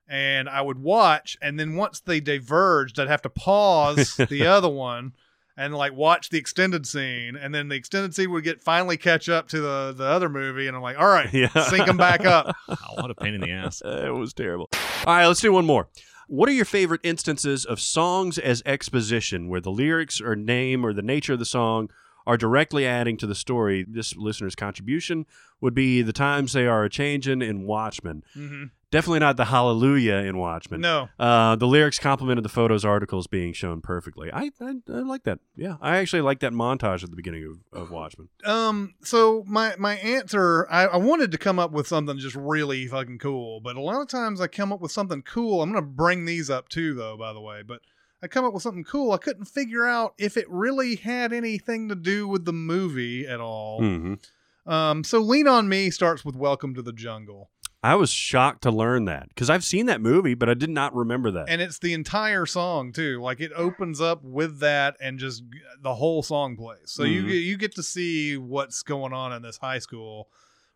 S4: and i would watch and then once they diverged i'd have to pause the other one and like watch the extended scene and then the extended scene would get finally catch up to the the other movie and i'm like all right
S2: Yeah.
S4: sync them back up
S1: Wow, what a pain in the ass.
S2: Eh, it was terrible. All right, let's do one more. What are your favorite instances of songs as exposition, where the lyrics or name or the nature of the song are directly adding to the story? This listener's contribution would be the times they are a changing in Watchmen.
S4: Mhm.
S2: Definitely not the Hallelujah in Watchmen.
S4: no
S2: Uh, the lyrics complemented the photos articles being shown perfectly. I, I I like that. Yeah, I actually like that montage at the beginning of, of Watchmen.
S4: um so my my answer I, I wanted to come up with something just really fucking cool but a lot of times i come up with something cool i'm gonna bring these up too though by the way but i come up with something cool i couldn't figure out if it really had anything to do with the movie at all
S2: Mm-hmm.
S4: um so lean on me starts with welcome to the jungle
S2: I was shocked to learn that because I've seen that movie, but I did not remember that.
S4: and it's the entire song too like it opens up with that and just g- the whole song plays so you
S2: Mhm.
S4: get you get to see what's going on in this high school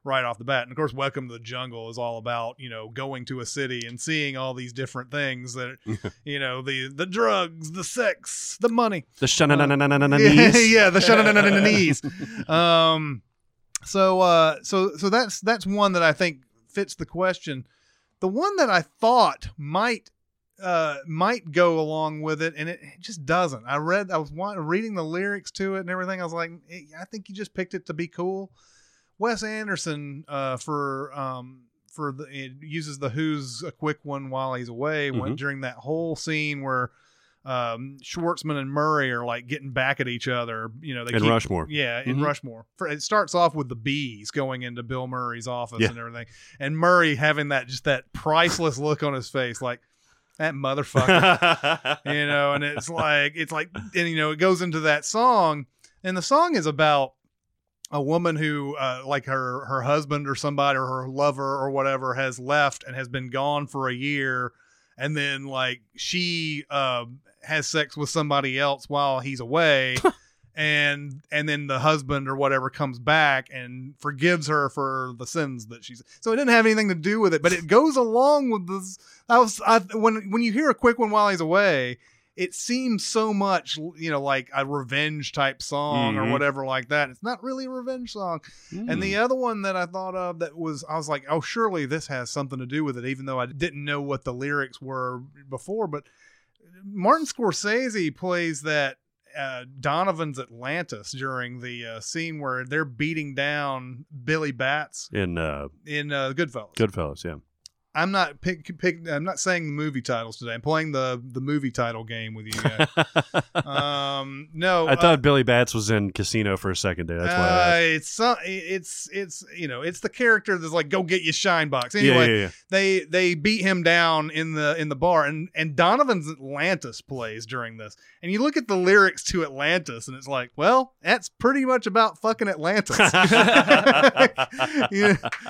S4: right off the bat and of course welcome to the jungle is all about you know going to a city and seeing all these different things that you know the the drugs the sex the money
S2: The
S4: yeah,
S2: shananananananese.
S4: yeah, the shanananananese. um, so uh, so so that's that's one that I think fits the question. The one that I thought might uh might go along with it, and it it just doesn't. I read, I was wa- reading the lyrics to it and everything. I was like, "Eh, I think you just picked it to be cool. Wes Anderson uh, for um, for the it uses the Who's a quick one while he's away when, during that whole scene where um, Schwartzman and Murray are like getting back at each other. You know, they
S2: And
S4: keep,
S2: Rushmore.
S4: yeah, in
S2: Mhm.
S4: Rushmore. For, it starts off with the bees going into Bill Murray's office
S2: Yeah.
S4: and everything, and Murray having that just that priceless look on his face, like that motherfucker you know and it's like it's like and you know it goes into that song and the song is about a woman who uh, like her her husband or somebody or her lover or whatever has left and has been gone for a year and then like she uh, has sex with somebody else while he's away and and then the husband or whatever comes back and forgives her for the sins that she's so it didn't have anything to do with it but it goes along with this i was I, when when you hear a quick one while he's away it seems so much you know like a revenge type song
S2: Mhm.
S4: or whatever like that it's not really a revenge song and the other one that I thought of that was, I was like, oh, surely this has something to do with it, even though I didn't know what the lyrics were before. But Martin Scorsese plays that uh, Donovan's Atlantis during the uh, scene where they're beating down Billy Bats
S2: in uh,
S4: in uh, Goodfellas.
S2: Goodfellas, yeah.
S4: I'm not pick, pick, I'm not saying the movie titles today. I'm playing the the movie title game with you guys. um, no,
S2: I
S4: uh,
S2: thought Billy Bats was in Casino for a second there. That's why. I
S4: uh,
S2: asked.
S4: it's some, it's it's you know it's the character that's like go get your shine box.
S2: yeah,
S4: Anyway,
S2: yeah, yeah.
S4: they they beat him down in the in the bar, and and Donovan's Atlantis plays during this, and you look at the lyrics to Atlantis, and it's like, well, that's pretty much about fucking Atlantis. You-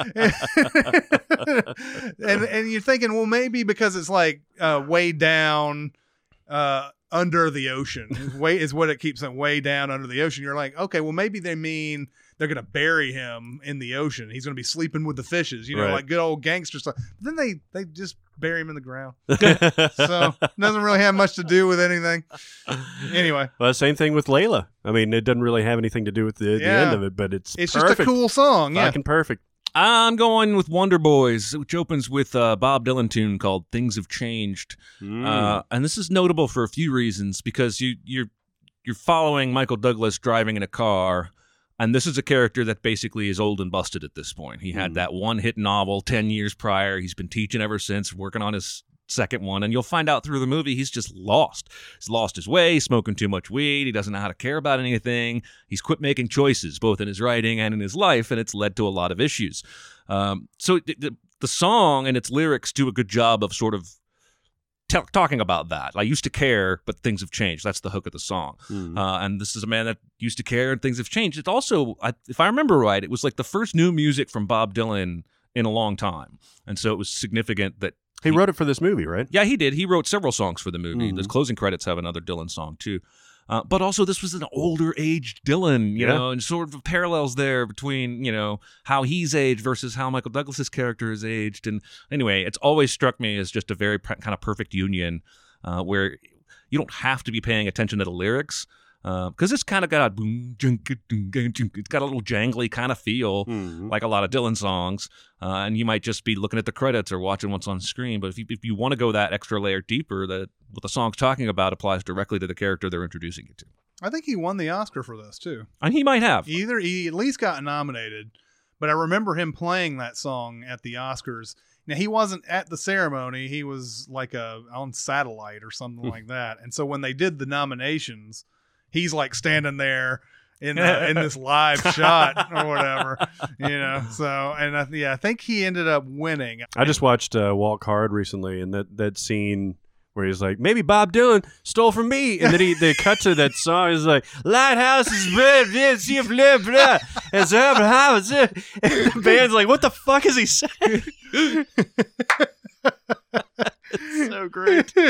S4: and and you're thinking, well, maybe because it's like uh, way down uh, under the ocean. Is way is what it keeps them way down under the ocean. You're like, okay, well, maybe they mean they're gonna bury him in the ocean. He's gonna be sleeping with the fishes, you know,
S2: Right.
S4: like good old gangster stuff. But then they they just bury him in the ground. so doesn't really have much to do with anything. Anyway,
S2: Well, same thing with Layla. I mean, it doesn't really have anything to do with the, the
S4: Yeah.
S2: end of it, but it's
S4: it's
S2: perfect.
S4: just a cool song. Yeah.
S2: fucking perfect.
S1: I'm going with Wonder Boys, which opens with a Bob Dylan tune called "Things Have Changed," uh, and this is notable for a few reasons because you you're you're following Michael Douglas driving in a car, and this is a character that basically is old and busted at this point. He had that one hit novel ten years prior. He's been teaching ever since, working on his second one, and you'll find out through the movie he's just lost. He's lost his way, he's smoking too much weed. He doesn't know how to care about anything. He's quit making choices, both in his writing and in his life, and it's led to a lot of issues. Um, so the, the, the song and its lyrics do a good job of sort of tell talking about that. I used to care, but things have changed. That's the hook of the song. Uh, and this is a man that used to care, and things have changed. It's also, I, if I remember right, it was like the first new music from Bob Dylan in a long time, and so it was significant that
S2: He wrote it for this movie, right?
S1: yeah, he did. He wrote several songs for the movie. The closing credits have another Dylan song too. Uh, but also, this was an older aged Dylan, you
S2: Yeah.
S1: know, and sort of parallels there between you know how he's aged versus how Michael Douglas's character is aged. And anyway, it's always struck me as just a very pr- kind of perfect union uh, where you don't have to be paying attention to the lyrics because it's kind of got a boom, junk, dun, gun, junk. it's got a little jangly kind of feel like a lot of Dylan songs, uh, and you might just be looking at the credits or watching what's on screen. But if you, if you want to go that extra layer deeper, that what the song's talking about applies directly to the character they're introducing you to,
S4: I think he won the Oscar for this too.
S1: and he might have.
S4: Either he at least got nominated, but I remember him playing that song at the Oscars. Now he wasn't at the ceremony; he was like a on satellite or something
S2: Hmm.
S4: like that. And so when they did the nominations, he's like standing there in the, in this live shot or whatever, you know. So and I, yeah, I think he ended up winning.
S2: I just watched uh, Walk Hard recently, and that, that scene where he's like, maybe Bob Dylan stole from me. And then he, they cut to that song. He's like, Lighthouse is red, red, see if blah, blah. It's up, how is it? And the band's like, what the fuck is he saying? It's so great.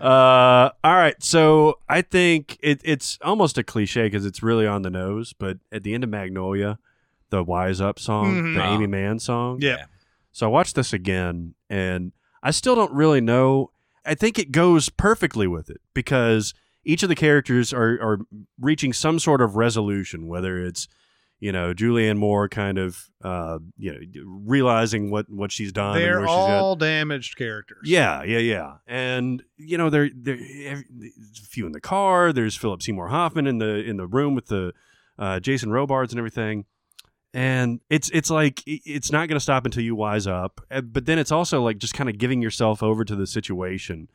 S2: Uh, all right. So I think it, it's almost a cliche because it's really on the nose, but at the end of Magnolia, the Wise Up song,
S4: Mhm.
S2: the
S1: Ah.
S2: Amy Mann song.
S4: Yeah.
S2: So I watched this again, and I still don't really know. I think it goes perfectly with it because each of the characters are, are reaching some sort of resolution, whether it's you know Julianne Moore kind of uh, you know realizing what what she's done. and
S4: They're
S2: where she's at.
S4: all damaged characters.
S2: Yeah, yeah, yeah. And you know, there there ev- there's a few in the car. There's Philip Seymour Hoffman in the in the room with the uh, Jason Robards and everything. And it's it's like i- it's not going to stop until you wise up. Uh, But then it's also like just kind of giving yourself over to the situation.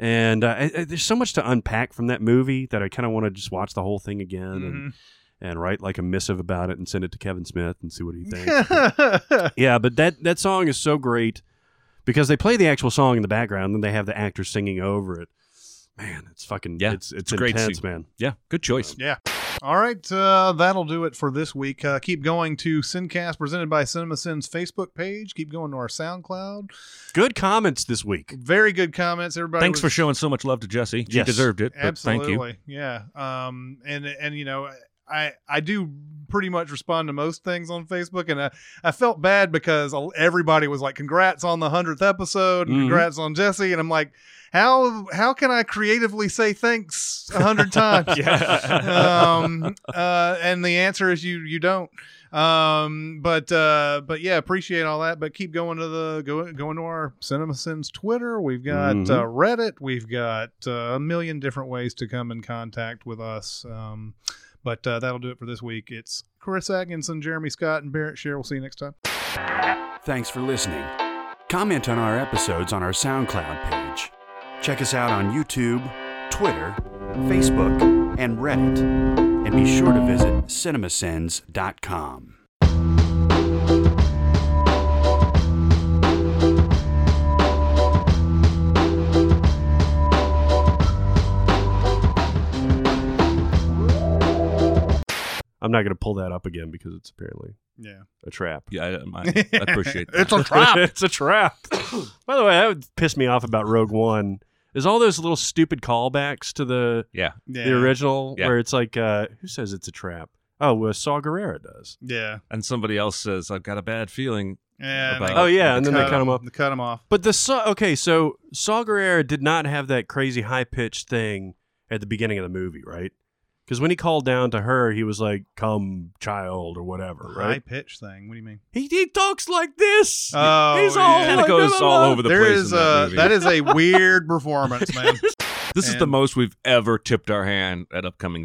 S2: And uh, I, I- there's so much to unpack from that movie that I kind of want to just watch the whole thing again
S4: Mm-hmm.
S2: and, and write like a missive about it and send it to Kevin Smith and see what he thinks.
S4: Mhm.
S2: Yeah, but that that song is so great because they play the actual song in the background, then they have the actors singing over it. Man, it's fucking
S1: Yeah,
S2: it's it's,
S1: it's a great
S2: intense,
S1: scene.
S2: man.
S1: Yeah, good choice.
S4: Yeah. All right. Uh, that'll do it for this week. Uh, keep going to Sincast presented by CinemaSins Facebook page. Keep going to our SoundCloud.
S2: Good comments this week.
S4: Very good comments, everybody.
S1: Thanks
S4: was-
S1: for showing so much love to Jesse. She
S2: Yes.
S1: deserved it. but
S4: Absolutely.
S1: Thank you.
S4: Yeah. Um. And and you know. I, I do pretty much respond to most things on Facebook, and uh, I, I felt bad because a- everybody was like, "Congrats on the hundredth episode, and
S2: Mhm.
S4: congrats on Jesse," and I'm like, "How how can I creatively say thanks a hundred times?" um, uh, and the answer is you you don't. Um, but uh, but yeah, appreciate all that. But keep going to the go going to our CinemaSins Twitter. We've got
S2: Mhm.
S4: uh, Reddit. We've got uh, a million different ways to come in contact with us. Um, but uh, that'll do it for this week. It's Chris Atkinson, Jeremy Scott, and Barrett Shear. We'll see you next time.
S3: Thanks for listening. Comment on our episodes on our SoundCloud page. Check us out on YouTube, Twitter, Facebook, and Reddit. And be sure to visit cinemasins.com.
S2: I'm not going to pull that up again because it's apparently
S4: Yeah.
S2: a trap.
S1: Yeah, I, I, I appreciate that.
S4: It's a trap.
S2: it's a trap. By the way, that would piss me off about Rogue One. Is all those little stupid callbacks to the
S1: yeah.
S4: Yeah.
S2: the original
S1: Yeah.
S2: where it's like, uh, who says it's a trap? Oh, well, Saw Gerrera does.
S4: Yeah.
S1: And somebody else says, I've got a bad feeling.
S4: Yeah.
S1: About-
S2: Oh yeah, and then they
S4: cut
S2: cut
S4: 'em-
S2: him up.
S4: They cut him off.
S2: But the Saw, okay, so Saw Gerrera did not have that crazy high pitched thing at the beginning of the movie, right? Because when he called down to her, he was like, "Come, child," or whatever,
S4: High
S2: right?
S4: pitch thing. What do you mean?
S2: He, he talks like this.
S4: Oh,
S2: he's all
S4: yeah.
S1: Kind
S2: like,
S1: of goes
S2: blah, blah,
S1: all
S2: blah.
S1: over the
S4: There
S1: place.
S4: is
S1: in that
S4: a
S1: movie.
S4: that is a weird performance, man.
S1: This is the
S4: And-
S1: most we've ever tipped our hand at upcoming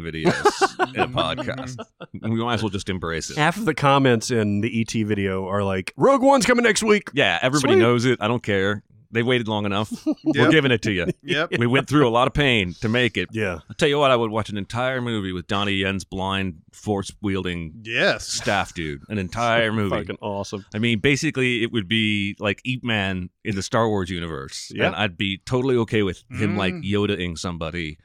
S1: videos in a podcast. We might as well just embrace it.
S2: Half of the comments in the ET video are like, "Rogue One's coming next week."
S1: Yeah, everybody
S2: Sweet.
S1: knows it. I don't care. They waited long enough. We're
S4: Yep.
S1: giving it to you.
S4: Mm-hmm. Yep.
S1: We went through a lot of pain to make it.
S2: Yeah,
S1: I'll tell you what, I would watch an entire movie with Donnie Yen's blind, force wielding
S4: Yes.
S1: staff dude. An entire movie.
S2: fucking awesome.
S1: I mean, basically, it would be like Eat Man in the Star Wars universe,
S2: Yeah.
S1: and I'd be totally okay with him
S4: Mm.
S1: like Yoda-ing somebody.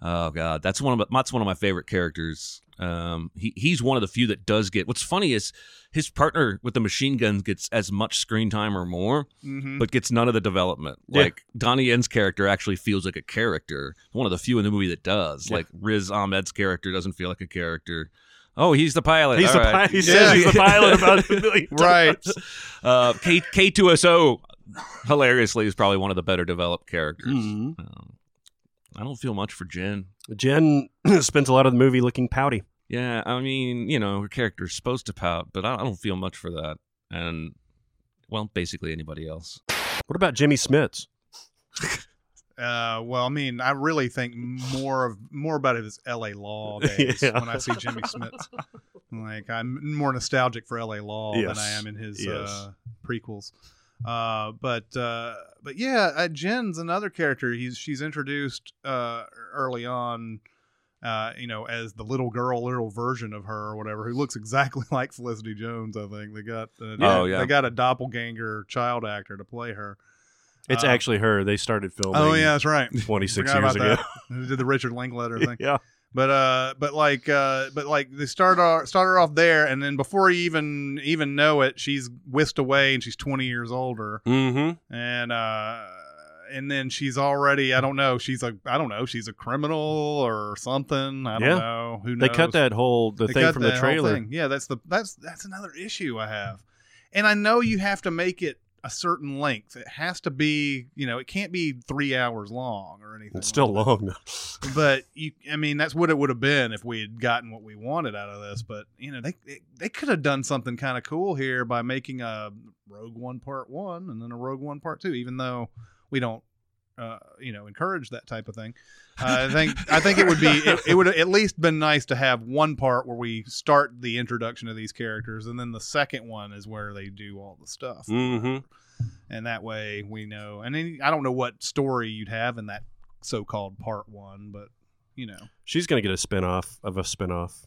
S1: Oh God, that's one of my, that's one of my favorite characters. Um, he he's one of the few that does get. What's funny is his partner with the machine guns gets as much screen time or more,
S4: Mhm.
S1: but gets none of the development.
S2: Mm-hmm. Yeah.
S1: Like Donnie Yen's character actually feels like a character. One of the few in the movie that does.
S2: Yeah.
S1: Like Riz Ahmed's character doesn't feel like a character. Oh, he's the pilot.
S2: He's
S1: All
S2: the
S1: right.
S2: pi- he says he's the pilot about it a million times.
S4: Right.
S1: Uh, K K two S O, hilariously, is probably one of the better developed characters.
S2: Mhm.
S1: Um, I don't feel much for Jen.
S2: Jen spends a lot of the movie looking pouty.
S1: Yeah, I mean, you know, her character's supposed to pout, but I I don't feel much for that. And well, basically anybody else.
S2: What about Jimmy Smits?
S4: Uh, well, I mean, I really think more of more about his L.A. Law days
S2: Yeah.
S4: when I see Jimmy Smith. Like I'm more nostalgic for L.A. Law
S2: Yes.
S4: than I am in his
S2: Yes.
S4: uh, prequels. Uh, but uh, but yeah, uh, Jen's another character. He's she's introduced uh, early on. Uh, you know, as the little girl, little version of her or whatever, who looks exactly like Felicity Jones. I think they got uh,
S1: Oh, yeah.
S4: they got a doppelganger child actor to play her.
S2: It's
S4: Uh,
S2: actually her. They started filming.
S4: Oh yeah, that's right.
S2: 26
S4: Forgot
S2: years
S4: about
S2: ago.
S4: that. They did the Richard Linkletter thing.
S2: yeah.
S4: But uh, but like uh, but like they start off, start her off there, and then before you even even know it, she's whisked away, and she's twenty years older,
S2: Mm-hmm.
S4: and uh, and then she's already I don't know she's a I don't know she's a criminal or something I don't
S2: Yeah.
S4: know who
S2: They
S4: knows.
S2: cut that whole the
S4: They
S2: thing
S4: cut
S2: from
S4: that
S2: the
S4: whole
S2: trailer.
S4: thing. Yeah, that's the that's that's another issue I have, and I know you have to make it a certain length. It has to be you know it can't be three hours long or anything.
S2: It's still
S4: like that
S2: long.
S4: but you i mean that's what it would have been if we had gotten what we wanted out of this but you know they they, they could have done something kind of cool here by making a rogue one part one and then a rogue one part two even though we don't uh, you know encourage that type of thing uh, i think i think it would be it, it would have at least been nice to have one part where we start the introduction of these characters and then the second one is where they do all the stuff
S2: mm-hmm.
S4: and that way we know and then i don't know what story you'd have in that so-called part one but you know
S2: She's gonna get a spinoff of a spinoff.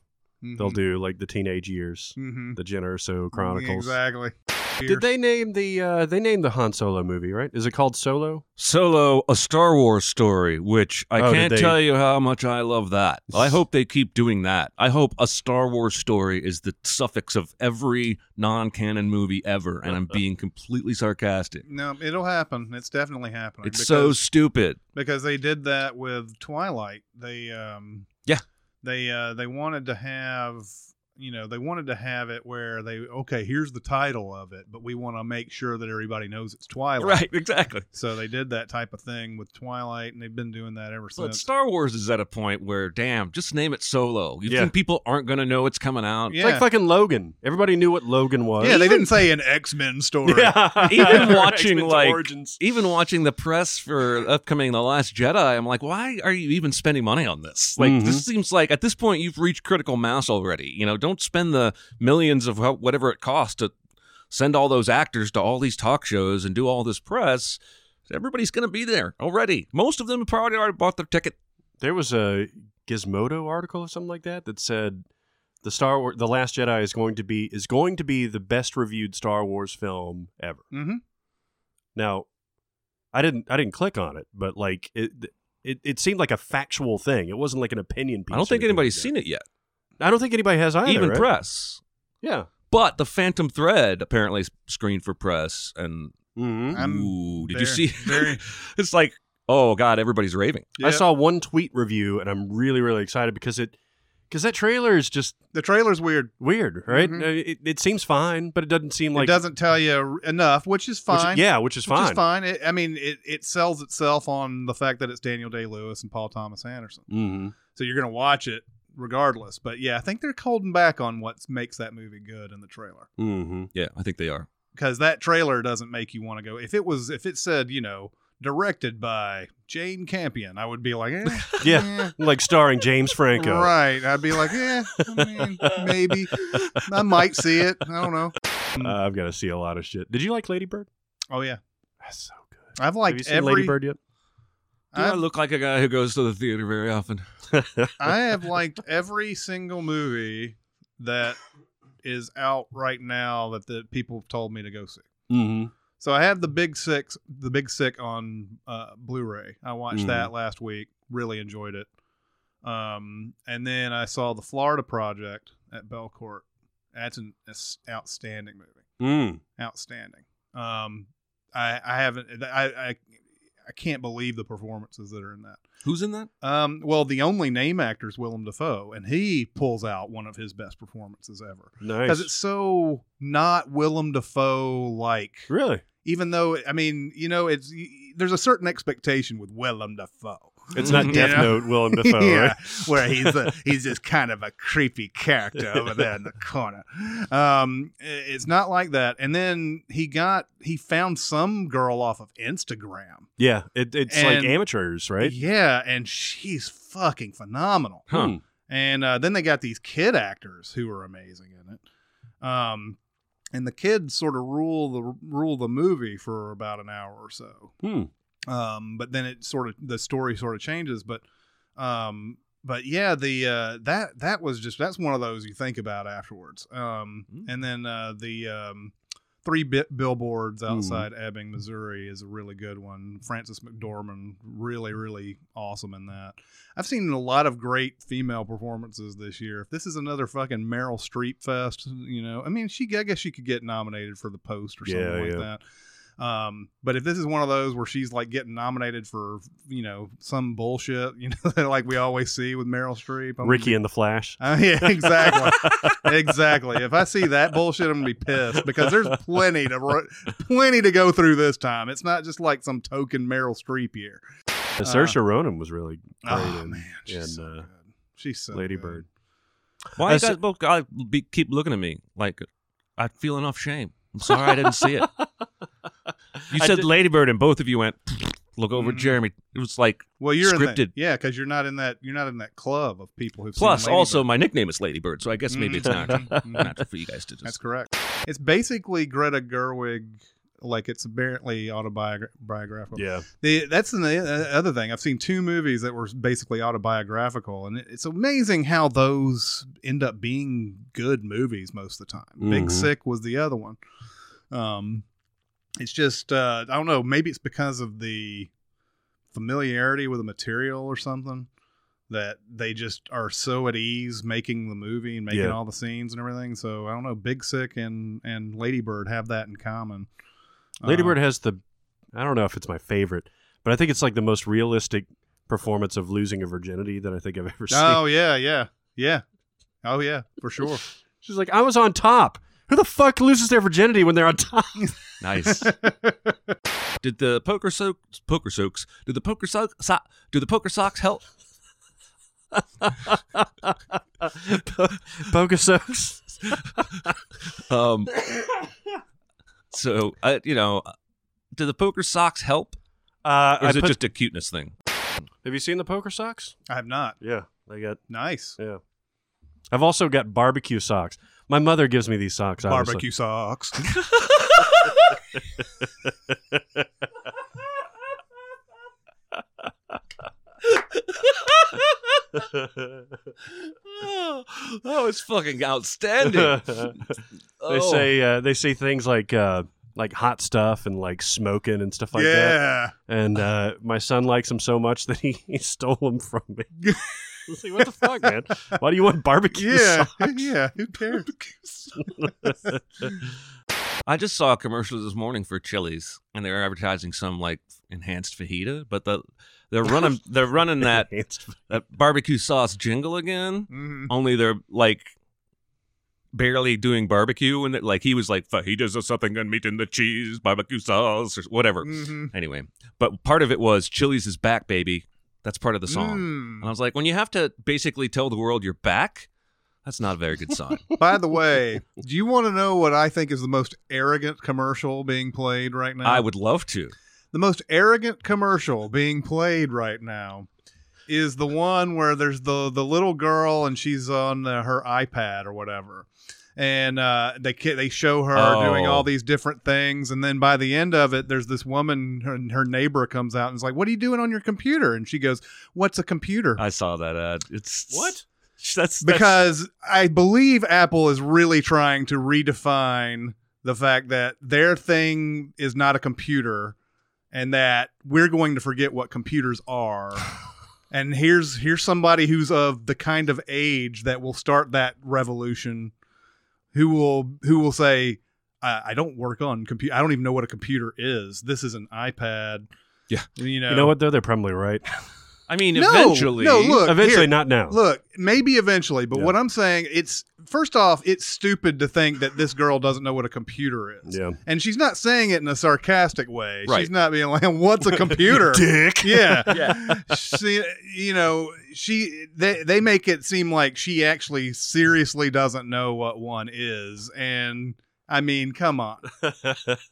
S2: They'll do like the teenage years,
S4: mm-hmm.
S2: the Jen Erso Chronicles.
S4: Exactly.
S2: Did they name the uh they named the Han Solo movie, right? Is it called Solo?
S1: Solo, a Star Wars story, which I
S2: Oh, did
S1: can't
S2: they-
S1: tell you how much I love that. I hope they keep doing that. I hope a Star Wars story is the suffix of every non-canon movie ever, and I'm being completely sarcastic.
S4: No, it'll happen. It's definitely happening.
S1: It's so
S4: because-
S1: stupid.
S4: because they did that with Twilight. They um
S1: Yeah.
S4: They uh they wanted to have you know, they wanted to have it where they okay, here's the title of it, but we want to make sure that everybody knows it's Twilight.
S1: Right, exactly.
S4: So they did that type of thing with Twilight and they've been doing that ever
S1: But
S4: since.
S1: Star Wars is at a point where, damn, just name it Solo. You
S2: Yeah.
S1: think people aren't going to know it's coming out?
S4: Yeah.
S2: It's like fucking Logan. Everybody knew what Logan was.
S4: yeah, they didn't say an X-Men story.
S2: Yeah.
S1: Even watching,
S2: X-Men's
S1: like-
S2: Origins.
S1: Even watching the press for upcoming The Last Jedi, I'm like, why are you even spending money on this? Like,
S2: Mhm.
S1: this seems like at this point you've reached critical mass already. You know, don't spend the millions of how, whatever it costs to send all those actors to all these talk shows and do all this press, everybody's going to be there already. Most of them have probably already bought their ticket.
S2: There was a Gizmodo article or something like that that said the Star Wars, the Last Jedi is going to be is going to be the best reviewed Star Wars film ever.
S4: Mm-hmm.
S2: Now, I didn't I didn't click on it, but like it it, it seemed like a factual thing. It wasn't like an opinion piece.
S1: I don't think anybody's seen it yet,
S2: I don't think anybody has either.
S1: even
S2: right?
S1: press.
S2: Yeah.
S1: But the Phantom Thread apparently s- screened for press, and
S2: Mm-hmm.
S4: I'm
S1: ooh, did you
S4: very-
S1: see?
S4: very-
S1: it's like, oh god, everybody's raving.
S4: Yeah.
S2: I saw one tweet review, and I'm really really excited because it because that trailer is just
S4: the trailer's weird.
S2: weird, right?
S4: Mhm.
S2: Uh, It, it seems fine, but it doesn't seem like
S4: it doesn't tell you enough, which is
S2: which-
S4: fine.
S2: yeah, which is
S4: Which
S2: fine.
S4: is fine. It, I mean, it, it sells itself on the fact that it's Daniel Day Lewis and Paul Thomas Anderson.
S2: Mm-hmm.
S4: So you're going to watch it regardless. But yeah, I think they're holding back on what makes that movie good in the trailer
S2: Mm-hmm.
S1: Yeah, I think they are.
S4: because that trailer doesn't make you want to go. If it was, if it said, you know, directed by Jane Campion, I would be like, eh,
S2: Yeah.
S4: eh,
S2: Like starring James Franco.
S4: Right. I'd be like, yeah, I mean, maybe. I might see it. I don't know.
S2: Uh, I've got to see a lot of shit. Did you like Lady Bird?
S4: Oh, yeah.
S2: That's so good.
S4: I've
S2: Have you
S4: liked
S2: seen
S4: every.
S2: Lady Bird yet?
S1: Do I look like a guy who goes to the theater very often?
S4: I have liked every single movie that is out right now that the people have told me to go see.
S2: Mm-hmm.
S4: So I have the Big Six, the Big Sick on uh, Blu-ray. I watched
S2: Mhm.
S4: that last week. Really enjoyed it. Um, and then I saw the Florida Project at Belcourt. That's an that's outstanding movie.
S2: Mm.
S4: outstanding. Um, I I haven't I I I can't believe the performances that are in that.
S1: Who's in that?
S4: Um, well, the only name actor is Willem Dafoe, and he pulls out one of his best performances ever
S2: Nice.
S4: because it's so not Willem Dafoe like.
S2: really.
S4: Even though I mean, you know, it's y- y- there's a certain expectation with Willem Dafoe.
S2: It's not Death
S4: Mm-hmm. Yeah.
S2: Note Willem Dafoe. right?
S4: yeah, where he's uh, a, he's just kind of a creepy character over there in the corner. Um, i- it's not like that. And then he got he found some girl off of Instagram.
S2: Yeah. It, it's like
S4: And-
S2: amateurs, right?
S4: Yeah, and she's fucking phenomenal.
S1: Huh.
S2: Hmm.
S4: And uh, then they got these kid actors who are amazing in it. Um, and the kids sort of rule the rule the movie for about an hour or so.
S2: Hmm.
S4: um but then it sort of the story sort of changes but um but yeah the uh that that was just that's one of those you think about afterwards um
S1: Mm.
S4: and then uh the um three bit billboards
S2: Mhm.
S4: outside ebbing missouri is a really good one frances mcdormand really really awesome in that i've seen a lot of great female performances this year if this is another fucking meryl streep fest you know i mean she i guess she could get nominated for the post or something
S2: Yeah,
S4: like
S2: yeah.
S4: that um, but if this is one of those where she's like getting nominated for you know some bullshit, you know, that, like we always see with Meryl Streep, I'm
S2: Ricky and the Flash.
S4: Uh, yeah, exactly, exactly. If I see that bullshit, I'm gonna be pissed because there's plenty to ru- plenty to go through this time. It's not just like some token Meryl Streep year.
S2: And Saoirse Ronan was really great
S4: Uh, Oh
S2: in,
S4: man, she's
S2: in,
S4: so
S2: uh,
S4: good. She's so
S2: Lady
S4: good.
S2: Bird.
S1: Why you
S2: Uh, so-
S1: guys both guys be, keep looking at me like I feel enough shame? I'm sorry I didn't see it. You
S2: I
S1: said
S2: did-
S1: Ladybird, and both of you went look over
S2: Mm.
S1: at
S4: Mhm.
S1: Jeremy. It was like
S4: Well, you're In
S1: Scripted.
S4: that, yeah, because you're not in that you're not in that club of people who've seen
S1: plus
S4: Lady
S1: also
S4: Bird.
S1: my nickname is Ladybird, so I guess maybe it's
S4: Mhm.
S1: natural,
S2: Mm.
S4: Mhm.
S1: natural for you guys to
S4: That's
S1: just.
S4: correct. It's basically Greta Gerwig, like it's apparently autobiographical.
S2: Yeah.
S4: The, that's the uh, other thing. I've seen two movies that were basically autobiographical, and it- it's amazing how those end up being good movies most of the time.
S2: Mhm.
S4: Big Sick was the other one. Um, it's just uh, I don't know. Maybe it's because of the familiarity with the material or something that they just are so at ease making the movie and making
S2: Yeah.
S4: all the scenes and everything. So I don't know. Big Sick and and Lady Bird have that in common.
S2: Lady
S4: Uh,
S2: Bird has the I don't know if it's my favorite, but I think it's like the most realistic performance of losing a virginity that I think I've ever seen.
S4: Oh yeah, yeah, yeah. Oh yeah, for sure.
S2: She's like, I was on top. Who the fuck loses their virginity when they're on top?
S1: Nice. did the poker soaks poker soaks did the poker soaks so, do the poker socks help?
S2: Bogusos.
S1: Um, so I, you know, uh, do the poker socks help,
S2: Uh,
S1: or
S2: I
S1: is it
S2: put-
S1: just a cuteness thing?
S2: have you seen the poker socks?
S4: I have not.
S2: Yeah, they got
S4: Nice.
S2: yeah. I've also got barbecue socks. My mother gives me these socks. obviously.
S4: Barbecue socks.
S1: oh, that was fucking outstanding. Oh.
S2: they
S4: Oh.
S2: say uh, they say things like uh, like hot stuff and like smoking and stuff like that.
S4: yeah.
S2: And uh, my son likes them so much that he, he stole them from me. It's like, what the fuck, man? Why do you want barbecue
S4: Yeah.
S2: sauce?
S4: Yeah. Who cares?
S1: I just saw a commercial this morning for Chili's, and they're advertising some like enhanced fajita, but the they're running they're running that,
S2: It's-
S1: that barbecue sauce jingle again.
S4: Mhm.
S1: Only they're like barely doing barbecue, and it- like he was like fajitas or something and meat in the cheese, barbecue sauce or whatever.
S4: Mhm.
S1: Anyway, but part of it was Chili's is back, baby. That's part of the song.
S4: Mm.
S1: And I was like, when you have to basically tell the world you're back, that's not a very good sign.
S4: Mm. By the way, do you want to know what I think is the most arrogant commercial being played right now?
S1: I would love to.
S4: the most arrogant commercial being played right now is the one where there's the the little girl and she's on the, her iPad or whatever. And uh, they ki- they show her
S1: Oh.
S4: doing all these different things, and then by the end of it, there's this woman her- and her neighbor comes out and is like, "What are you doing on your computer?" And she goes, "What's a computer?"
S1: I saw that ad. It's
S2: What?
S1: That's, that's
S4: because I believe Apple is really trying to redefine the fact that their thing is not a computer and that we're going to forget what computers are. and here's here's somebody who's of the kind of age that will start that revolution who will who will say I, I don't work on computer. I don't even know what a computer is. This is an iPad.
S1: Yeah.
S4: You know.
S2: you know what though? They're probably right.
S1: I mean,
S4: No,
S1: eventually.
S4: no, look,
S2: Eventually,
S4: here.
S2: not now.
S4: Look, maybe eventually, but
S2: Yeah.
S4: what I'm saying, it's first off, it's stupid to think that this girl doesn't know what a computer is.
S2: Yeah.
S4: And she's not saying it in a sarcastic way.
S1: Right.
S4: She's not being like, "What's a computer?"
S2: Dick.
S4: yeah. She, you know, she they they make it seem like she actually seriously doesn't know what one is, and I mean, come on,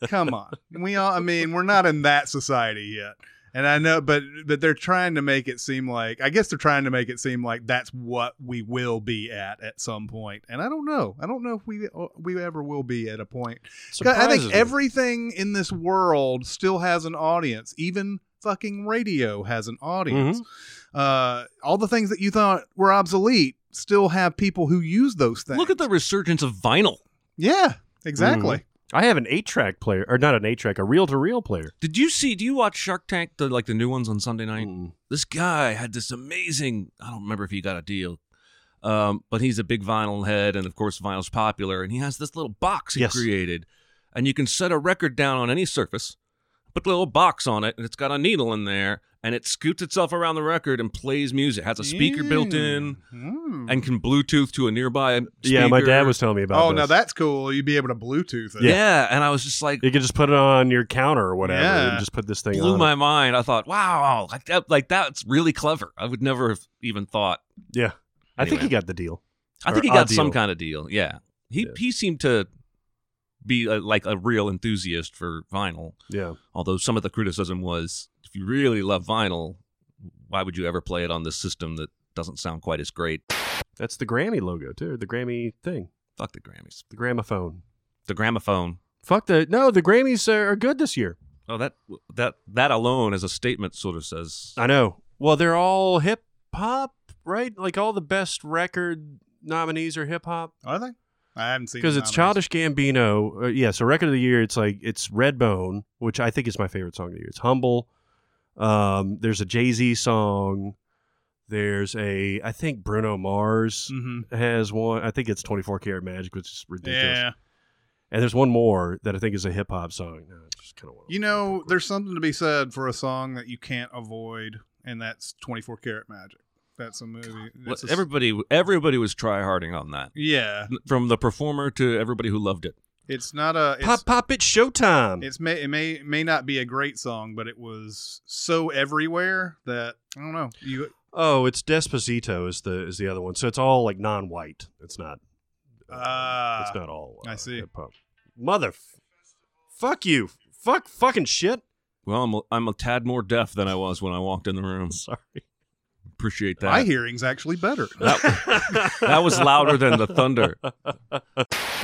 S4: come on. We all, I mean, we're not in that society yet. And I know, but but they're trying to make it seem like I guess they're trying to make it seem like that's what we will be at at some point. And I don't know. I don't know if we uh, we ever will be at a point God, I
S2: Surprises
S4: think
S2: me.
S4: everything in this world still has an audience. Even fucking radio has an audience.
S1: Mm-hmm.
S4: Uh, all the things that you thought were obsolete still have people who use those things.
S1: Look at the Mm-hmm. resurgence of vinyl.
S4: yeah, exactly.
S2: I have an eight track player, or not an eight track, a reel to reel player.
S1: Did you see? Do you watch Shark Tank? The like the new ones on Sunday night.
S2: Mm.
S1: This guy had this amazing. I don't remember if he got a deal, um, but he's a big vinyl head, and of course vinyl's popular. And he has this little box he
S2: Yes.
S1: created, and you can set a record down on any surface, put the little box on it, and it's got a needle in there, and it scoots itself around the record and plays music. Has a speaker built in
S4: Mm.
S1: and can Bluetooth to a nearby. Speaker.
S2: Yeah, my dad was telling me about.
S4: oh,
S2: this.
S4: now that's cool. You'd be able to Bluetooth it.
S1: Yeah. and I was just like,
S2: you could just put it on your counter or whatever,
S4: Yeah.
S2: and just put this thing
S1: blew
S2: on.
S1: my mind. I thought, wow, like that, like that's really clever. I would never have even thought.
S2: Yeah, I think
S1: Anyway.
S2: he got the deal.
S1: I
S2: Or
S1: think he
S2: a
S1: got some
S2: deal.
S1: kind of deal. Yeah, he
S2: Yeah.
S1: he seemed to be a, like a real enthusiast for vinyl.
S2: Yeah,
S1: Although some of the criticism was, if you really love vinyl, why would you ever play it on this system that doesn't sound quite as great?
S2: that's the Grammy logo too. The Grammy thing,
S1: Fuck the Grammys,
S2: the gramophone.
S1: the gramophone.
S2: Fuck the no. The Grammys are, are good this year.
S1: Oh, that that that alone as a statement sort of says.
S2: I know. Well, they're all hip hop, right? Like all the best record nominees are hip hop
S4: Are they? I haven't seen
S2: because
S4: the
S2: it's
S4: nominees.
S2: Childish Gambino. Uh, yeah, so record of the year. It's like it's Redbone, which I think is my favorite song of the year. It's humble. Um, there's a Jay Z song. There's a I think Bruno Mars
S4: Mhm.
S2: has one. I think it's 24 Karat Magic, which is ridiculous.
S4: Yeah.
S2: And there's one more that I think is a hip hop song. No, it's just kind of
S4: You know, there's something to be said for a song that you can't avoid, and that's 24 Karat Magic. That's a movie.
S1: Well,
S4: That's a s-
S1: everybody everybody was tryharding on that.
S4: yeah.
S1: from the performer to everybody who loved it.
S4: It's not a. It's,
S2: pop pop it's showtime.
S4: It's may it may may not be a great song, but it was so everywhere that I don't know. You
S2: oh, it's Despacito is the is the other one. So it's all like non-white. It's not.
S4: Ah,
S2: it's not all. Uh,
S4: I see.
S2: Hip hop. Mother, f- fuck you. Fuck fucking shit.
S1: Well, I'm a, I'm a tad more deaf than I was when I walked in the room.
S2: Sorry.
S1: appreciate that.
S4: My hearing's actually better.
S1: That was louder than the thunder.